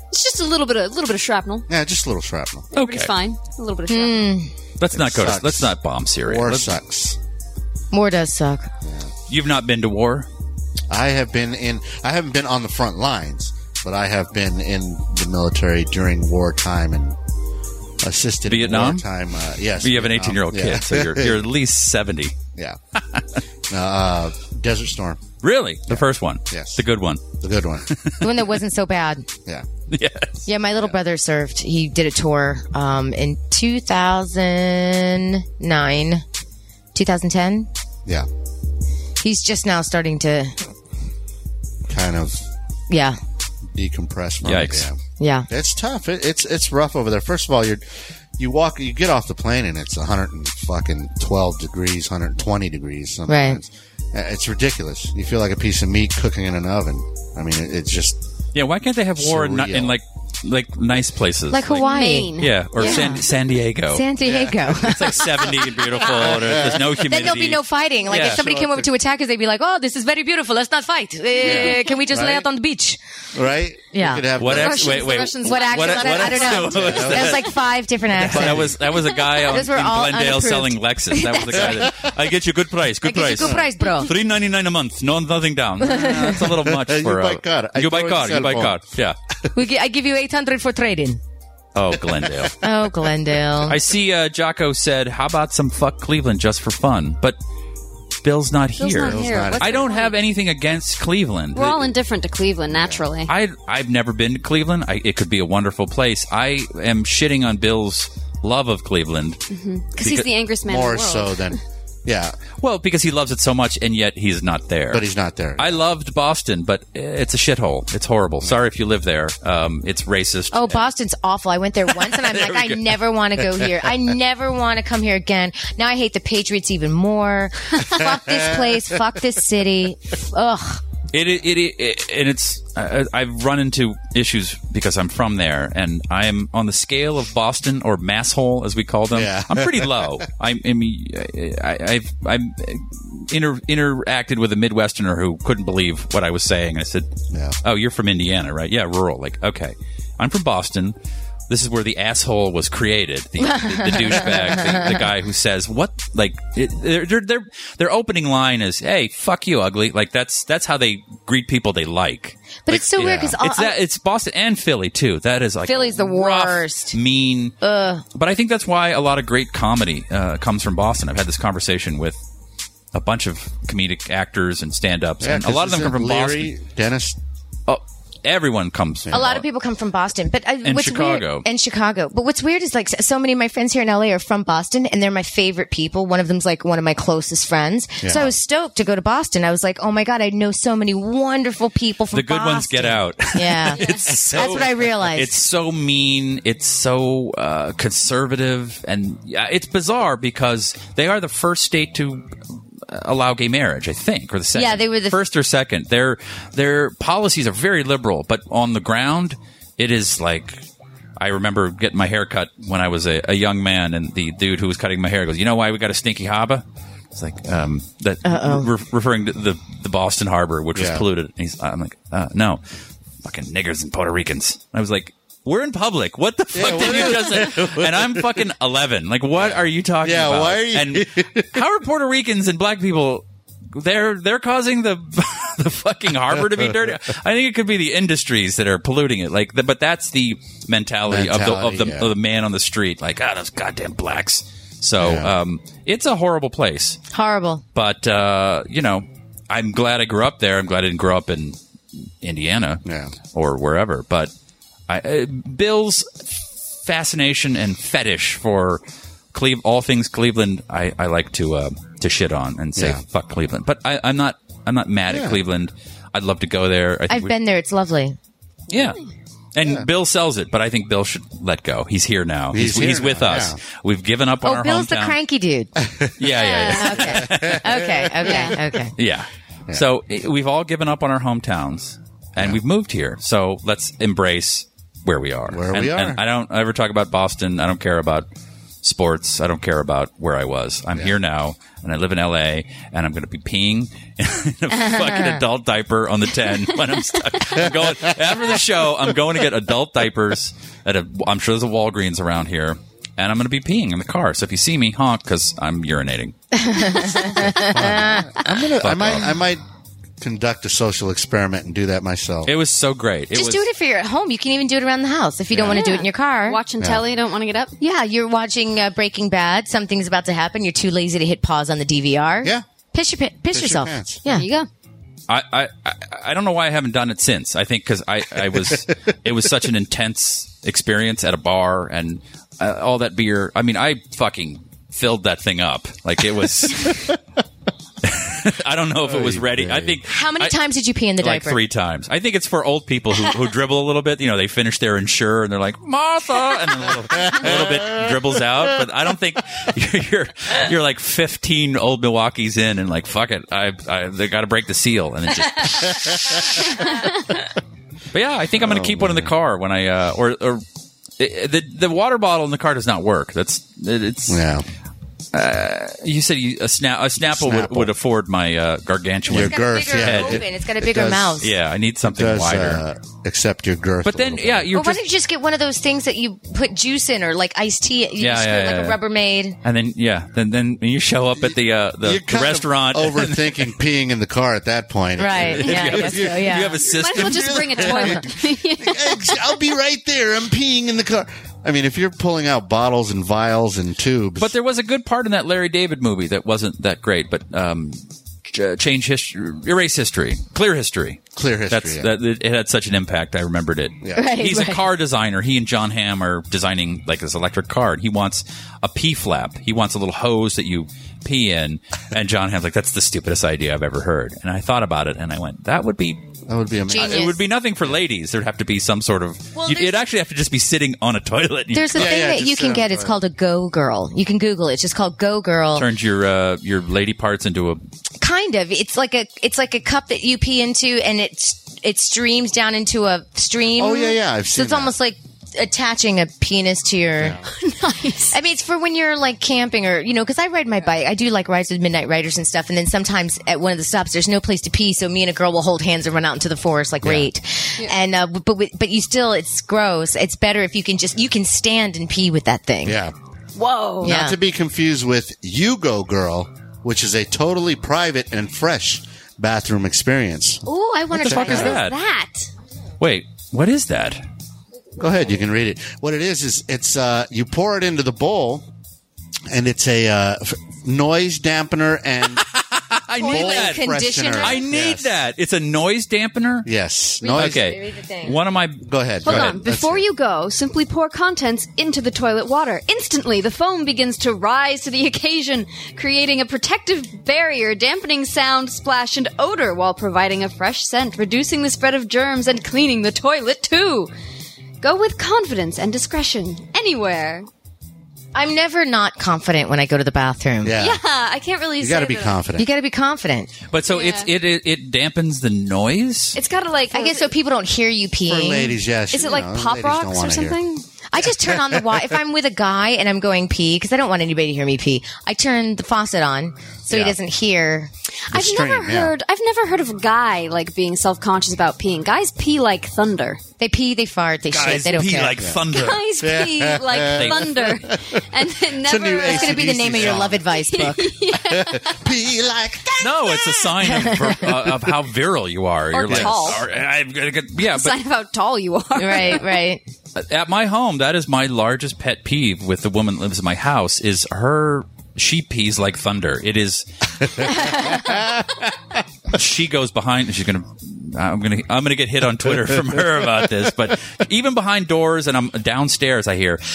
Speaker 3: It's just a little bit of, a little bit of shrapnel.
Speaker 4: yeah, just a little shrapnel.
Speaker 3: Everybody's
Speaker 2: Okay.
Speaker 3: fine. A little bit
Speaker 5: Hmm.
Speaker 3: of shrapnel.
Speaker 2: Let's not go. To,
Speaker 4: sucks.
Speaker 2: let's not bomb Syria.
Speaker 4: War
Speaker 2: Let's-
Speaker 4: sucks.
Speaker 5: War does suck.
Speaker 2: You've not been to war.
Speaker 4: I have been in. I haven't been on the front lines, but I have been in the military during wartime and assisted in
Speaker 2: Vietnam?
Speaker 4: wartime. Uh, yes,
Speaker 2: You have an
Speaker 4: Vietnam.
Speaker 2: 18 year old
Speaker 4: Yeah.
Speaker 2: kid, so you're, you're at least 70.
Speaker 4: yeah. uh, Desert Storm.
Speaker 2: Really, the first one.
Speaker 4: Yes.
Speaker 2: the good one.
Speaker 4: The good one.
Speaker 5: The one that wasn't so bad.
Speaker 4: Yeah.
Speaker 2: Yes.
Speaker 5: Yeah, my little brother served. He did a tour um, in 2009, 2010.
Speaker 4: Yeah.
Speaker 5: He's just now starting to,
Speaker 4: Kind of
Speaker 5: yeah,
Speaker 4: decompress from.
Speaker 2: Yikes.
Speaker 4: It, yeah.
Speaker 5: Yeah.
Speaker 4: It's tough. It, it's it's rough over there. First of all, you're you walk you get off the plane and it's 100 and fucking 12 degrees, 120 degrees sometimes. Uh, It's ridiculous. You feel like a piece of meat cooking in an oven. I mean, it, it's just
Speaker 2: Yeah, why can't they have war in,
Speaker 4: Surreal.
Speaker 2: in like like nice places
Speaker 5: Like Hawaii.
Speaker 3: Maine.
Speaker 2: Yeah, or
Speaker 3: Yeah.
Speaker 2: San, San Diego.
Speaker 5: San Diego.
Speaker 2: it's like seventy and beautiful. and there's no humidity.
Speaker 5: Then there'll be no fighting. Like
Speaker 2: Yeah.
Speaker 5: if somebody came over to attack us, they'd be like, "Oh, this is very beautiful. Let's not fight. Uh, Can we just lay
Speaker 4: Right?
Speaker 5: out on the beach?"
Speaker 4: right.
Speaker 5: Yeah.
Speaker 4: You could have
Speaker 2: What
Speaker 4: the-
Speaker 2: ex- wait, wait.
Speaker 3: Russians-
Speaker 5: What accent?
Speaker 2: What- what
Speaker 5: I don't know.
Speaker 2: accent was
Speaker 5: There's like five different
Speaker 2: But
Speaker 5: accents.
Speaker 2: that was that was a guy on, in
Speaker 5: Those were all
Speaker 2: Glendale
Speaker 5: unapproved.
Speaker 2: selling Lexus. That was the guy. That, I get you good price. Good
Speaker 5: I get you
Speaker 2: price.
Speaker 5: good price, bro.
Speaker 2: Three ninety nine a month. No nothing down. Uh, That's a little much
Speaker 4: You
Speaker 2: for.
Speaker 4: buy
Speaker 2: a-
Speaker 4: car. I
Speaker 2: You buy
Speaker 4: don't
Speaker 2: car. You
Speaker 4: sell
Speaker 2: buy
Speaker 4: phone.
Speaker 2: car. Yeah.
Speaker 5: We gi- I give you eight hundred for trading.
Speaker 2: Oh, Glendale.
Speaker 5: Oh, Glendale.
Speaker 2: I see. Uh, Jocko said, "How about some fuck Cleveland just for fun?" But Bill's not here.
Speaker 3: Bill's not here.
Speaker 4: not
Speaker 3: What's
Speaker 2: I
Speaker 3: the
Speaker 2: don't
Speaker 3: point?
Speaker 2: have anything against Cleveland.
Speaker 3: We're all indifferent to Cleveland, naturally.
Speaker 2: I I've never been to Cleveland. I, it could be a wonderful place. I am shitting on Bill's love of Cleveland.
Speaker 4: Mm-hmm.
Speaker 3: Because he's the angriest man
Speaker 4: more
Speaker 3: in the world.
Speaker 4: so than yeah,
Speaker 2: Well, because he loves it so much, and yet he's not there.
Speaker 4: but he's not there.
Speaker 2: I loved Boston, but it's a shithole. It's horrible. Sorry if you live there. Um, it's racist.
Speaker 5: Oh, Boston's awful. I went there once and I'm like, I never want to go here. I never want to come here again. Now I hate the Patriots even more. fuck this place. Fuck this city. Ugh.
Speaker 2: It, it, it, it- and it's I, I- I've run into issues because I'm from there, and I'm on the scale of Boston or Masshole as we call them.
Speaker 4: Yeah.
Speaker 2: I'm pretty low. I, I mean, I, I've I'm inter, interacted with a Midwesterner who couldn't believe what I was saying. I said,
Speaker 4: Yeah.
Speaker 2: "Oh, you're from Indiana, right? Yeah, rural. Like, okay, I'm from Boston." This is where the asshole was created. The, the, the douchebag, the, the guy who says what, like, it, their, their their their opening line is, "Hey, fuck you, ugly." Like that's that's how they greet people they like.
Speaker 5: But it's so weird 'cause weird
Speaker 2: It's
Speaker 5: because
Speaker 2: that it's Boston and Philly too. That is like
Speaker 5: Uh, Philly's the
Speaker 2: rough,
Speaker 5: worst.
Speaker 2: mean. But I think that's why a lot of great comedy uh, comes from Boston. I've had this conversation with a bunch of comedic actors and stand-ups,
Speaker 4: Yeah,
Speaker 2: and a lot of them come from
Speaker 4: Leary,
Speaker 2: Boston.
Speaker 4: Dennis.
Speaker 2: Oh, everyone comes. From
Speaker 5: a lot of people come from Boston, but uh,
Speaker 2: And
Speaker 5: what's
Speaker 2: Chicago.
Speaker 5: weird, and Chicago. But what's weird is like s- so many of my friends here in LA are from Boston, and they're my favorite people. One of them's like one of my closest friends. So I was stoked to go to Boston. I was like, oh my god, I know so many wonderful people from
Speaker 2: The good ones
Speaker 5: Boston.
Speaker 2: get out.
Speaker 5: Yeah,
Speaker 2: It's so-
Speaker 5: that's what I realized.
Speaker 2: It's so mean. It's so uh, conservative, and yeah, it's bizarre because they are the first state to uh, allow gay marriage, I think, or the second.
Speaker 5: Yeah, they were the-
Speaker 2: first or second. Their their policies are very liberal, but on the ground, it is like. I remember getting my hair cut when I was a, a young man, and the dude who was cutting my hair goes, "You know why we got a stinky harbor?" It's like um, that, re- referring to the the Boston harbor, which was
Speaker 4: Yeah.
Speaker 2: polluted polluted. And he's, I'm like, uh, no, fucking niggers and Puerto Ricans. And I was like, we're in public. What the fuck did you just say? And I'm fucking 11. Like, what are you talking
Speaker 4: Yeah,
Speaker 2: about?
Speaker 4: why are you-
Speaker 2: And how are Puerto Ricans and black people? They're they're causing the the fucking harbor to be dirty. I think it could be the industries that are polluting it. Like, the, but that's the mentality, of the of
Speaker 4: Mentality,
Speaker 2: the,
Speaker 4: yeah.
Speaker 2: of the man on the street. Like, ah, those goddamn blacks. So,
Speaker 4: Yeah.
Speaker 2: um, it's a horrible place
Speaker 5: horrible.
Speaker 2: but uh, you know, I'm glad I grew up there. I'm glad I didn't grow up in Indiana
Speaker 4: Yeah.
Speaker 2: or wherever. But I, uh, Bill's fascination and fetish for Cleve, all things Cleveland, I, I like to uh, to shit on and say
Speaker 4: Yeah.
Speaker 2: fuck Cleveland. But I, I'm not I'm not mad at
Speaker 4: Yeah.
Speaker 2: Cleveland. I'd love to go there. I think
Speaker 5: I've
Speaker 2: we-
Speaker 5: been there. It's lovely.
Speaker 2: yeah. And Bill sells it, but I think Bill should let go. He's here now. He's,
Speaker 4: He's
Speaker 2: he's,
Speaker 4: here now,
Speaker 2: with us.
Speaker 4: yeah.
Speaker 2: We've given up on
Speaker 5: Oh,
Speaker 2: our
Speaker 5: Bill's the
Speaker 2: hometown.
Speaker 5: cranky dude.
Speaker 2: yeah, yeah, yeah.
Speaker 5: okay. Okay. Okay. Okay.
Speaker 2: Yeah. So i- we've all given up on our hometowns and we've moved here. So let's embrace where we are.
Speaker 4: Where
Speaker 2: And-
Speaker 4: we are.
Speaker 2: and I don't ever talk about Boston. I don't care about sports. I don't care about where I was. I'm here now and I live in LA and I'm going to be peeing in a fucking adult diaper on the 10 when I'm stuck. I'm going, after the show, I'm going to get adult diapers at a, I'm sure there's a Walgreens around here. And I'm going to be peeing in the car. So if you see me, honk because I'm urinating.
Speaker 4: I'm gonna. I might.
Speaker 2: off.
Speaker 4: I might conduct a social experiment and do that myself.
Speaker 2: It was so great. It
Speaker 5: Just
Speaker 2: was,
Speaker 5: do it if you're at home. You can even do it around the house if you don't want to do it in your car.
Speaker 3: Watching telly, don't want to get up.
Speaker 5: Yeah, you're watching uh, Breaking Bad. Something's about to happen. You're too lazy to hit pause on the DVR.
Speaker 4: Yeah.
Speaker 5: Piss, your, pa- piss
Speaker 4: your
Speaker 5: yourself.
Speaker 4: pants.
Speaker 5: yeah.
Speaker 3: There you go.
Speaker 2: I, I- I, I don't know why I haven't done it since. I think because I, I was it was such an intense experience at a bar and uh, all that beer. I mean, I fucking filled that thing up like it was. I don't know if it was ready. I think
Speaker 5: How many
Speaker 2: I-
Speaker 5: times did you pee in the
Speaker 2: Like
Speaker 5: diaper?
Speaker 2: three times. I think it's for old people who, who dribble a little bit. You know, they finish their insure and they're like Martha, and then a little, a little bit dribbles out. But I don't think you're you're, you're like 15 old Milwaukee's in and like fuck it, I I they got to break the seal and it just. but yeah, I think I'm gonna
Speaker 4: Oh,
Speaker 2: keep one in the car when I uh, or or. The, the the water bottle in the car does not work. That's it, it's
Speaker 4: Yeah.
Speaker 2: you said you, a snap a Snapple,
Speaker 4: Snapple.
Speaker 2: Would, would afford my uh, gargantuan.
Speaker 4: Your
Speaker 5: It's got a
Speaker 4: girth,
Speaker 5: bigger
Speaker 4: yeah.
Speaker 5: oven. It's got a
Speaker 4: It
Speaker 5: bigger
Speaker 4: does-
Speaker 5: mouth.
Speaker 2: yeah, I need something
Speaker 4: Does
Speaker 2: wider.
Speaker 4: uh, accept your girth.
Speaker 2: but
Speaker 4: a
Speaker 2: then
Speaker 4: little
Speaker 2: yeah,
Speaker 4: bit.
Speaker 2: you're
Speaker 5: Or why
Speaker 2: just
Speaker 5: don't you just get one of those things that you put juice in, or like iced tea? You
Speaker 2: Yeah,
Speaker 5: just
Speaker 2: yeah,
Speaker 5: get
Speaker 2: yeah,
Speaker 5: like a Rubbermaid.
Speaker 2: And then yeah, then then you show up at the uh, the,
Speaker 4: You're
Speaker 2: the
Speaker 4: kind of
Speaker 2: restaurant.
Speaker 4: overthinking peeing in the car at that point.
Speaker 5: Right. Yeah, I
Speaker 2: If you have
Speaker 5: guess
Speaker 2: a-
Speaker 5: so,
Speaker 2: if
Speaker 5: yeah.
Speaker 2: you have a
Speaker 3: Might as
Speaker 2: system.
Speaker 3: well just bring a toilet.
Speaker 4: Ex- I'll be right there. I'm peeing in the car. I mean, if you're pulling out bottles and vials and tubes,
Speaker 2: But there was a good part in that Larry David movie that wasn't that great, but um, ch- change history, erase history, clear history.
Speaker 4: clear history.
Speaker 2: That's
Speaker 4: yeah.
Speaker 2: that it it had such an impact. I remembered it.
Speaker 5: Right,
Speaker 2: He's a
Speaker 5: right.
Speaker 2: car designer. He and John Hamm are designing like this electric car. And he wants a pee flap. He wants a little hose that you pee in. And John Hamm's like, "That's the stupidest idea I've ever heard." And I thought about it, and I went, "That would be
Speaker 4: that would be amazing.
Speaker 5: Genius.
Speaker 2: It would be nothing for ladies. There'd have to be some sort of.
Speaker 5: Well,
Speaker 2: you'd,
Speaker 5: there's-
Speaker 2: it'd actually have to just be sitting on a toilet. And you
Speaker 5: There's a
Speaker 4: Yeah,
Speaker 5: thing
Speaker 4: yeah,
Speaker 5: that
Speaker 4: just
Speaker 5: you can
Speaker 2: uh,
Speaker 4: sit
Speaker 5: get.
Speaker 4: on
Speaker 5: It's
Speaker 4: it.
Speaker 5: called a Go Girl. You can Google it. It's just called Go Girl.
Speaker 2: turned your uh, your lady parts into a.
Speaker 5: Kind of. It's like a it's like a cup that you pee into, and it's it streams down into a stream.
Speaker 4: Oh, yeah, yeah, I've
Speaker 5: so
Speaker 4: seen
Speaker 5: it's
Speaker 4: that.
Speaker 5: almost like attaching a penis to your.
Speaker 3: nice.
Speaker 5: I mean, it's for when you're like camping or, you know, because I ride my bike. I do like rides with midnight riders and stuff. And then sometimes at one of the stops, there's no place to pee. So me and a girl will hold hands and run out into the forest like rate. And, uh, but, with- but you still, it's gross. It's better if you can just, you can stand and pee with that thing.
Speaker 4: yeah.
Speaker 3: Whoa.
Speaker 5: Yeah.
Speaker 4: Not to be confused with You Go Girl, which is a totally private and fresh bathroom experience.
Speaker 3: Ooh, I want
Speaker 2: the
Speaker 3: to try
Speaker 2: fuck is that? Wait, what is that?
Speaker 4: Go ahead, you can read it. What it is is it's uh, you pour it into the bowl, and it's a uh, f- noise dampener and
Speaker 2: I
Speaker 4: bowl
Speaker 2: need that.
Speaker 5: con- conditioner?
Speaker 4: freshener.
Speaker 2: I need
Speaker 4: Yes.
Speaker 2: that. It's a noise dampener.
Speaker 4: Yes, noise.
Speaker 2: Okay.
Speaker 5: Read the thing.
Speaker 2: One of my.
Speaker 4: Go ahead.
Speaker 3: Hold
Speaker 4: go
Speaker 3: on.
Speaker 4: ahead. That's
Speaker 3: Before
Speaker 4: it.
Speaker 3: you go, simply pour contents into the toilet water. Instantly, the foam begins to rise to the occasion, creating a protective barrier, dampening sound, splash, and odor while providing a fresh scent, reducing the spread of germs, and cleaning the toilet too. Go with confidence and discretion anywhere.
Speaker 5: I'm never not confident when I go to the bathroom.
Speaker 4: yeah,
Speaker 3: Yeah, I can't really
Speaker 4: Uh, you
Speaker 3: got to
Speaker 4: be confident.
Speaker 5: You got to be confident.
Speaker 2: But so it's it, it it dampens the noise.
Speaker 3: It's got to like
Speaker 5: I guess so people don't hear you
Speaker 4: For
Speaker 5: peeing.
Speaker 4: ladies, yes.
Speaker 3: Is it
Speaker 4: you
Speaker 3: like
Speaker 4: know,
Speaker 3: pop
Speaker 4: ladies don't
Speaker 3: rocks
Speaker 4: wanna
Speaker 3: or
Speaker 4: hear.
Speaker 3: something?
Speaker 5: I just turn on the water. if I'm with a guy and I'm going pee, because I don't want anybody to hear me pee, I turn the faucet on so
Speaker 4: Yeah.
Speaker 5: he doesn't hear.
Speaker 3: I've
Speaker 4: stream,
Speaker 3: never
Speaker 4: yeah.
Speaker 3: heard. I've never heard of a guy like being self-conscious about peeing. Guys pee like thunder.
Speaker 5: They pee, they fart, they shit, they don't
Speaker 2: pee
Speaker 5: care.
Speaker 2: like thunder.
Speaker 3: Guys pee like thunder, and then never.
Speaker 4: new
Speaker 5: That's going to be the
Speaker 4: ACDC
Speaker 5: name of your
Speaker 4: song.
Speaker 5: love advice book.
Speaker 4: Be like that.
Speaker 2: No, it's a sign of, uh, of how virile you are. You're like,
Speaker 3: tall.
Speaker 2: "Or- I've got to get- yeah, but
Speaker 3: Sign of how tall you are.
Speaker 5: right, right.
Speaker 2: at my home, that is my largest pet peeve with the woman that lives in my house is her she pees like thunder. It is she goes behind she's gonna I'm gonna I'm gonna get hit on Twitter from her about this, but even behind doors and I'm downstairs I hear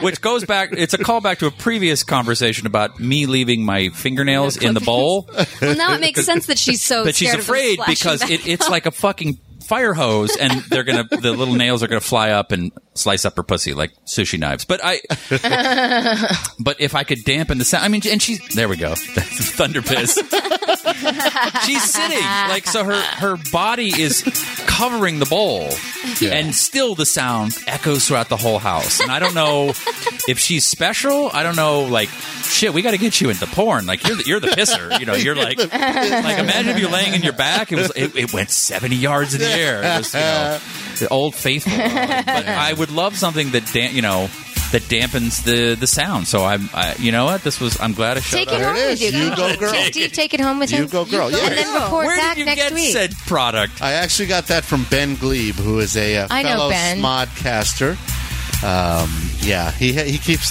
Speaker 2: which goes back it's a callback to a previous conversation about me leaving my fingernails in the bowl.
Speaker 3: Well, now it makes sense that she's so.
Speaker 2: But she's
Speaker 3: scared of them
Speaker 2: afraid
Speaker 3: splashing
Speaker 2: because
Speaker 3: back.
Speaker 2: it, it's like a fucking fire hose, and they're gonna the little nails are gonna fly up and slice up her pussy like sushi knives. But I, but if I could dampen the sound, I mean, and she's there. We go, thunder piss. she's sitting like so. Her her body is covering the bowl, and still the sound echoes throughout the whole house. And I don't know if she's special. I don't know. Like shit, we got to get you into porn. Like you're the, you're the pisser. You know, you're like like imagine if you're laying in your back. It was it, it went seventy yards in the air. It was you know the old faithful. But I would love something that da- you know. That dampens the the sound. So I'm, I, you know what? This was. I'm glad I showed
Speaker 5: Take
Speaker 2: up.
Speaker 5: it home
Speaker 4: it
Speaker 5: with you.
Speaker 4: is. You go girl.
Speaker 5: Take, Steve, take it home with you.
Speaker 4: You go girl. Yeah.
Speaker 5: And then report
Speaker 2: Where
Speaker 5: back
Speaker 2: did you
Speaker 5: next
Speaker 2: get
Speaker 5: week.
Speaker 2: said product?
Speaker 4: I actually got that from Ben Glebe, who is a uh,
Speaker 5: I know
Speaker 4: fellow
Speaker 5: Ben.
Speaker 4: smodcaster. Um, yeah, he he keeps.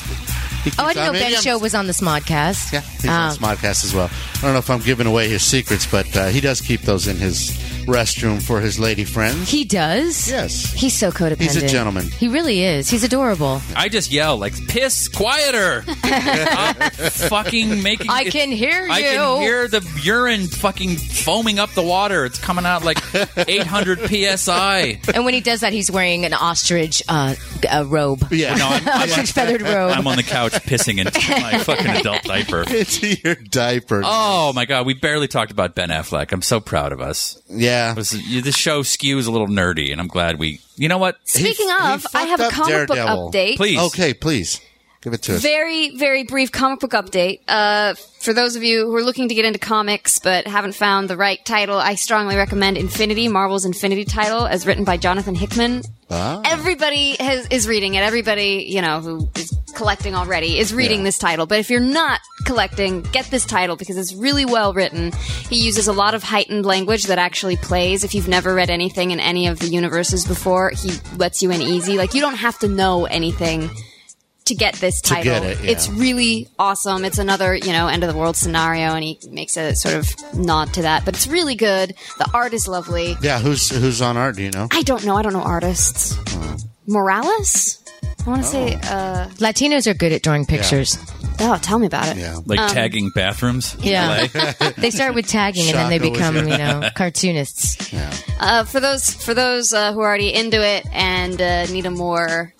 Speaker 4: He keeps
Speaker 5: oh, I
Speaker 4: uh,
Speaker 5: didn't know
Speaker 4: maybe
Speaker 5: Ben's
Speaker 4: I'm-
Speaker 5: show was on this modcast.
Speaker 4: Yeah, he's on
Speaker 5: Um,
Speaker 4: Smodcast as well. I don't know if I'm giving away his secrets, but uh, he does keep those in his restroom for his lady friends.
Speaker 5: He does?
Speaker 4: Yes.
Speaker 5: He's so codependent.
Speaker 4: He's a gentleman.
Speaker 5: He really is. He's adorable.
Speaker 2: I just yell like, "Piss quieter!" Stop fucking making.
Speaker 5: I can hear
Speaker 2: I
Speaker 5: you.
Speaker 2: can hear the urine fucking foaming up the water. It's coming out like 800 psi.
Speaker 5: And when he does that, he's wearing an ostrich uh, uh, robe.
Speaker 4: Yeah.
Speaker 2: No, I'm, I'm,
Speaker 5: Ostrich feathered robe.
Speaker 2: I'm on the couch pissing into my fucking adult diaper.
Speaker 4: It's your diaper.
Speaker 2: Oh my god, we barely talked about Ben Affleck. I'm so proud of us.
Speaker 4: yeah.
Speaker 2: This, this show skews a little nerdy, and I'm glad we. You know what?
Speaker 3: Speaking
Speaker 4: he
Speaker 3: of, I
Speaker 4: fucked
Speaker 3: have a
Speaker 4: up
Speaker 3: comic
Speaker 4: Daredevil.
Speaker 3: book update.
Speaker 2: Please,
Speaker 4: Okay, please give it to us.
Speaker 3: Very, very brief comic book update. Uh, for those of you who are looking to get into comics but haven't found the right title, I strongly recommend Infinity, Marvel's Infinity title, as written by Jonathan Hickman. Everybody has, is reading it. Everybody, you know, who is collecting already is reading this title. But if you're not collecting, get this title because it's really well written. He uses a lot of heightened language that actually plays. If you've never read anything in any of the universes before, he lets you in easy. Like, you don't have to know anything to get this title.
Speaker 4: get it, yeah.
Speaker 3: It's really awesome. It's another, you know, end of the world scenario, and he makes a sort of nod to that. But it's really good. The art is lovely.
Speaker 4: yeah, who's who's on art? Do you know?
Speaker 3: I don't know. I don't know artists. Morales? I want to say,
Speaker 4: Oh.
Speaker 3: uh,
Speaker 5: Latinos are good at drawing pictures.
Speaker 3: oh, tell me about it.
Speaker 4: Yeah.
Speaker 2: like tagging bathrooms. in
Speaker 5: Um, Yeah.
Speaker 2: LA.
Speaker 5: They start with tagging and then they
Speaker 4: Shaka was-
Speaker 5: become, you know, cartoonists.
Speaker 3: Uh, for those for those uh, who are already into it and uh, need a more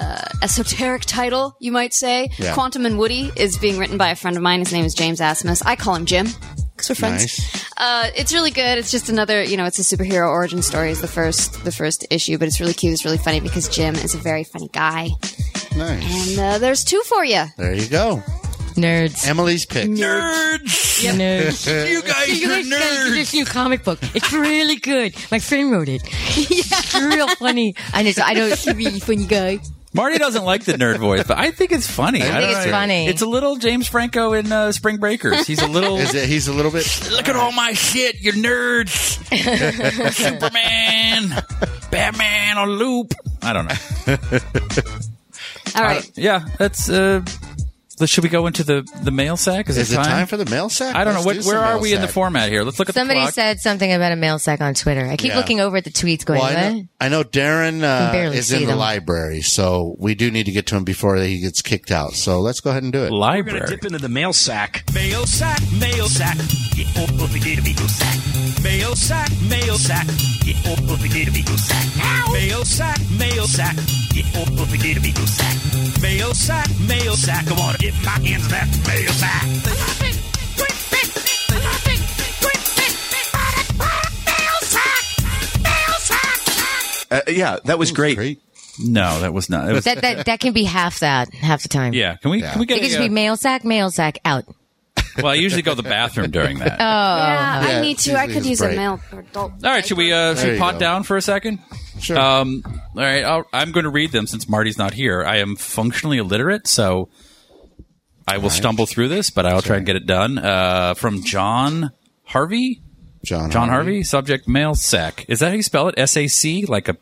Speaker 3: uh, esoteric title, you might say,
Speaker 4: Yeah.
Speaker 3: Quantum and Woody is being written by a friend of mine. His name is James Asmus. I call him Jim because we're friends.
Speaker 4: Nice.
Speaker 3: Uh, it's really good. It's just another, you know, it's a superhero origin story. Is the first the first issue, but it's really cute. It's really funny because Jim is a very funny guy.
Speaker 4: Nice.
Speaker 3: And uh, there's two for you.
Speaker 4: There you go.
Speaker 5: Nerds.
Speaker 4: Emily's pick.
Speaker 2: Nerds,
Speaker 5: Nerds.
Speaker 2: you guys are nerds.
Speaker 5: this new comic book. It's really good. My friend wrote it. It's real funny. And it's, I know it's really funny guy.
Speaker 2: Marty doesn't like the nerd voice, but I think it's funny. I,
Speaker 5: think
Speaker 2: don't
Speaker 5: it's
Speaker 2: know.
Speaker 5: funny.
Speaker 2: It's a little James Franco in uh, Spring Breakers. He's a little.
Speaker 4: Is it, he's a little bit.
Speaker 2: Look at all my shit, you nerds. Superman, Batman on loop. I don't know.
Speaker 3: All right.
Speaker 2: Yeah, that's. Uh, should we go into the the mail sack?
Speaker 4: Is it time for the mail sack?
Speaker 2: I don't know.
Speaker 4: Let's
Speaker 2: What,
Speaker 4: do some
Speaker 2: where are
Speaker 4: mail
Speaker 2: we in the
Speaker 4: sack.
Speaker 2: format here? Let's look at
Speaker 5: Somebody
Speaker 2: the clock.
Speaker 5: said something about a mail sack on Twitter. I keep
Speaker 4: Yeah.
Speaker 5: looking over at the tweets going,
Speaker 4: Well, I
Speaker 5: what?
Speaker 4: know, I know Darren uh,
Speaker 5: barely
Speaker 4: is
Speaker 5: see
Speaker 4: in the
Speaker 5: them.
Speaker 4: library, so we do need to get to him before he gets kicked out. So let's go ahead and do it.
Speaker 6: We're gonna
Speaker 2: library.
Speaker 6: dip into the mail sack. Mail sack, mail sack. Get all of the data mail sack. Mail sack, mail sack. Get all of the data mail sack. Mail sack, mail sack. Get all of the data mail sack. Mail sack, mail sack. I wanna get my hands on that mail sack.
Speaker 7: Uh, yeah, that was great.
Speaker 4: Great.
Speaker 2: No, that was not. It was,
Speaker 5: That, that, that can be half that, half the time.
Speaker 2: yeah, can we can we get?
Speaker 5: It can
Speaker 2: a,
Speaker 5: just be mail sack, mail sack, out.
Speaker 2: uh, well, I usually go to the bathroom during that.
Speaker 5: Oh,
Speaker 3: Oh, yeah,
Speaker 4: Yeah,
Speaker 3: I need to.
Speaker 4: usually
Speaker 3: I could
Speaker 4: it's
Speaker 3: use
Speaker 4: bright.
Speaker 3: a male or adult.
Speaker 2: all right, should we uh, should
Speaker 4: There
Speaker 2: we
Speaker 4: you
Speaker 2: pot
Speaker 4: go.
Speaker 2: down for a second?
Speaker 4: Sure.
Speaker 2: Um, all right, I'll, I'm going to read them since Marty's not here. I am functionally illiterate, so I will stumble through this, but I'll try and get it done. Uh, from John Harvey.
Speaker 4: John,
Speaker 2: John Harvey. subject mail sack. Is that how you spell it? S A C, like a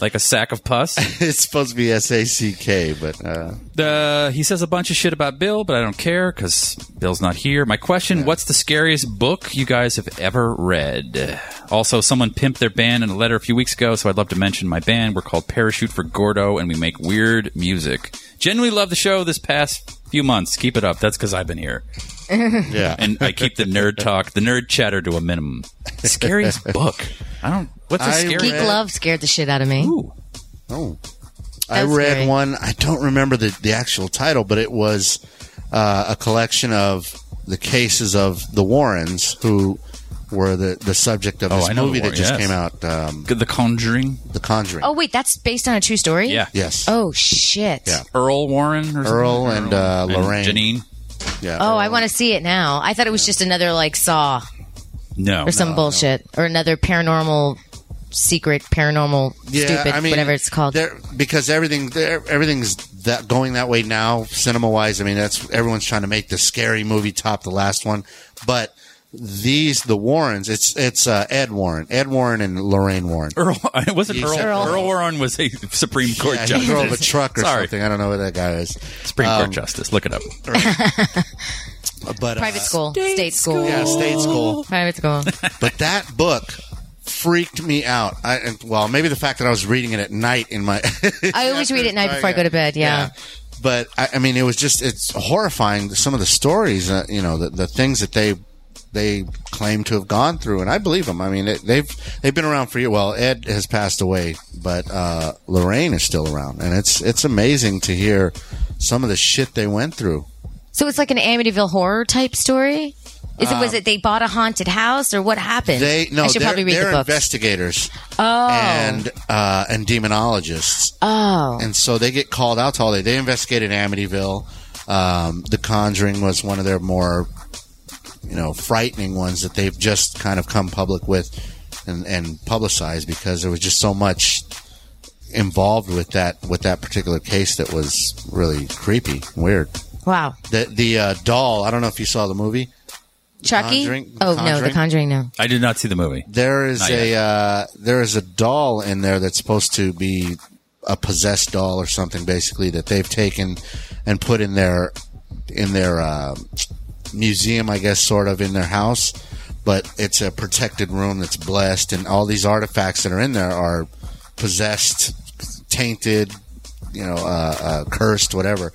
Speaker 2: like a sack of pus.
Speaker 4: It's supposed to be S A C K, but uh,
Speaker 2: Uh, he says a bunch of shit about Bill, but I don't care because Bill's not here. My question: What's the scariest book you guys have ever read? Also, someone pimped their band in a letter a few weeks ago, so I'd love to mention my band. We're called Parachute for Gordo, and we make weird music. Genuinely love the show. This past few months, keep it up. That's because I've been here,
Speaker 4: yeah.
Speaker 2: and I keep the nerd talk, the nerd chatter to a minimum. Scariest book? I don't. What's a
Speaker 4: I
Speaker 2: scary?
Speaker 5: Geek
Speaker 4: read-
Speaker 5: Love scared the shit out of me.
Speaker 2: Ooh.
Speaker 4: Oh. I
Speaker 5: That's
Speaker 4: read
Speaker 5: great.
Speaker 4: one. I don't remember the, the actual title, but it was uh, a collection of the cases of the Warrens, who were the, the subject of
Speaker 2: Oh,
Speaker 4: this
Speaker 2: I know the
Speaker 4: movie that
Speaker 2: Warren-
Speaker 4: just
Speaker 2: yes.
Speaker 4: came out, um,
Speaker 2: The Conjuring.
Speaker 4: The Conjuring.
Speaker 5: Oh, wait, that's based on a true story?
Speaker 2: Yeah.
Speaker 4: yes.
Speaker 5: Oh, shit.
Speaker 4: Yeah.
Speaker 2: Earl Warren or something?
Speaker 4: Earl and, uh, Lorraine.
Speaker 2: Janine.
Speaker 4: yeah.
Speaker 5: Oh, I want to see it now. I thought it was just another, like, Saw
Speaker 2: No.
Speaker 5: or some bullshit or another paranormal, secret, paranormal, stupid, whatever it's called.
Speaker 4: they're- Because everything they're- everything's that going that way now, cinema wise. I mean, that's everyone's trying to make the scary movie top the last one, but these the Warrens. It's it's uh, Ed Warren, Ed Warren, and Lorraine Warren.
Speaker 2: Earl, it wasn't
Speaker 4: Yes,
Speaker 2: Earl.
Speaker 4: Earl.
Speaker 2: Earl Warren was a Supreme Court
Speaker 4: Yeah, he
Speaker 2: justice.
Speaker 4: drove a truck or
Speaker 2: Sorry.
Speaker 4: something. Um, I don't know where that guy is.
Speaker 2: Supreme Court justice. Look it up.
Speaker 4: But uh,
Speaker 5: uh, Private school, state, school.
Speaker 4: yeah, state school.
Speaker 5: Private school.
Speaker 4: But that book freaked me out. I, and, well, maybe the fact that I was reading it at night in my.
Speaker 5: I always read it night before I go to bed. Yeah.
Speaker 4: But I, I mean, it was just it's horrifying. Some of the stories, uh, you know, the, the things that they they claim to have gone through, and I believe them. I mean, it, they've they've been around for years. Well, Ed has passed away, but uh, Lorraine is still around, and it's it's amazing to hear some of the shit they went through.
Speaker 5: So it's like an Amityville horror type story. Is it was it they bought a haunted house or what happened?
Speaker 4: Uh, They no,
Speaker 5: I should
Speaker 4: they're,
Speaker 5: probably read
Speaker 4: they're
Speaker 5: the book.
Speaker 4: investigators
Speaker 5: Oh.
Speaker 4: and uh, and demonologists,
Speaker 5: oh,
Speaker 4: and so they get called out to all day. They investigated Amityville. Um, the Conjuring was one of their more, you know, frightening ones that they've just kind of come public with and, and publicized because there was just so much involved with that with that particular case that was really creepy, weird.
Speaker 5: wow,
Speaker 4: The the uh, doll. I don't know if you saw the movie.
Speaker 5: Chucky.
Speaker 4: Conjuring- The
Speaker 5: oh no, The
Speaker 4: Conjuring?
Speaker 5: Conjuring. No,
Speaker 2: I did not see the movie.
Speaker 4: There is
Speaker 2: Not
Speaker 4: a uh, there is a doll in there that's supposed to be a possessed doll or something, basically that they've taken and put in their in their uh, museum, I guess, sort of in their house. But it's a protected room that's blessed, and all these artifacts that are in there are possessed, tainted, you know, uh, uh, cursed, whatever.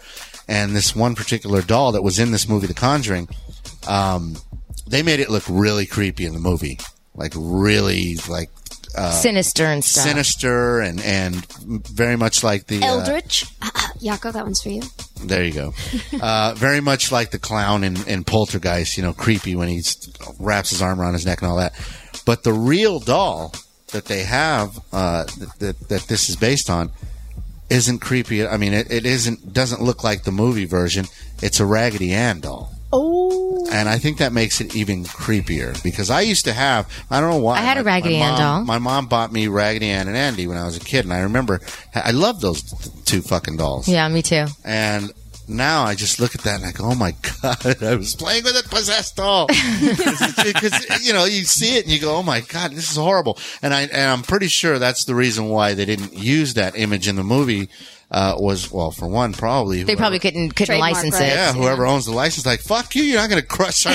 Speaker 4: And this one particular doll that was in this movie, The Conjuring, um, they made it look really creepy in the movie, like really like Oh.
Speaker 5: sinister and stuff.
Speaker 4: sinister and and very much like the uh,
Speaker 3: Eldritch. Yako, that one's for you.
Speaker 4: there you go. Uh, very much like the clown in, in Poltergeist, you know, creepy when he wraps his arm around his neck and all that. But the real doll that they have uh, that, that that this is based on isn't creepy. I mean, it, it isn't doesn't look like the movie version. It's a Raggedy Ann doll. Oh. And I think that makes it even creepier because I used to have I don't know why
Speaker 5: I had a
Speaker 4: my- my
Speaker 5: Raggedy Ann
Speaker 4: mom-
Speaker 5: doll.
Speaker 4: My mom bought me Raggedy Ann and Andy when I was a kid, and I remember I loved those two fucking dolls.
Speaker 5: Yeah, me too.
Speaker 4: And now I just look at that and I go, oh my God, I was playing with a possessed doll. Because, you know, you see it and you go, oh my God, this is horrible. And, I, and I'm pretty sure that's the reason why they didn't use that image in the movie uh, was, well, for one, probably.
Speaker 5: They
Speaker 4: whoever-
Speaker 5: probably couldn't couldn't
Speaker 3: Trademark
Speaker 5: license
Speaker 3: rights.
Speaker 5: it.
Speaker 4: Yeah, whoever owns the license, like, fuck you, you're not going to crush our,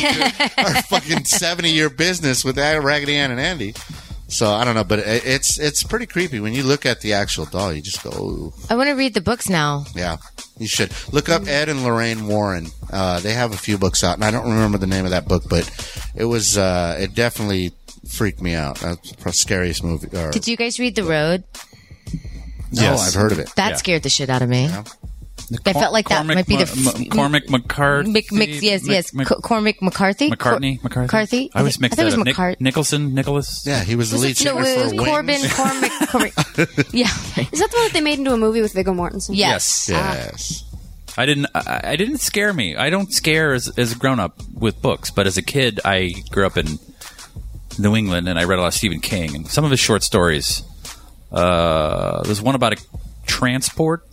Speaker 4: our fucking 70 year business with that Raggedy Ann and Andy. So I don't know, but it, it's it's pretty creepy when you look at the actual doll. You just go, ooh.
Speaker 5: I want to read the books now.
Speaker 4: Yeah, you should look up Ed and Lorraine Warren. Uh, they have a few books out, and I don't remember the name of that book, but it was uh, it definitely freaked me out. That's the scariest movie. Or,
Speaker 5: Did you guys read The Road?
Speaker 4: no,
Speaker 2: Yes.
Speaker 4: I've heard of it.
Speaker 5: That
Speaker 2: Yeah.
Speaker 5: scared the shit out of me. I felt like that
Speaker 2: Cormac
Speaker 5: might be the
Speaker 2: Ma-
Speaker 5: f-
Speaker 2: Ma- Cormac McCarthy.
Speaker 5: Mc, mc, yes,
Speaker 2: Mc-
Speaker 5: yes.
Speaker 2: Mc-
Speaker 5: Co- Cormac McCarthy.
Speaker 2: McCartney.
Speaker 5: Cor-
Speaker 2: McCarthy.
Speaker 5: McCarthy.
Speaker 2: I always mix
Speaker 5: I
Speaker 2: that
Speaker 5: think
Speaker 2: up.
Speaker 5: it was
Speaker 2: Nick-
Speaker 5: McCart-
Speaker 2: Nicholson. Nicholas.
Speaker 4: Yeah, he was the
Speaker 5: Was
Speaker 4: lead
Speaker 5: it- no,
Speaker 4: singer
Speaker 5: it was
Speaker 4: for Wings.
Speaker 5: Corbin Cormac. Cormac. yeah.
Speaker 3: Is that the one that they made into a movie with Viggo Mortensen?
Speaker 5: Yes.
Speaker 4: Yes,
Speaker 2: I didn't. I, I didn't scare me. I don't scare as, as a grown up with books, but as a kid, I grew up in New England and I read a lot of Stephen King and some of his short stories. Uh, there's one about a transport.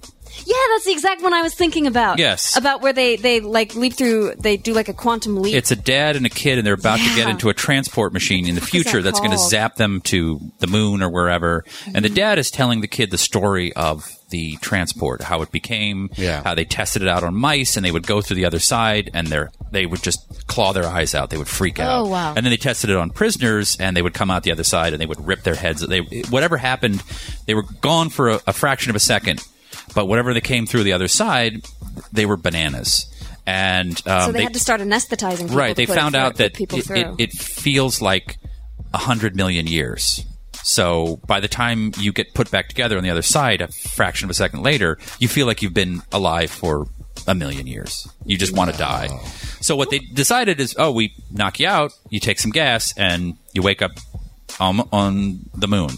Speaker 3: Yeah, that's the exact one I was thinking about.
Speaker 2: Yes.
Speaker 3: About where they, they like leap through, they do like a quantum leap.
Speaker 2: It's a dad and a kid, and they're about to get
Speaker 3: Yeah.
Speaker 2: into a transport machine in the
Speaker 3: is that
Speaker 2: future that's going to
Speaker 3: called?
Speaker 2: zap them to the moon or wherever. And the dad is telling the kid the story of the transport, how it became,
Speaker 4: Yeah.
Speaker 2: how they tested it out on mice, and they would go through the other side, and they they would just claw their eyes out, they would freak out.
Speaker 5: Oh, wow.
Speaker 2: And then they tested it on prisoners, and they would come out the other side, and they would rip their heads. They whatever happened, they were gone for a, a fraction of a second, but whatever they came through the other side, they were bananas. And um,
Speaker 3: so they, had to start anesthetizing people.
Speaker 2: right
Speaker 3: to
Speaker 2: they
Speaker 3: put it
Speaker 2: found
Speaker 3: through-
Speaker 2: out
Speaker 3: put
Speaker 2: that
Speaker 3: people
Speaker 2: it,
Speaker 3: through.
Speaker 2: it, it feels like a 100 million years so by the time you get put back together on the other side a fraction of a second later you feel like you've been alive for a million years you just want to die so what they decided is oh we knock you out you take some gas and you wake up um, on the moon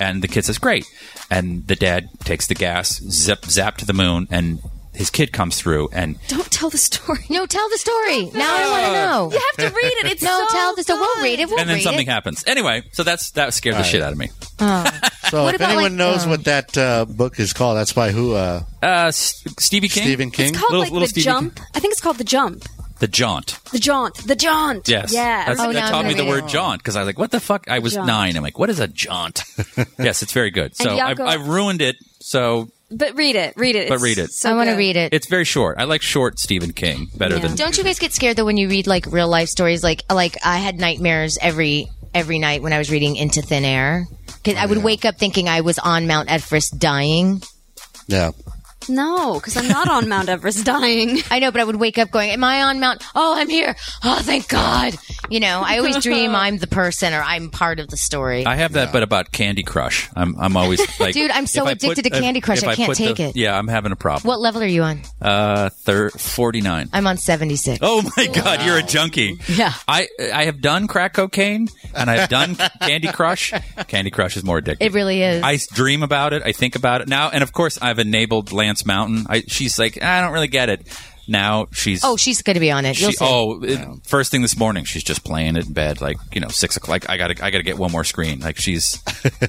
Speaker 2: and the kid says great and the dad takes the gas zip zap to the moon and his kid comes through and
Speaker 3: Don't tell the story. You
Speaker 5: No, tell the story. Now I want to know.
Speaker 3: have to read it. It's
Speaker 5: No,
Speaker 3: so
Speaker 5: tell the story. We'll
Speaker 3: good.
Speaker 5: read it. We'll
Speaker 2: and then
Speaker 5: read
Speaker 2: something
Speaker 5: it.
Speaker 2: happens. Anyway, so that's that scared the shit out of me.
Speaker 4: So
Speaker 5: What
Speaker 4: if
Speaker 5: about,
Speaker 4: anyone
Speaker 5: like,
Speaker 4: knows
Speaker 5: um,
Speaker 4: what that uh, book is called, that's by who uh,
Speaker 2: Uh, S- Stevie King,
Speaker 4: Stephen King.
Speaker 3: It's called
Speaker 2: Little-
Speaker 3: like
Speaker 2: little
Speaker 3: the
Speaker 2: Stevie
Speaker 3: jump. I think it's called the jump.
Speaker 2: the Jaunt.
Speaker 3: The jaunt. The jaunt.
Speaker 2: Yes,
Speaker 3: Yeah.
Speaker 2: That's-
Speaker 5: Oh, now
Speaker 2: that
Speaker 5: I'm
Speaker 2: taught me
Speaker 5: gonna
Speaker 2: the
Speaker 5: read it.
Speaker 2: word jaunt because I was like, "What the fuck?" I was
Speaker 3: Jaunt.
Speaker 2: nine. I'm like, "What is a jaunt?" yes, it's very good. So
Speaker 3: And
Speaker 2: I've,
Speaker 3: Yako-
Speaker 2: I've ruined it. So
Speaker 3: But read it. Read it.
Speaker 2: But
Speaker 3: It's
Speaker 2: read it.
Speaker 3: So
Speaker 5: I want to
Speaker 3: good.
Speaker 5: read it.
Speaker 2: it's very short. I like short Stephen King better
Speaker 3: Yeah.
Speaker 2: than
Speaker 5: Don't you guys get scared though when you read like real life stories? Like like I had nightmares every every night when I was reading Into Thin Air. 'Cause I
Speaker 2: Oh,
Speaker 5: would wake up thinking I was on Mount Everest dying.
Speaker 4: Yeah.
Speaker 3: No, because I'm not on Mount Everest dying.
Speaker 5: I know, but I would wake up going, Am I on Mount? Oh, I'm here. Oh, thank God. You know, I always dream I'm the person or I'm part of the story.
Speaker 2: I have that, but about Candy Crush. I'm I'm always like,
Speaker 5: Dude, I'm so
Speaker 2: if I
Speaker 5: addicted
Speaker 2: put-
Speaker 5: to Candy Crush,
Speaker 2: if
Speaker 5: I can't
Speaker 2: put
Speaker 5: take
Speaker 2: the-
Speaker 5: it.
Speaker 2: Yeah, I'm having a problem.
Speaker 5: what level are you on?
Speaker 2: Uh, thir- 49.
Speaker 5: I'm on 76.
Speaker 2: Oh my God, you're a junkie.
Speaker 5: Yeah.
Speaker 2: I I have done crack cocaine and I've done Candy Crush. Candy Crush is more addictive.
Speaker 5: It really is.
Speaker 2: I dream about it. I think about it now, and of course, I've enabled Lance Mountain. I, she's like, I don't really get it. Now she's
Speaker 5: oh, she's going to be on it. You'll
Speaker 2: she,
Speaker 5: see.
Speaker 2: oh it- first thing this morning, she's just playing it in bed, like you know, six o'clock. Like, I gotta I gotta get one more screen. Like she's,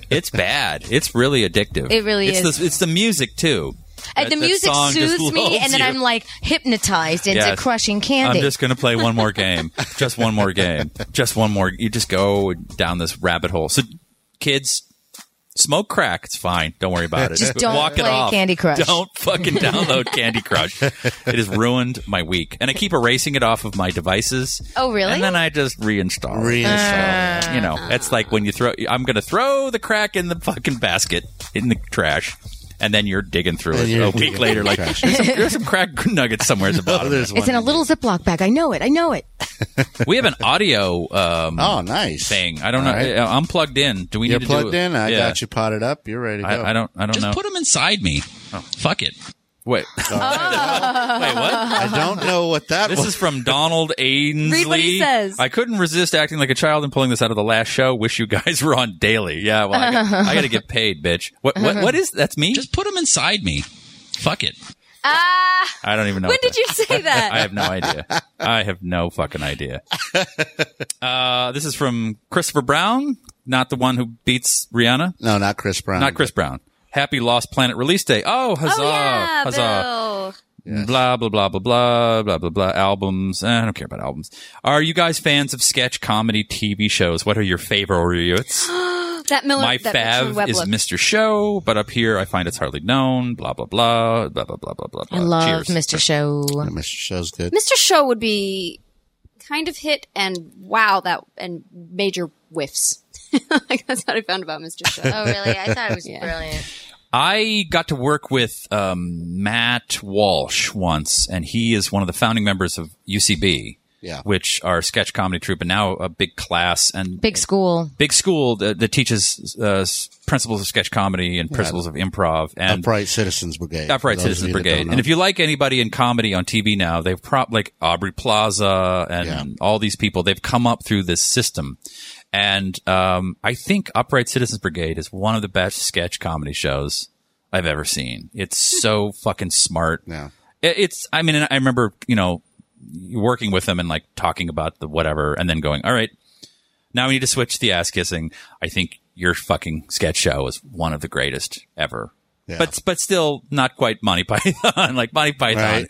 Speaker 2: it's bad. It's really addictive.
Speaker 5: It really
Speaker 2: it's
Speaker 5: is.
Speaker 2: The, it's the music too.
Speaker 5: And
Speaker 2: That-
Speaker 5: the
Speaker 2: that
Speaker 5: music
Speaker 2: song just
Speaker 5: soothes me,
Speaker 2: lulls
Speaker 5: and then
Speaker 2: you.
Speaker 5: I'm like hypnotized into
Speaker 2: Yes.
Speaker 5: crushing candy.
Speaker 2: I'm just going to play one more game. just one more game. Just one more. You just go down this rabbit hole. So, kids, smoke crack. It's fine. Don't worry about it.
Speaker 5: Just don't
Speaker 2: Walk it
Speaker 5: play
Speaker 2: off.
Speaker 5: Candy Crush.
Speaker 2: Don't fucking download Candy Crush. It has ruined my week, and I keep erasing it off of my devices.
Speaker 5: Oh, really?
Speaker 2: And then I just reinstall. it.
Speaker 4: Uh, Reinstall.
Speaker 2: You know, it's like when you throw. I'm going to throw the crack in the fucking basket in the trash. And then you're digging through
Speaker 4: And
Speaker 2: it
Speaker 4: you're
Speaker 2: a
Speaker 4: digging
Speaker 2: week later, like
Speaker 4: trash.
Speaker 2: there's some, there's some crack nuggets somewhere at the bottom.
Speaker 4: Oh, there's
Speaker 5: it's
Speaker 4: one.
Speaker 5: in a little Ziploc bag. I know it. I know it.
Speaker 2: We have an audio um,
Speaker 4: oh, nice.
Speaker 2: thing. I don't know.
Speaker 4: All right.
Speaker 2: I- I'm plugged in. Do we
Speaker 4: You're
Speaker 2: need to
Speaker 4: plugged
Speaker 2: do it?
Speaker 4: in. I
Speaker 2: Yeah.
Speaker 4: got you potted up. You're ready to go.
Speaker 2: I, I don't. I don't know. Oh.
Speaker 6: them inside me. Fuck it.
Speaker 2: Wait. Wait. What?
Speaker 4: I don't know what that
Speaker 2: This
Speaker 4: was.
Speaker 2: is from Donald Ainsley.
Speaker 3: Read what he says.
Speaker 2: I couldn't resist acting like a child and pulling this out of the last show. Wish you guys were on daily. Yeah. Well, I got, I got to get paid, bitch. What? What? What is? That's me.
Speaker 6: put them inside me. Fuck it.
Speaker 3: Ah,
Speaker 2: I don't even know.
Speaker 3: when
Speaker 2: what
Speaker 3: did
Speaker 2: that-
Speaker 3: you say that?
Speaker 2: I have no idea. I have no fucking idea. Uh, this is from Christopher Brown, not the one who beats Rihanna.
Speaker 4: no, not Chris Brown.
Speaker 2: Not Chris Brown. Happy Lost Planet release day. Oh, huzzah.
Speaker 3: oh yeah,
Speaker 2: huzzah.
Speaker 5: Oh.
Speaker 3: Bill.
Speaker 2: Blah, blah, blah, blah, blah, blah, blah, blah. Albums. Eh, I don't care about albums. Are you guys fans of sketch comedy TV shows? What are your favorites?
Speaker 3: That Miller.
Speaker 2: My
Speaker 3: that Richard
Speaker 2: fav
Speaker 3: Webb
Speaker 2: is
Speaker 3: look.
Speaker 2: Mr. Show, but up here I find it's hardly known. Blah, blah, blah, blah, blah, blah, blah, blah.
Speaker 5: I love
Speaker 2: Cheers.
Speaker 5: Mr. Show.
Speaker 4: Yeah, Mr. Show's good.
Speaker 3: Mr. Show would be kind of hit and wow that and major whiffs. like that's what I found about Mr. Show.
Speaker 5: Oh, really? I thought it was
Speaker 3: Yeah.
Speaker 5: brilliant.
Speaker 2: I got to work with um, Matt Walsh once, and he is one of the founding members of UCB,
Speaker 4: Yeah.
Speaker 2: which are sketch comedy troupe, and now a big class and
Speaker 5: Big school.
Speaker 2: big school that, that teaches uh, s- principles of sketch comedy and principles of improv and
Speaker 4: Upright Citizens Brigade.
Speaker 2: Upright
Speaker 4: For those
Speaker 2: Citizens
Speaker 4: of you that
Speaker 2: Brigade.
Speaker 4: don't
Speaker 2: And
Speaker 4: know.
Speaker 2: if you like anybody in comedy on TV now, they've prop like Aubrey Plaza and
Speaker 4: Yeah.
Speaker 2: all these people. They've come up through this system, and um, I think Upright Citizens Brigade is one of the best sketch comedy shows I've ever seen. It's so fucking smart.
Speaker 4: Yeah.
Speaker 2: It- it's. I mean, and I remember you know working with them and like talking about the whatever, and then going, all right. Now we need to switch the ass kissing. I think your fucking sketch show is one of the greatest ever.
Speaker 4: Yeah.
Speaker 2: But but still not quite Monty Python. like Monty Python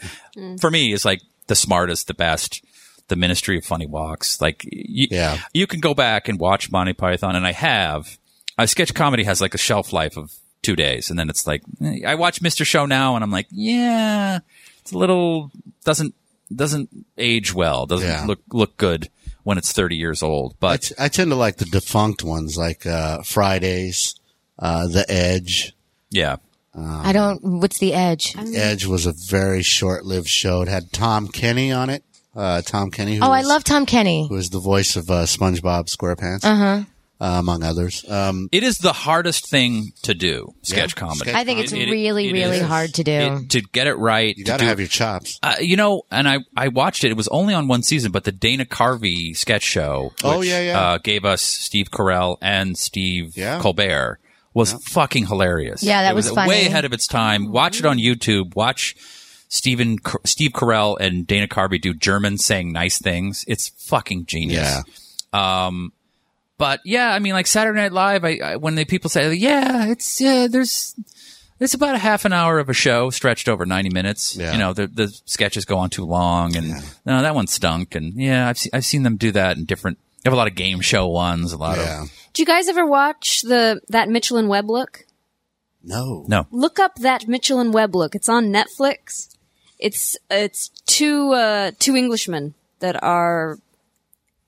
Speaker 2: for me is like the smartest, the best. The Ministry of Funny Walks. Like you,
Speaker 4: Yeah.
Speaker 2: you can go back and watch Monty Python, and I have. Uh, sketch comedy has like a shelf life of two days, and then it's like eh, I watch Mr. Show now, and I'm like, yeah, it's a little doesn't doesn't age well, doesn't
Speaker 4: Yeah.
Speaker 2: look look good when it's 30 years old. But
Speaker 4: I, t- I tend to like the defunct ones, like uh, Fridays, uh, The Edge.
Speaker 2: Yeah.
Speaker 5: I don't. What's the edge?
Speaker 4: Edge was a very short-lived show. It had Tom Kenny on it. Uh, Tom Kenny, who
Speaker 5: Oh, I
Speaker 4: was-
Speaker 5: love Tom Kenny.
Speaker 4: who was the voice of uh, SpongeBob SquarePants, uh-huh. among others. Um,
Speaker 2: It is the hardest thing to do, sketch comedy.
Speaker 5: I think it's
Speaker 2: It- it-
Speaker 5: really,
Speaker 2: it
Speaker 5: really
Speaker 2: is.
Speaker 5: hard to do.
Speaker 2: It- to get it right.
Speaker 4: you
Speaker 2: to
Speaker 4: got to
Speaker 2: do-
Speaker 4: have your chops.
Speaker 2: uh, you know, and I, I watched it. It was only on one season, but the Dana Carvey sketch show, which,
Speaker 4: Oh, yeah, yeah.
Speaker 2: Uh, gave us Steve Carell and Steve
Speaker 4: Yeah.
Speaker 2: Colbert, was fucking hilarious.
Speaker 5: Yeah, that
Speaker 2: it
Speaker 5: was funny.
Speaker 2: way ahead of its
Speaker 4: Mm-hmm.
Speaker 2: time. Watch it on YouTube. Watch Steven, Car- Steve Carell and Dana Carvey do German saying nice things. It's fucking genius.
Speaker 4: Yeah.
Speaker 2: But yeah, I mean, like Saturday Night Live, I, I when they people say, yeah, it's uh, there's it's about a half an hour of a show stretched over ninety minutes.
Speaker 4: Yeah.
Speaker 2: You know, the the sketches go on too long, and no, that one stunk. And yeah, I've se- I've seen them do that in different. They have a lot of game show ones, a lot
Speaker 4: Yeah.
Speaker 2: of
Speaker 3: Did you guys ever watch the that Mitchell and Webb look?
Speaker 4: No.
Speaker 2: no.
Speaker 3: Look up that Mitchell and Webb look. It's on Netflix. It's it's two uh, two Englishmen that are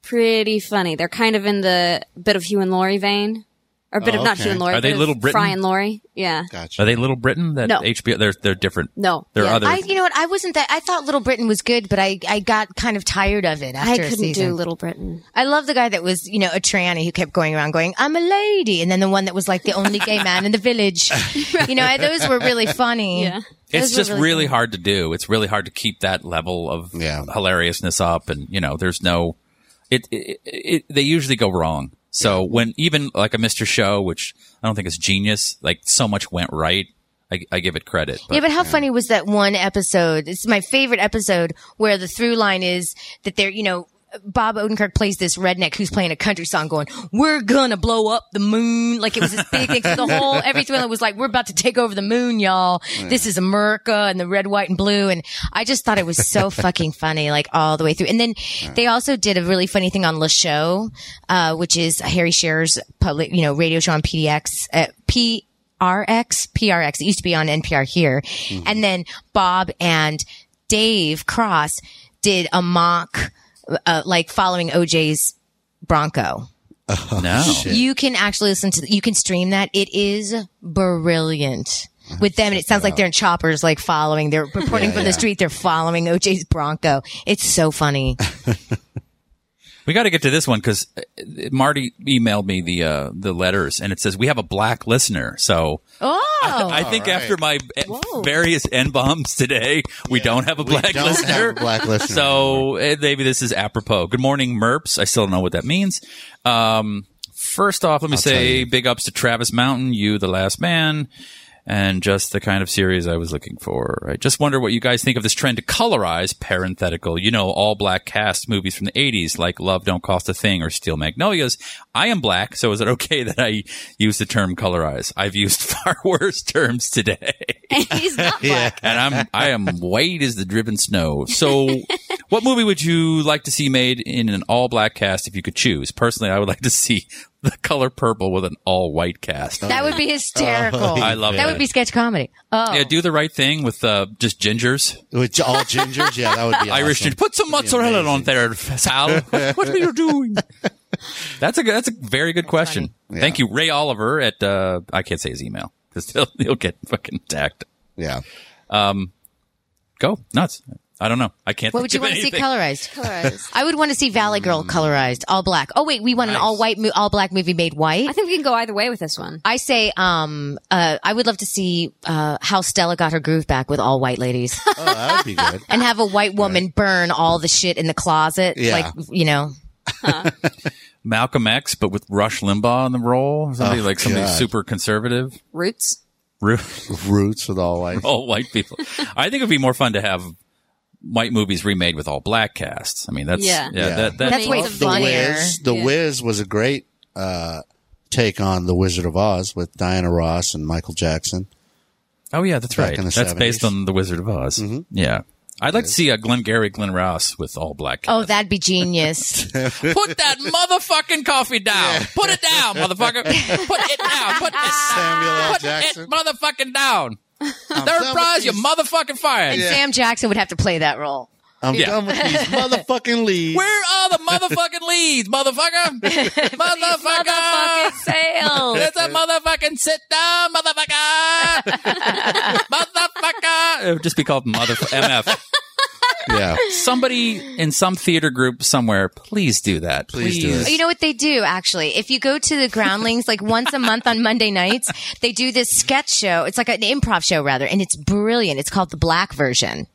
Speaker 3: pretty funny. They're kind of in the bit of Hugh and Laurie vein, or a bit
Speaker 4: Oh,
Speaker 3: of not Hugh
Speaker 4: okay.
Speaker 3: and Laurie.
Speaker 2: Are they
Speaker 3: bit of
Speaker 2: Little Britain?
Speaker 3: Fry and Laurie. Yeah.
Speaker 4: Gotcha.
Speaker 2: Are they Little Britain? That
Speaker 3: No.
Speaker 2: HBO? They're they're different.
Speaker 3: No.
Speaker 2: There are
Speaker 3: Yeah.
Speaker 2: other.
Speaker 5: I, you know what? I wasn't that. I thought Little Britain was good, but I, I got kind of tired of it after
Speaker 3: I
Speaker 5: a
Speaker 3: couldn't
Speaker 5: season.
Speaker 3: do Little Britain.
Speaker 5: I love the guy that was, you know, a tranny who kept going around going, I'm a lady. And then the one that was like the only gay man in the village. You know, I- those were really funny.
Speaker 3: Yeah.
Speaker 2: it's
Speaker 5: Those were
Speaker 2: just
Speaker 5: really
Speaker 2: really, hard to do. It's really hard to keep that level of
Speaker 4: Yeah.
Speaker 2: hilariousness up, and you know, there's no. It, it, it they usually go wrong. So when even like a Mr. Show, which I don't think is genius, like so much went right. I, I give it credit. But
Speaker 5: yeah, but how funny was that one episode? It's my favorite episode where the through line is that they're, you know, Bob Odenkirk plays this redneck who's playing a country song going, we're gonna blow up the moon. Like it was this big thing. So the whole, every thriller was like, we're about to take over the moon, y'all. This is America and the red, white and blue. And I just thought it was so fucking funny, like all the way through. And then they also did a really funny thing on Le Show, uh, which is Harry Shearer's public, you know, radio show on PDX, uh, P, RX, PRX. It used to be on NPR here.
Speaker 2: Mm-hmm.
Speaker 5: And then Bob and Dave Cross did a mock, uh, like following OJ's Bronco.
Speaker 2: no,
Speaker 4: Oh,
Speaker 5: You can actually listen to, you can stream that. It is brilliant. With them, and it sounds like they're in choppers, like following. They're reporting from the street. They're following OJ's Bronco. It's so funny.
Speaker 2: we got to get to this one because Marty emailed me the uh, the letters, and it says we have a black listener. So
Speaker 5: Oh,
Speaker 2: I think
Speaker 4: right.
Speaker 2: after my eh,
Speaker 5: Whoa.
Speaker 2: various n bombs today, we don't have a black
Speaker 4: don't have a
Speaker 2: listener.
Speaker 4: black listener
Speaker 2: So eh, maybe this is apropos. Good morning, Merps. I still don't know what that means. Um, first off, let me say big ups to Travis Mountain, you, the last man. And just the kind of series I was looking for. I just wonder what you guys think of this trend to colorize parenthetical, you know, all black cast movies from the 80s like Love Don't Cost a Thing or Steel Magnolias. I am black, so is it okay that I use the term colorize? I've used far worse terms today
Speaker 3: And he's not black.
Speaker 2: and I'm I am white as the driven snow. So, what movie would you like to see made in an all black cast if you could choose? Personally, I would like to see The Color Purple with an all white cast.
Speaker 5: that would be hysterical.
Speaker 2: I love
Speaker 5: that
Speaker 2: that.
Speaker 5: would be sketch comedy. Oh,
Speaker 2: Yeah, do the right thing with uh, just gingers,
Speaker 4: With all gingers, yeah, that would be
Speaker 2: Irish
Speaker 4: awesome.
Speaker 2: ginger. Put some mozzarella on there, Sal. What, what are you doing? That's a good, that's a very good question. Thank you, Ray Oliver. At uh, I can't say his email because he'll, he'll get fucking attacked.
Speaker 4: Yeah.
Speaker 2: Go nuts. I don't know. I can't.
Speaker 5: what
Speaker 2: think
Speaker 5: would you
Speaker 2: of
Speaker 5: want to see
Speaker 2: anything.
Speaker 5: colorized?
Speaker 3: Colorized.
Speaker 5: I would want to see Valley Girl colorized, all black. Oh wait, we want an all white, mo- all black movie made white.
Speaker 3: I
Speaker 5: I,
Speaker 3: think we can go either way with this one.
Speaker 5: say, um, uh, I would love to see uh, how Stella got her groove back with all white ladies,
Speaker 4: Oh, that would be good.
Speaker 5: and have a white woman burn all the shit in the closet,
Speaker 4: Yeah.
Speaker 5: like you know.
Speaker 2: Malcolm X, but with Rush Limbaugh on the role. Somebody
Speaker 4: Oh,
Speaker 2: like somebody
Speaker 4: God.
Speaker 2: super conservative.
Speaker 3: Roots.
Speaker 2: Ru-
Speaker 4: Roots with all white.
Speaker 2: all white people. I think it'd be more fun to have white movies remade with all black casts. I mean, that's yeah.
Speaker 3: Yeah.
Speaker 4: Yeah.
Speaker 2: That, that,
Speaker 5: That's way
Speaker 3: Well,
Speaker 4: The
Speaker 5: funnier.
Speaker 4: Wiz. The
Speaker 3: Yeah.
Speaker 4: Wiz was a great uh, take on The Wizard of Oz with Diana Ross and Michael Jackson.
Speaker 2: oh yeah, that's
Speaker 4: Back
Speaker 2: right.
Speaker 4: in the Mm-hmm.
Speaker 2: That's
Speaker 4: 70s.
Speaker 2: based on The Wizard of Oz. Yeah. I'd like to see uh, a Glengarry Glen Ross with all black.
Speaker 5: Oh,
Speaker 2: Cast.
Speaker 5: that'd be genius.
Speaker 2: Put that motherfucking coffee down. Put it down, motherfucker. Put it down. Put it,
Speaker 4: Samuel L.
Speaker 2: put it motherfucking down. Third prize, you motherfucking fired.
Speaker 5: And Sam Jackson would have to play that role.
Speaker 4: I'm
Speaker 2: Yeah.
Speaker 4: done with these motherfucking leaves.
Speaker 2: Where are the motherfucking leads, motherfucker? motherfucker!
Speaker 5: Sale.
Speaker 2: It's a motherfucking sit down, motherfucker! motherfucker! It would just be called motherfucker. MF.
Speaker 4: Yeah.
Speaker 2: Somebody in some theater group somewhere, please do that. Please,
Speaker 4: do it.
Speaker 5: Oh, You know what they do actually? If you go to the Groundlings like once a month on Monday nights, they do this sketch show. It's like an improv show rather, and it's brilliant. It's called the Black Version,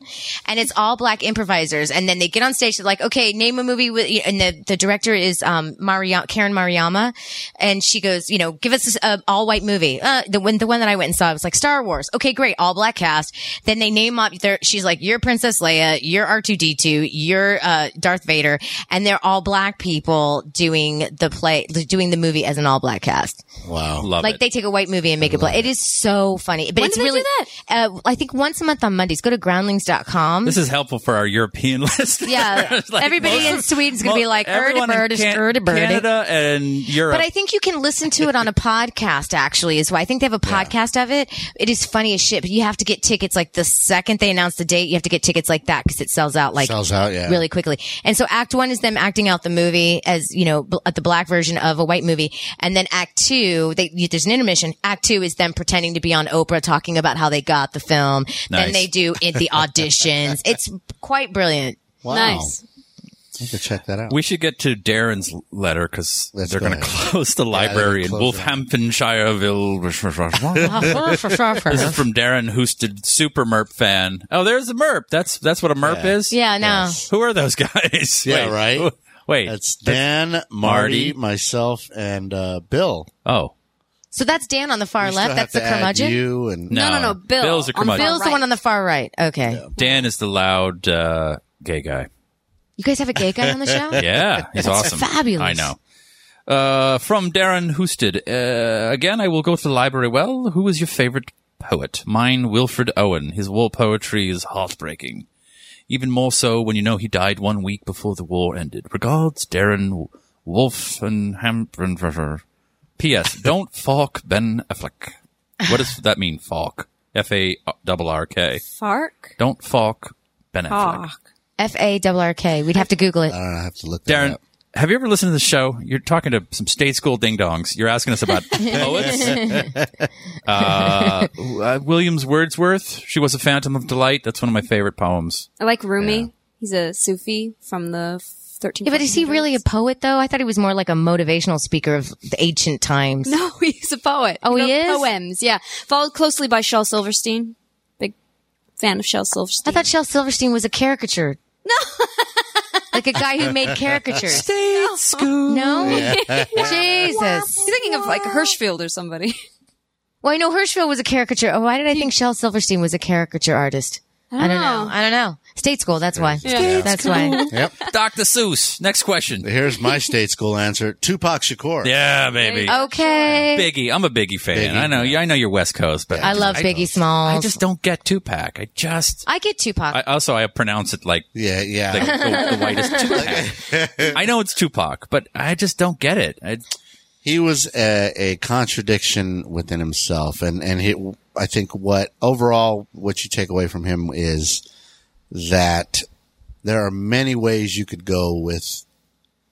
Speaker 5: and it's all black improvisers. And then they get on stage. They're like, "Okay, name a movie with," and the, the director is um Maria Karen Mariyama, and she goes, "You know, give us an all white movie." Uh, the one the one that I went and saw was like Star Wars. Okay, great, all black cast. Then they name up. Their, she's like, "You're Princess Leia. You're R two D two. You're uh, Darth Vader," and they're all black people doing the play, doing the movie as an all black cast.
Speaker 4: Wow.
Speaker 2: Love
Speaker 5: like
Speaker 2: it.
Speaker 5: they take a white movie and make it black. It is so funny. But
Speaker 3: When
Speaker 5: it's
Speaker 3: do they
Speaker 5: really
Speaker 3: do
Speaker 5: Uh, I think once a month on Mondays. Go to groundlings.com.
Speaker 2: this is helpful for our European list.
Speaker 5: yeah.
Speaker 2: It's like
Speaker 5: Everybody
Speaker 2: most
Speaker 5: in
Speaker 2: of-
Speaker 5: Sweden's going to be
Speaker 2: mo-
Speaker 5: like,
Speaker 2: everyone in
Speaker 5: Erdebird is
Speaker 2: Can-
Speaker 5: Erdebird.
Speaker 2: Canada and Europe.
Speaker 5: But I think you can listen to it on a podcast, actually, is why I think they have a podcast of it. It is funny as shit, but you have to get tickets like the second they announce the date, you have to get tickets like that because it sells out like
Speaker 4: Sells out, yeah.
Speaker 5: really quickly. And so act one is them acting out the movie as, you know, bl- the black version of a white movie. And then act two, they, you, there's an intermission. Act two is them pretending to be on Oprah talking about how they got the film. Then
Speaker 2: Nice.
Speaker 5: they do it, the auditions. it's quite brilliant.
Speaker 4: Wow.
Speaker 3: Nice.
Speaker 4: I should check that out.
Speaker 2: we should get to Darren's letter because
Speaker 4: Let's
Speaker 2: they're
Speaker 4: go
Speaker 2: going to
Speaker 4: ahead.
Speaker 2: close the library in
Speaker 4: close it.
Speaker 2: Wolverhamptonshireville. This is
Speaker 5: yeah,
Speaker 2: from Darren Houston, super Merp fan. Oh, there's a Merp. That's that's what a Merp
Speaker 4: Yeah.
Speaker 2: is.
Speaker 5: no.
Speaker 2: Who are those guys?
Speaker 4: Yeah,
Speaker 2: Wait,
Speaker 4: right?
Speaker 2: who- Wait.
Speaker 4: That's Dan,
Speaker 2: Marty.
Speaker 4: Marty, myself, and uh, Bill.
Speaker 2: oh,
Speaker 5: So that's Dan on the far
Speaker 4: We still
Speaker 5: left.
Speaker 4: have
Speaker 5: That's the
Speaker 4: to add
Speaker 5: curmudgeon.
Speaker 4: You and
Speaker 2: no,
Speaker 3: no, no, Bill.
Speaker 2: Bill's a
Speaker 3: On
Speaker 2: curmudgeon.
Speaker 5: Bill's the
Speaker 3: Right.
Speaker 5: one on the far right. Okay.
Speaker 2: Dan is the loud uh, gay guy.
Speaker 5: You guys have a gay guy on the show?
Speaker 2: Yeah, he's awesome.
Speaker 5: fabulous.
Speaker 2: I know. Uh, from Darren Housted. Uh, again, I will go to the library. Well, who is your favorite poet? Mine, Wilfred Owen. His war poetry is heartbreaking. Even more so when you know he died one week before the war ended. Regards, Darren Wolf and Hamper. P.S. Don't fork Ben Affleck. What does that mean, fork? F A double R K.
Speaker 8: Fark?
Speaker 2: Don't fork Ben Affleck.
Speaker 8: Fark.
Speaker 5: F A R R K. We'd have to Google it.
Speaker 4: I don't know, I have to look that
Speaker 2: Darren,
Speaker 4: up.
Speaker 2: have you ever listened to the show? You're talking to some state school ding dongs. You're asking us about poets. uh, uh, Williams Wordsworth. She was a phantom of delight. That's one of my favorite poems.
Speaker 8: I like Rumi. He's a Sufi from the 13th.
Speaker 5: Yeah, but is he really a poet though? I thought he was more like a motivational speaker of the ancient times.
Speaker 8: No, he's a poet.
Speaker 5: Oh, he
Speaker 8: wrote
Speaker 5: is?
Speaker 8: Poems, yeah. Followed closely by Shel Silverstein. Big fan of Shel
Speaker 5: I
Speaker 8: Silverstein.
Speaker 5: thought Shel Silverstein was a caricature. No. like a guy who made caricatures.
Speaker 2: State school.
Speaker 5: No? Jesus.
Speaker 8: You're thinking of like Hirschfeld or somebody.
Speaker 5: Well, I know Hirschfeld was a caricature. Oh, why did I think Shel Silverstein was a caricature artist? I don't know. I don't know. State school, that's why. That's why.
Speaker 4: Yep.
Speaker 2: Dr. Seuss. Next question.
Speaker 4: Here's my state school answer Tupac Shakur.
Speaker 2: Yeah, baby.
Speaker 5: Okay.
Speaker 2: Biggie. I'm a Biggie fan.
Speaker 4: Biggie.
Speaker 2: I know. Yeah, I know you're West Coast, but
Speaker 5: I love Biggie Smalls.
Speaker 2: I just don't get Tupac. I just.
Speaker 5: I get Tupac.
Speaker 2: I also I pronounce it like
Speaker 4: Yeah, yeah.
Speaker 2: the, the, the whitest Tupac. I know it's Tupac, but I just don't get it. I,
Speaker 4: he was a, a contradiction within himself, and and he, I think what overall what you take away from him is that there are many ways you could go with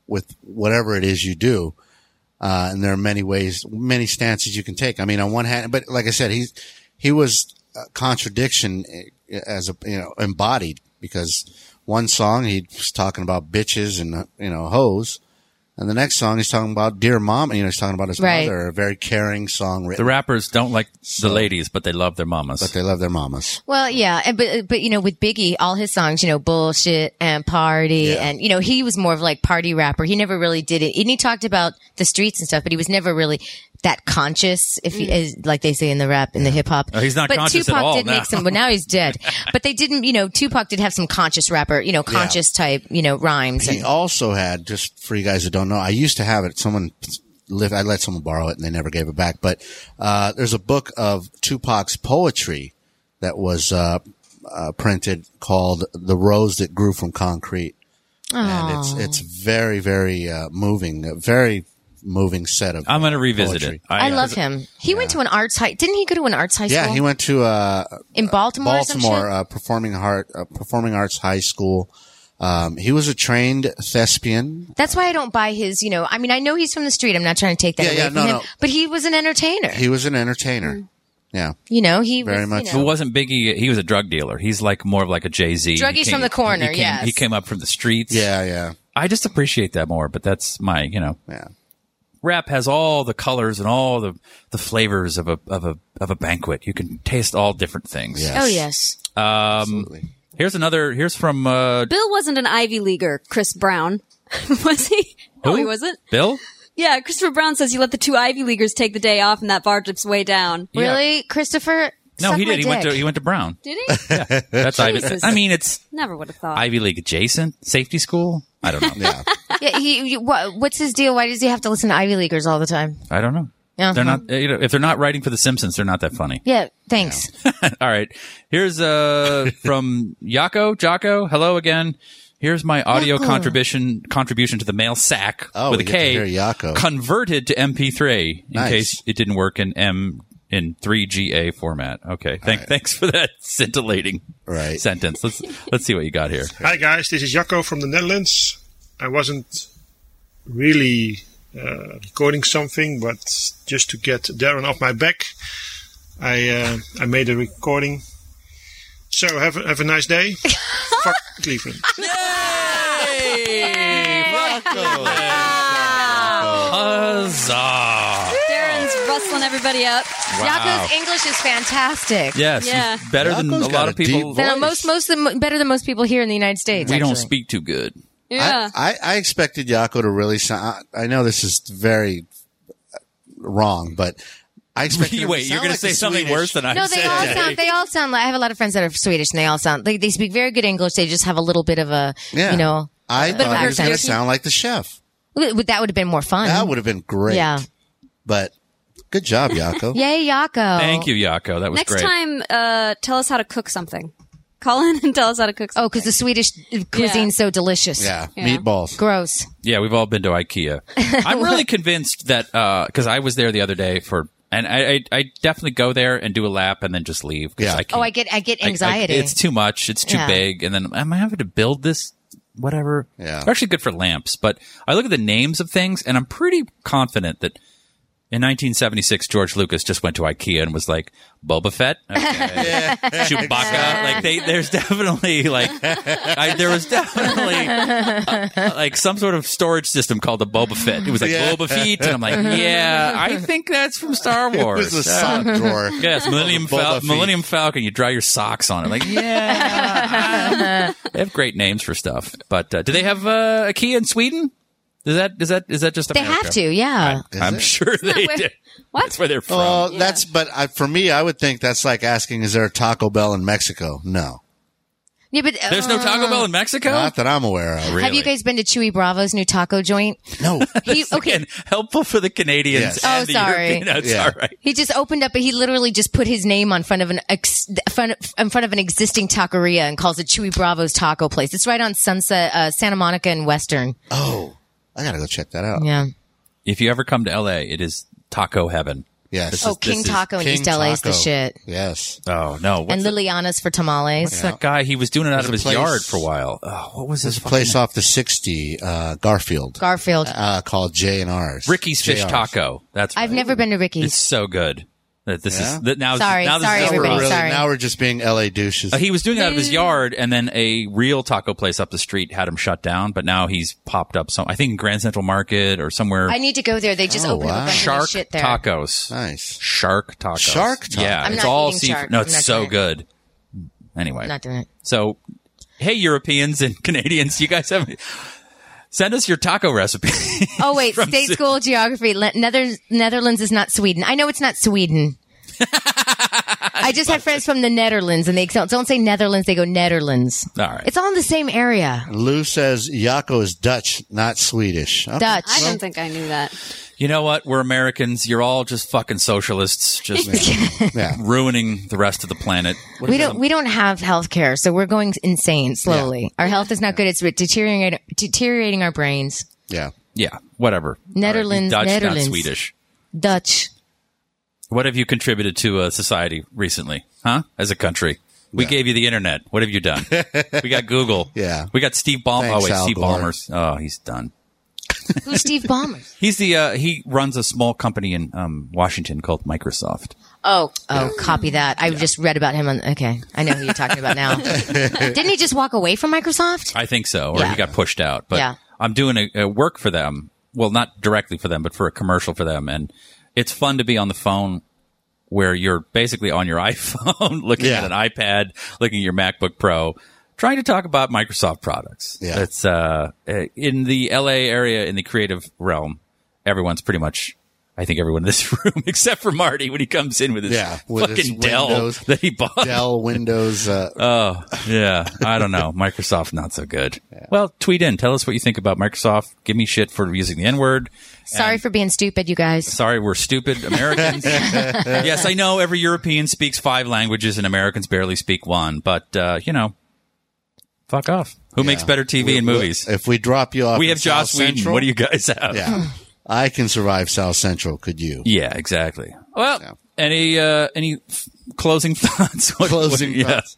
Speaker 4: with whatever it is you do, uh, and there are many ways, many stances you can take. I mean, on one hand, but like I said, he's he was a contradiction uh, as a you know embodied because one song he was talking about bitches and uh, you know hoes. And the next song he's talking about dear mom, you know, he's talking about his
Speaker 5: Right.
Speaker 4: mother, a very caring song
Speaker 2: The
Speaker 4: written.
Speaker 2: rappers don't like the ladies, but they love their mamas.
Speaker 4: but they love their mamas.
Speaker 5: Well, yeah, and but but you know, with Biggie, all his songs, you know, bullshit and party, and you know, he was more of like party rapper. He never really did it, and he talked about the streets and stuff, but he was never really that conscious, if he, as, like they say in the rap in the hip hop.
Speaker 2: Oh, Mm. he's not
Speaker 5: but
Speaker 2: conscious at
Speaker 5: Tupac
Speaker 2: all
Speaker 5: did
Speaker 2: now.
Speaker 5: make some. Well, now he's dead, but they didn't. You know, Tupac did have some conscious rapper, you know, conscious type, you know, rhymes.
Speaker 4: He
Speaker 5: And,
Speaker 4: also had, just for you guys that don't know, I used to have it. Someone lived, I let someone borrow it and they never gave it back. But, uh, there's a book of Tupac's poetry that was, uh, uh, printed called The Rose That Grew from Concrete. And
Speaker 5: Oh.
Speaker 4: it's, it's very, very, uh, moving, a very moving set of.
Speaker 2: I'm going to revisit
Speaker 4: Poetry.
Speaker 2: it.
Speaker 5: I love him. He went to an arts high. Didn't he go to an arts high
Speaker 4: yeah,
Speaker 5: school
Speaker 4: he went to, uh,
Speaker 5: in Baltimore? or some
Speaker 4: Baltimore
Speaker 5: shit?
Speaker 4: uh, performing art uh, performing arts high school. Um, he was a trained thespian.
Speaker 5: That's why I don't buy his, you know, I mean, I know he's from the street. I'm not trying to take that
Speaker 4: Yeah,
Speaker 5: away
Speaker 4: yeah,
Speaker 5: from
Speaker 4: no,
Speaker 5: him,
Speaker 4: no.
Speaker 5: but he was an entertainer.
Speaker 4: He was an
Speaker 5: Hmm.
Speaker 4: entertainer. Yeah,
Speaker 5: you know, he
Speaker 4: Very
Speaker 5: was,
Speaker 4: much
Speaker 5: You
Speaker 4: so.
Speaker 5: know,
Speaker 2: It wasn't Biggie. He was a drug dealer. He's like more of like a Jay Z.
Speaker 5: Druggies from the corner,
Speaker 2: He came,
Speaker 5: yes.
Speaker 2: he came up from the streets.
Speaker 4: yeah, yeah,
Speaker 2: I just appreciate that more. But that's my, you know,
Speaker 4: yeah.
Speaker 2: rap has all the colors and all the the flavors of a of a of a banquet. You can taste all different things.
Speaker 4: Yeah. Um,
Speaker 5: oh yes,
Speaker 4: Absolutely.
Speaker 2: Here's another. Here's from uh,
Speaker 8: Bill wasn't an Ivy Leaguer, Chris Brown. was he? No,
Speaker 2: Who?
Speaker 8: he wasn't.
Speaker 2: Bill.
Speaker 8: Yeah, Christopher Brown says he let the two Ivy Leaguers take the day off and that bar dips way down.
Speaker 2: Yeah.
Speaker 5: really, Christopher?
Speaker 2: No,
Speaker 5: Suck
Speaker 2: he
Speaker 5: my
Speaker 2: did. He went to
Speaker 5: dick.
Speaker 2: he went to Brown.
Speaker 8: Did he?
Speaker 2: That's Ivy.
Speaker 8: Jesus.
Speaker 2: I mean, it's
Speaker 8: Never would have thought.
Speaker 2: Ivy League adjacent safety school. I don't know.
Speaker 4: Yeah,
Speaker 5: yeah, he, you- what, what's his deal? Why does he have to listen to Ivy Leaguers all the time?
Speaker 2: I don't know.
Speaker 5: Uh-huh.
Speaker 2: They're not, you know, if they're not writing for The Simpsons, they're not that funny.
Speaker 5: Yeah, thanks.
Speaker 2: All right. Here's uh from Yako Jocko. Hello again. Here's my audio
Speaker 5: Yako.
Speaker 2: contribution contribution to the mail sack
Speaker 4: Oh,
Speaker 2: with a
Speaker 4: we get to
Speaker 2: K
Speaker 4: hear Yako.
Speaker 2: converted to MP3 in
Speaker 4: Nice.
Speaker 2: case it didn't work in M in 3GA format. Okay. Thank, Thanks for that scintillating
Speaker 4: Right.
Speaker 2: sentence. Let's let's see what you got here.
Speaker 9: Hi guys, this is Jacco from the Netherlands. I wasn't really uh, recording something, but just to get Darren off my back, I uh, I made a recording. So have a, have a nice day. Fuck Cleveland.
Speaker 2: Huzzah.
Speaker 8: Darren's rustling everybody up.
Speaker 2: Wow.
Speaker 5: Yako's English is fantastic.
Speaker 2: Yes, he's
Speaker 8: Yeah.
Speaker 2: better than
Speaker 4: Yako's
Speaker 2: a lot
Speaker 4: got
Speaker 2: of
Speaker 4: a deep
Speaker 2: people.
Speaker 4: voice.
Speaker 5: Than most, most than, better than most people here in the United States.
Speaker 2: We don't
Speaker 5: actually.
Speaker 2: speak too good. uh,
Speaker 8: Yeah.
Speaker 4: I, I, I expected Yako to really sound. I know this is very wrong, but I expected. him to
Speaker 2: Wait, you're
Speaker 4: sound
Speaker 2: going
Speaker 4: like
Speaker 2: to say
Speaker 4: a
Speaker 2: something
Speaker 4: Swedish-
Speaker 2: worse than I
Speaker 5: No,
Speaker 2: said.
Speaker 5: they all
Speaker 2: today.
Speaker 5: sound. They all sound. Like, I have a lot of friends that are Swedish, and they all sound. They, they speak very good English. They just have a little bit of a,
Speaker 4: Yeah.
Speaker 5: you know,
Speaker 4: I
Speaker 5: a bit of
Speaker 4: thought he was
Speaker 5: accent.
Speaker 4: going to sound like the chef.
Speaker 5: Would- would- that would have been more fun.
Speaker 2: Um,
Speaker 4: That would have been great.
Speaker 5: Yeah.
Speaker 4: But good job, Yako.
Speaker 5: Yay, Yako!
Speaker 2: Thank you, Yako. That was
Speaker 8: Next
Speaker 2: great.
Speaker 8: time, uh, tell us how to cook something. Call in and tell us how to cook.
Speaker 5: Oh,
Speaker 8: Something.
Speaker 5: because the Swedish cuisine's so delicious.
Speaker 4: Yeah.
Speaker 8: Yeah.
Speaker 4: Meatballs.
Speaker 5: Gross.
Speaker 2: Yeah, we've all been to IKEA. I'm really convinced that because I was there the other day for, and I, I, I definitely go there and do a lap and then just leave. 'cause
Speaker 4: Yeah.
Speaker 2: I can't-
Speaker 5: Oh, I get, I get
Speaker 2: I- I-
Speaker 5: anxiety.
Speaker 2: it's too much. It's too
Speaker 5: Yeah.
Speaker 2: big. And then am I having to build this? Whatever.
Speaker 4: Yeah.
Speaker 2: They're actually good for lamps, but I look at the names of things and I'm pretty confident that in 1976 George Lucas just went to IKEA and was like Boba Fett, okay. Chewbacca. Like they, there's definitely like I, there was definitely uh, like some sort of storage system called the Boba Fett. It was like
Speaker 4: Yeah.
Speaker 2: Boba Feet, and I'm like, yeah, I think that's from Star
Speaker 4: It
Speaker 2: Wars.
Speaker 4: was a
Speaker 2: Uh,
Speaker 4: sock drawer.
Speaker 2: Yes, Millennium, Fal-
Speaker 4: Boba Fett.
Speaker 2: Millennium Falcon. You dry your socks on it. Like, yeah. they have great names for stuff. But uh, do they have uh, a key in Sweden? Is that is that is that just
Speaker 5: they
Speaker 2: America?
Speaker 5: have to. Yeah.
Speaker 2: I'm
Speaker 4: it? Oh.
Speaker 2: sure they
Speaker 8: where-
Speaker 2: do.
Speaker 8: What?
Speaker 2: That's where they're from.
Speaker 4: Well, that's but I, for me, I would think that's like asking, "Is there a Taco Bell in Mexico?" No,
Speaker 5: yeah, but uh,
Speaker 2: There's no Taco Bell in Mexico.
Speaker 4: not that I'm aware of.
Speaker 5: Have you guys been to Chewy Bravo's new taco joint?
Speaker 4: No,
Speaker 5: He, okay,
Speaker 2: Again, helpful for the Canadians.
Speaker 4: Yes.
Speaker 2: and
Speaker 5: Oh,
Speaker 2: the
Speaker 5: sorry.
Speaker 2: European- No, it's
Speaker 4: Yeah.
Speaker 2: all right.
Speaker 5: He just opened up, but he literally just put his name on front of an ex, front, in front of an existing taqueria and calls it Chewy Bravo's Taco Place. It's right on Sunset, uh, Santa Monica and Western.
Speaker 4: oh, I gotta go check that
Speaker 2: Oh,
Speaker 4: out.
Speaker 5: Yeah.
Speaker 2: If you ever come to LA, it is taco heaven.
Speaker 4: Yes,
Speaker 5: Oh, King
Speaker 2: is
Speaker 5: Taco in
Speaker 4: King
Speaker 5: East LA is the
Speaker 4: Taco.
Speaker 5: shit.
Speaker 4: Yes,
Speaker 2: Oh no! What's
Speaker 5: and Liliana's for tamales.
Speaker 2: that guy? He was doing it out
Speaker 4: There's
Speaker 2: of
Speaker 4: a
Speaker 2: his
Speaker 4: place-
Speaker 2: yard for a while. Oh, what was his
Speaker 4: there's a place off the 60 uh, Garfield
Speaker 5: Garfield.
Speaker 4: uh, called J and R's.
Speaker 2: Ricky's Fish
Speaker 4: JR's.
Speaker 2: Taco. That's
Speaker 5: I've
Speaker 2: right.
Speaker 5: never been to
Speaker 2: It's
Speaker 5: Ricky's.
Speaker 2: so good. That this
Speaker 4: Yeah?
Speaker 2: is that now.
Speaker 5: Sorry,
Speaker 2: now this
Speaker 5: sorry,
Speaker 2: is
Speaker 4: Now we're,
Speaker 5: everybody.
Speaker 4: really,
Speaker 5: Sorry.
Speaker 4: now we're just being LA douches.
Speaker 2: Uh, he was doing it out of his yard, and then a real taco place up the street had him shut down. But now he's popped up some. I think in Grand Central Market or somewhere.
Speaker 5: I need to go there. They just
Speaker 4: Oh,
Speaker 5: opened up a
Speaker 4: wow.
Speaker 5: bunch of new
Speaker 2: shark
Speaker 5: shit there.
Speaker 2: tacos.
Speaker 4: nice.
Speaker 2: Shark tacos.
Speaker 4: Shark tacos.
Speaker 2: Yeah,
Speaker 5: I'm
Speaker 2: it's
Speaker 5: not
Speaker 2: all
Speaker 5: eating
Speaker 2: seafood.
Speaker 5: shark.
Speaker 2: No,
Speaker 5: I'm
Speaker 2: it's
Speaker 5: not
Speaker 2: so
Speaker 5: doing it.
Speaker 2: good. Anyway,
Speaker 5: Not doing it.
Speaker 2: so hey, Europeans and Canadians, you guys have send us your taco recipe.
Speaker 5: Oh wait, state school geography. Le- Nether- Netherlands is not Sweden. I know it's not Sweden. I just had friends from the Netherlands, and they don't, don't say Netherlands; they go Netherlands.
Speaker 2: all right,
Speaker 5: It's all in the same area.
Speaker 4: Lou says Yako is Dutch, not Swedish. Okay.
Speaker 5: Dutch.
Speaker 8: I don't think I knew that.
Speaker 2: you know what? We're Americans. You're all just fucking socialists, just
Speaker 4: Yeah.
Speaker 2: ruining the rest of the planet. What
Speaker 5: we
Speaker 2: is
Speaker 5: don't. We don't have health care, so we're going insane slowly. Our health is not good. It's deteriorating. Deteriorating our brains.
Speaker 4: Yeah.
Speaker 2: Yeah, whatever.
Speaker 5: Netherlands,
Speaker 2: All right, Dutch,
Speaker 5: Netherlands.
Speaker 2: not Swedish.
Speaker 5: Dutch.
Speaker 2: What have you contributed to uh, society recently, huh? As a country, we gave you the internet. What have you done? we got Google.
Speaker 4: Yeah.
Speaker 2: we got Steve Ballmer. Oh
Speaker 4: Thanks,
Speaker 2: wait,
Speaker 4: Al
Speaker 2: Steve
Speaker 4: Gore.
Speaker 2: Ballmer's. Oh, he's done.
Speaker 5: Who's Steve Ballmer?
Speaker 2: He's the uh, he runs a small company in um, Washington called Microsoft.
Speaker 5: Oh, oh, copy that. I just read about him on. Okay, I know who you're talking about now. Didn't he just walk away from Microsoft?
Speaker 2: I think so, or
Speaker 5: Yeah.
Speaker 2: he got pushed out. But
Speaker 5: Yeah.
Speaker 2: I'm doing a, a work for them. Well, not directly for them, but for a commercial for them, and it's fun to be on the phone where you're basically on your iPhone, looking
Speaker 4: Yeah.
Speaker 2: at an iPad, looking at your MacBook Pro, trying to talk about Microsoft products. eh,
Speaker 4: Yeah.
Speaker 2: it's uh, in the LA area in the creative realm. Everyone's pretty much I think everyone in this room, except for Marty, when he comes in with his
Speaker 4: Yeah, with
Speaker 2: fucking
Speaker 4: his
Speaker 2: Dell
Speaker 4: Windows-
Speaker 2: that he bought.
Speaker 4: Dell Windows. Uh,
Speaker 2: Oh, yeah. I don't know. Microsoft, not so good. Well, tweet in. Tell us what you think about Microsoft. Give me shit for using the N word.
Speaker 5: Sorry for being stupid, you guys.
Speaker 2: Sorry, we're stupid Americans. yes, I know every European speaks five languages and Americans barely speak one, but, uh, you know, fuck off. Who makes better TV and movies?
Speaker 4: if we drop you off,
Speaker 2: We
Speaker 4: in
Speaker 2: have Josh
Speaker 4: South
Speaker 2: Whedon.
Speaker 4: Central,
Speaker 2: What do you guys have?
Speaker 4: Yeah, I can survive South Central. Could you?
Speaker 2: Yeah, exactly. Well, any uh, any f- closing thoughts? What-
Speaker 4: Closing
Speaker 2: yeah.
Speaker 4: thoughts.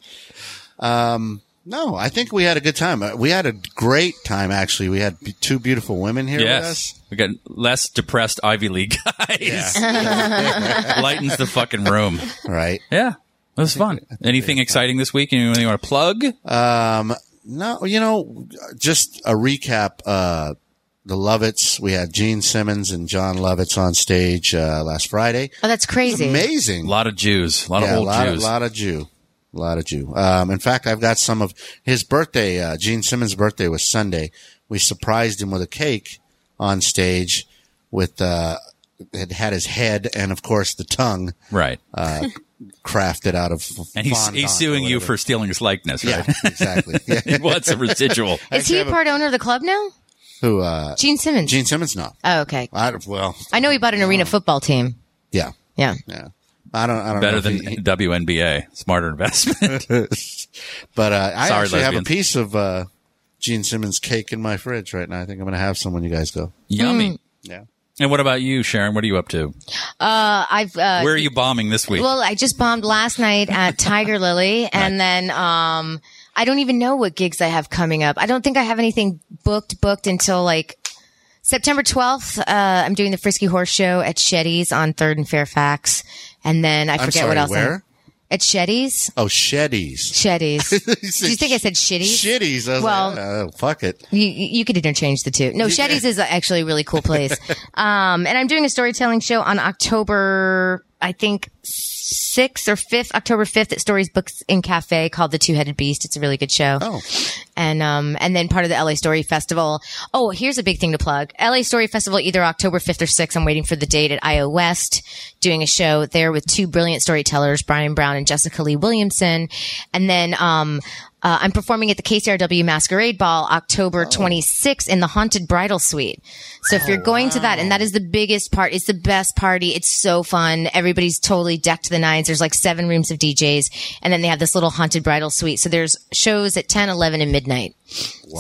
Speaker 4: No, I think we had a good time. Uh, We had a great time. Actually, we had b- two beautiful women here with us.
Speaker 2: Yes, we got less depressed Ivy League guys. Lightens the fucking room.
Speaker 4: Right.
Speaker 2: Yeah, it was fun. Anything exciting this week? Anything you want to plug?
Speaker 4: No, you know, just a recap. Uh, the Lovitz, we had Gene Simmons and John Lovitz on stage uh, last Friday.
Speaker 5: Oh, that's crazy.
Speaker 2: A
Speaker 4: Amazing.
Speaker 2: lot of Jews, a lot
Speaker 4: yeah,
Speaker 2: of
Speaker 4: a
Speaker 2: old
Speaker 4: lot,
Speaker 2: Jews.
Speaker 4: A lot of Jew. A lot of Jew. Um, in fact, I've got some of his birthday. Uh, Gene Simmons' birthday was Sunday. We surprised him with a cake on stage with, uh, it had his head and, of course, the tongue
Speaker 2: right,
Speaker 4: crafted out of.
Speaker 2: and he's
Speaker 4: fondant or
Speaker 2: he's suing you for
Speaker 4: whatever.
Speaker 2: stealing his likeness, right?
Speaker 4: Yeah, exactly. Yeah.
Speaker 2: he wants a residual.
Speaker 5: Is he a part owner of the club now?
Speaker 4: Who, uh,
Speaker 5: Gene Simmons.
Speaker 4: Gene Simmons? No.
Speaker 5: Oh, okay.
Speaker 4: I, well,
Speaker 5: I know he bought an arena football team.
Speaker 4: yeah.
Speaker 5: Yeah.
Speaker 4: Yeah. I don't, I don't know.
Speaker 2: Better
Speaker 4: if
Speaker 2: than
Speaker 4: he- he-
Speaker 2: WNBA, smarter investment.
Speaker 4: But uh, I
Speaker 2: Sorry,
Speaker 4: actually have a
Speaker 2: lesbians.
Speaker 4: piece of uh, Gene Simmons cake in my fridge right now. I think I'm going to have some when you guys go.
Speaker 5: Hmm.
Speaker 2: Yummy.
Speaker 4: Yeah.
Speaker 2: And what about you, Sharon? What are you up to?
Speaker 5: Uh, I've uh,
Speaker 2: Where are you bombing this week?
Speaker 5: Well, I just bombed last night at Tiger Lily, and then um, I don't even know what gigs I have coming up. I don't think I have anything booked booked until like September twelfth. Uh, I'm doing the Frisky Horse Show at Shetty's on Third and Fairfax, and then I
Speaker 4: I'm
Speaker 5: forget
Speaker 4: sorry,
Speaker 5: what else. I'm-
Speaker 4: where?
Speaker 5: At Shetty's.
Speaker 4: Oh, Sheddies.
Speaker 5: Shetty's. Do you
Speaker 4: said
Speaker 5: think I said Shitty's?
Speaker 4: Shitties. I was
Speaker 5: Well-
Speaker 4: like, oh, fuck it.
Speaker 5: You, you you could interchange the two. No, Shetty's is actually a really cool place. um, and I'm doing a storytelling show on October, I think, 6th or 5th, October 5th at Stories Books and Cafe called The Two Headed Beast. It's a really good show.
Speaker 4: Oh.
Speaker 5: And, um, and then part of the LA Story Festival. Oh, here's a big thing to plug. LA Story Festival, either October 5th or 6th. I'm waiting for the date at IO West, doing a show there with two brilliant storytellers, Brian Brown and Jessica Lee Williamson. And then, um, uh, I'm performing at the KCRW Masquerade Ball
Speaker 4: Oh.
Speaker 5: October 26th in the Haunted Bridal Suite. So if you're going to that,
Speaker 4: Oh,
Speaker 5: and that is the biggest part, it's the best party. It's so fun. Everybody's totally decked to the nines. There's like seven rooms of DJs, and then they have this little Haunted Bridal Suite. So there's shows at 10, 11, and midnight.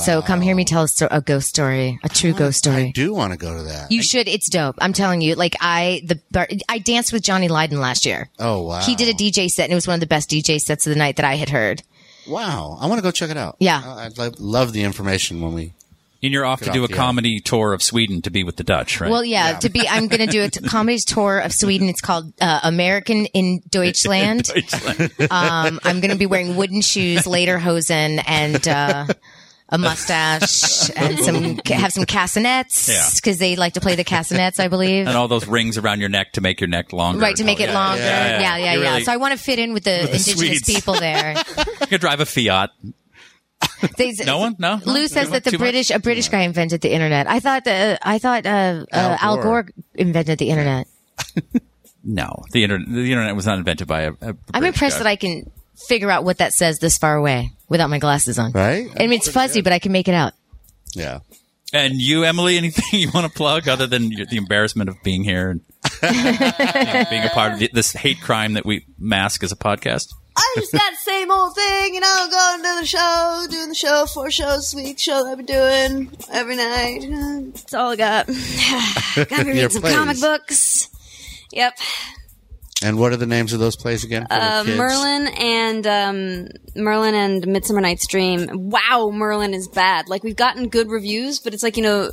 Speaker 5: So come hear me tell a, sto- a ghost story, a true ghost
Speaker 4: I
Speaker 5: story.
Speaker 4: do want to go to that.
Speaker 5: You should. It's dope. I'm telling you. Like I, the bar- I danced with Johnny Lydon last year.
Speaker 4: Oh, wow.
Speaker 5: He did a DJ set, and it was one of the best DJ sets of the night that I had heard.
Speaker 4: Wow. I want to go check it out.
Speaker 5: Yeah.
Speaker 4: I- I'd love, love the information when we.
Speaker 2: and you're off to do a
Speaker 4: off the air.
Speaker 2: comedy tour of Sweden to be with the Dutch, right?
Speaker 5: Well, yeah, to be, I'm going to do a t- comedy tour of Sweden. It's called uh, American in Deutschland. Um, I'm going to be wearing wooden shoes, later hosen, and uh, a mustache, and some have some castanets
Speaker 2: Yeah.
Speaker 5: because they like to play the castanets, I believe.
Speaker 2: and all those rings around your neck to make your neck longer. Oh,
Speaker 5: Right to make it longer, yeah, yeah, yeah.
Speaker 2: You really-
Speaker 5: So I want to fit in with the indigenous
Speaker 2: Swedes.
Speaker 5: people there.
Speaker 2: You could drive a Fiat.
Speaker 5: They,
Speaker 2: No one? No?
Speaker 5: Lou says that the
Speaker 2: Too much?
Speaker 5: British, a British guy invented the internet. I thought, uh, I thought uh, uh,
Speaker 4: Al
Speaker 5: Al, Gore.
Speaker 4: Gore.
Speaker 5: invented the internet.
Speaker 2: No, the internet. The internet was not invented by a. a
Speaker 5: I'm impressed that I can figure out what that says this far away without my glasses on.
Speaker 4: Right?
Speaker 5: I mean, it's fuzzy, but I can make it out.
Speaker 4: Yeah.
Speaker 2: I. And you, Emily, anything you want to plug other than your, the embarrassment of being here and being a part of the, this hate crime that we mask as a podcast?
Speaker 10: I just got the same old thing, you know, going to the show, doing the show, four shows a week, show that I've been doing every night. That's all I got.
Speaker 3: Gotta read
Speaker 4: Your
Speaker 3: some
Speaker 4: plays.
Speaker 3: comic books.
Speaker 8: Yep.
Speaker 4: And what are the names of those plays again? for the
Speaker 8: Uh,
Speaker 4: kids?
Speaker 8: Merlin and um, Merlin and Midsummer Night's Dream. Wow, Merlin is bad. Like we've gotten good reviews, but it's like you know,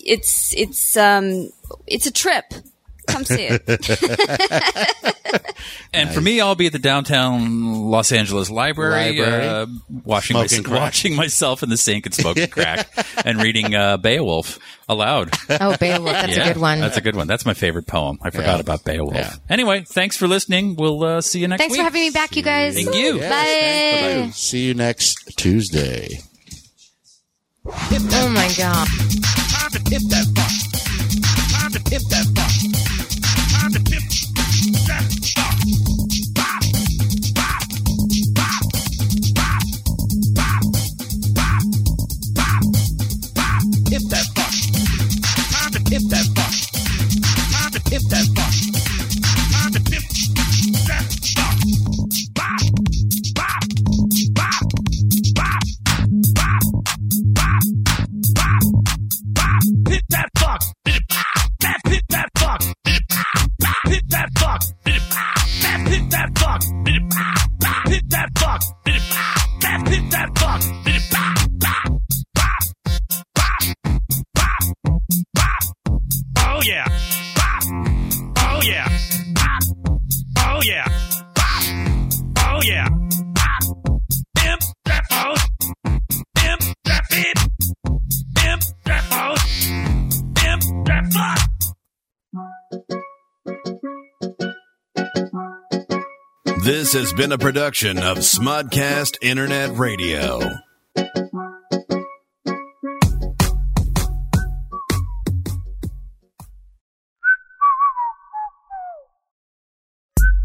Speaker 8: it's it's um it's a trip. Come see it.
Speaker 2: And for me, I'll be at the downtown Los Angeles library,
Speaker 4: Library.
Speaker 2: Uh, washing, my,
Speaker 4: Smoking crack.
Speaker 2: washing myself in the sink and smoking crack and reading uh, Beowulf aloud.
Speaker 5: Oh, Beowulf, that's
Speaker 2: Yeah,
Speaker 5: a good one.
Speaker 2: That's a good one. That's my favorite poem. I forgot about Beowulf.
Speaker 4: Yeah.
Speaker 2: Anyway, thanks for listening. We'll uh, see you next
Speaker 5: Thanks
Speaker 2: week.
Speaker 5: for having me back, you guys.
Speaker 2: Thank you.
Speaker 4: Yes,
Speaker 5: Bye.
Speaker 4: thank you. See you next Tuesday.
Speaker 5: Oh my god.
Speaker 6: Time to hit that box. Time to hit that box.
Speaker 9: rock, then it bop, bop, bop, bop, bop, bop. Oh yeah, bop. Oh yeah, bop. Oh yeah, bop. Oh yeah, bop. Imp that phone. Imp that beat. Imp that phone. Imp that fuck.
Speaker 1: This has been a production of Smudcast Internet Radio.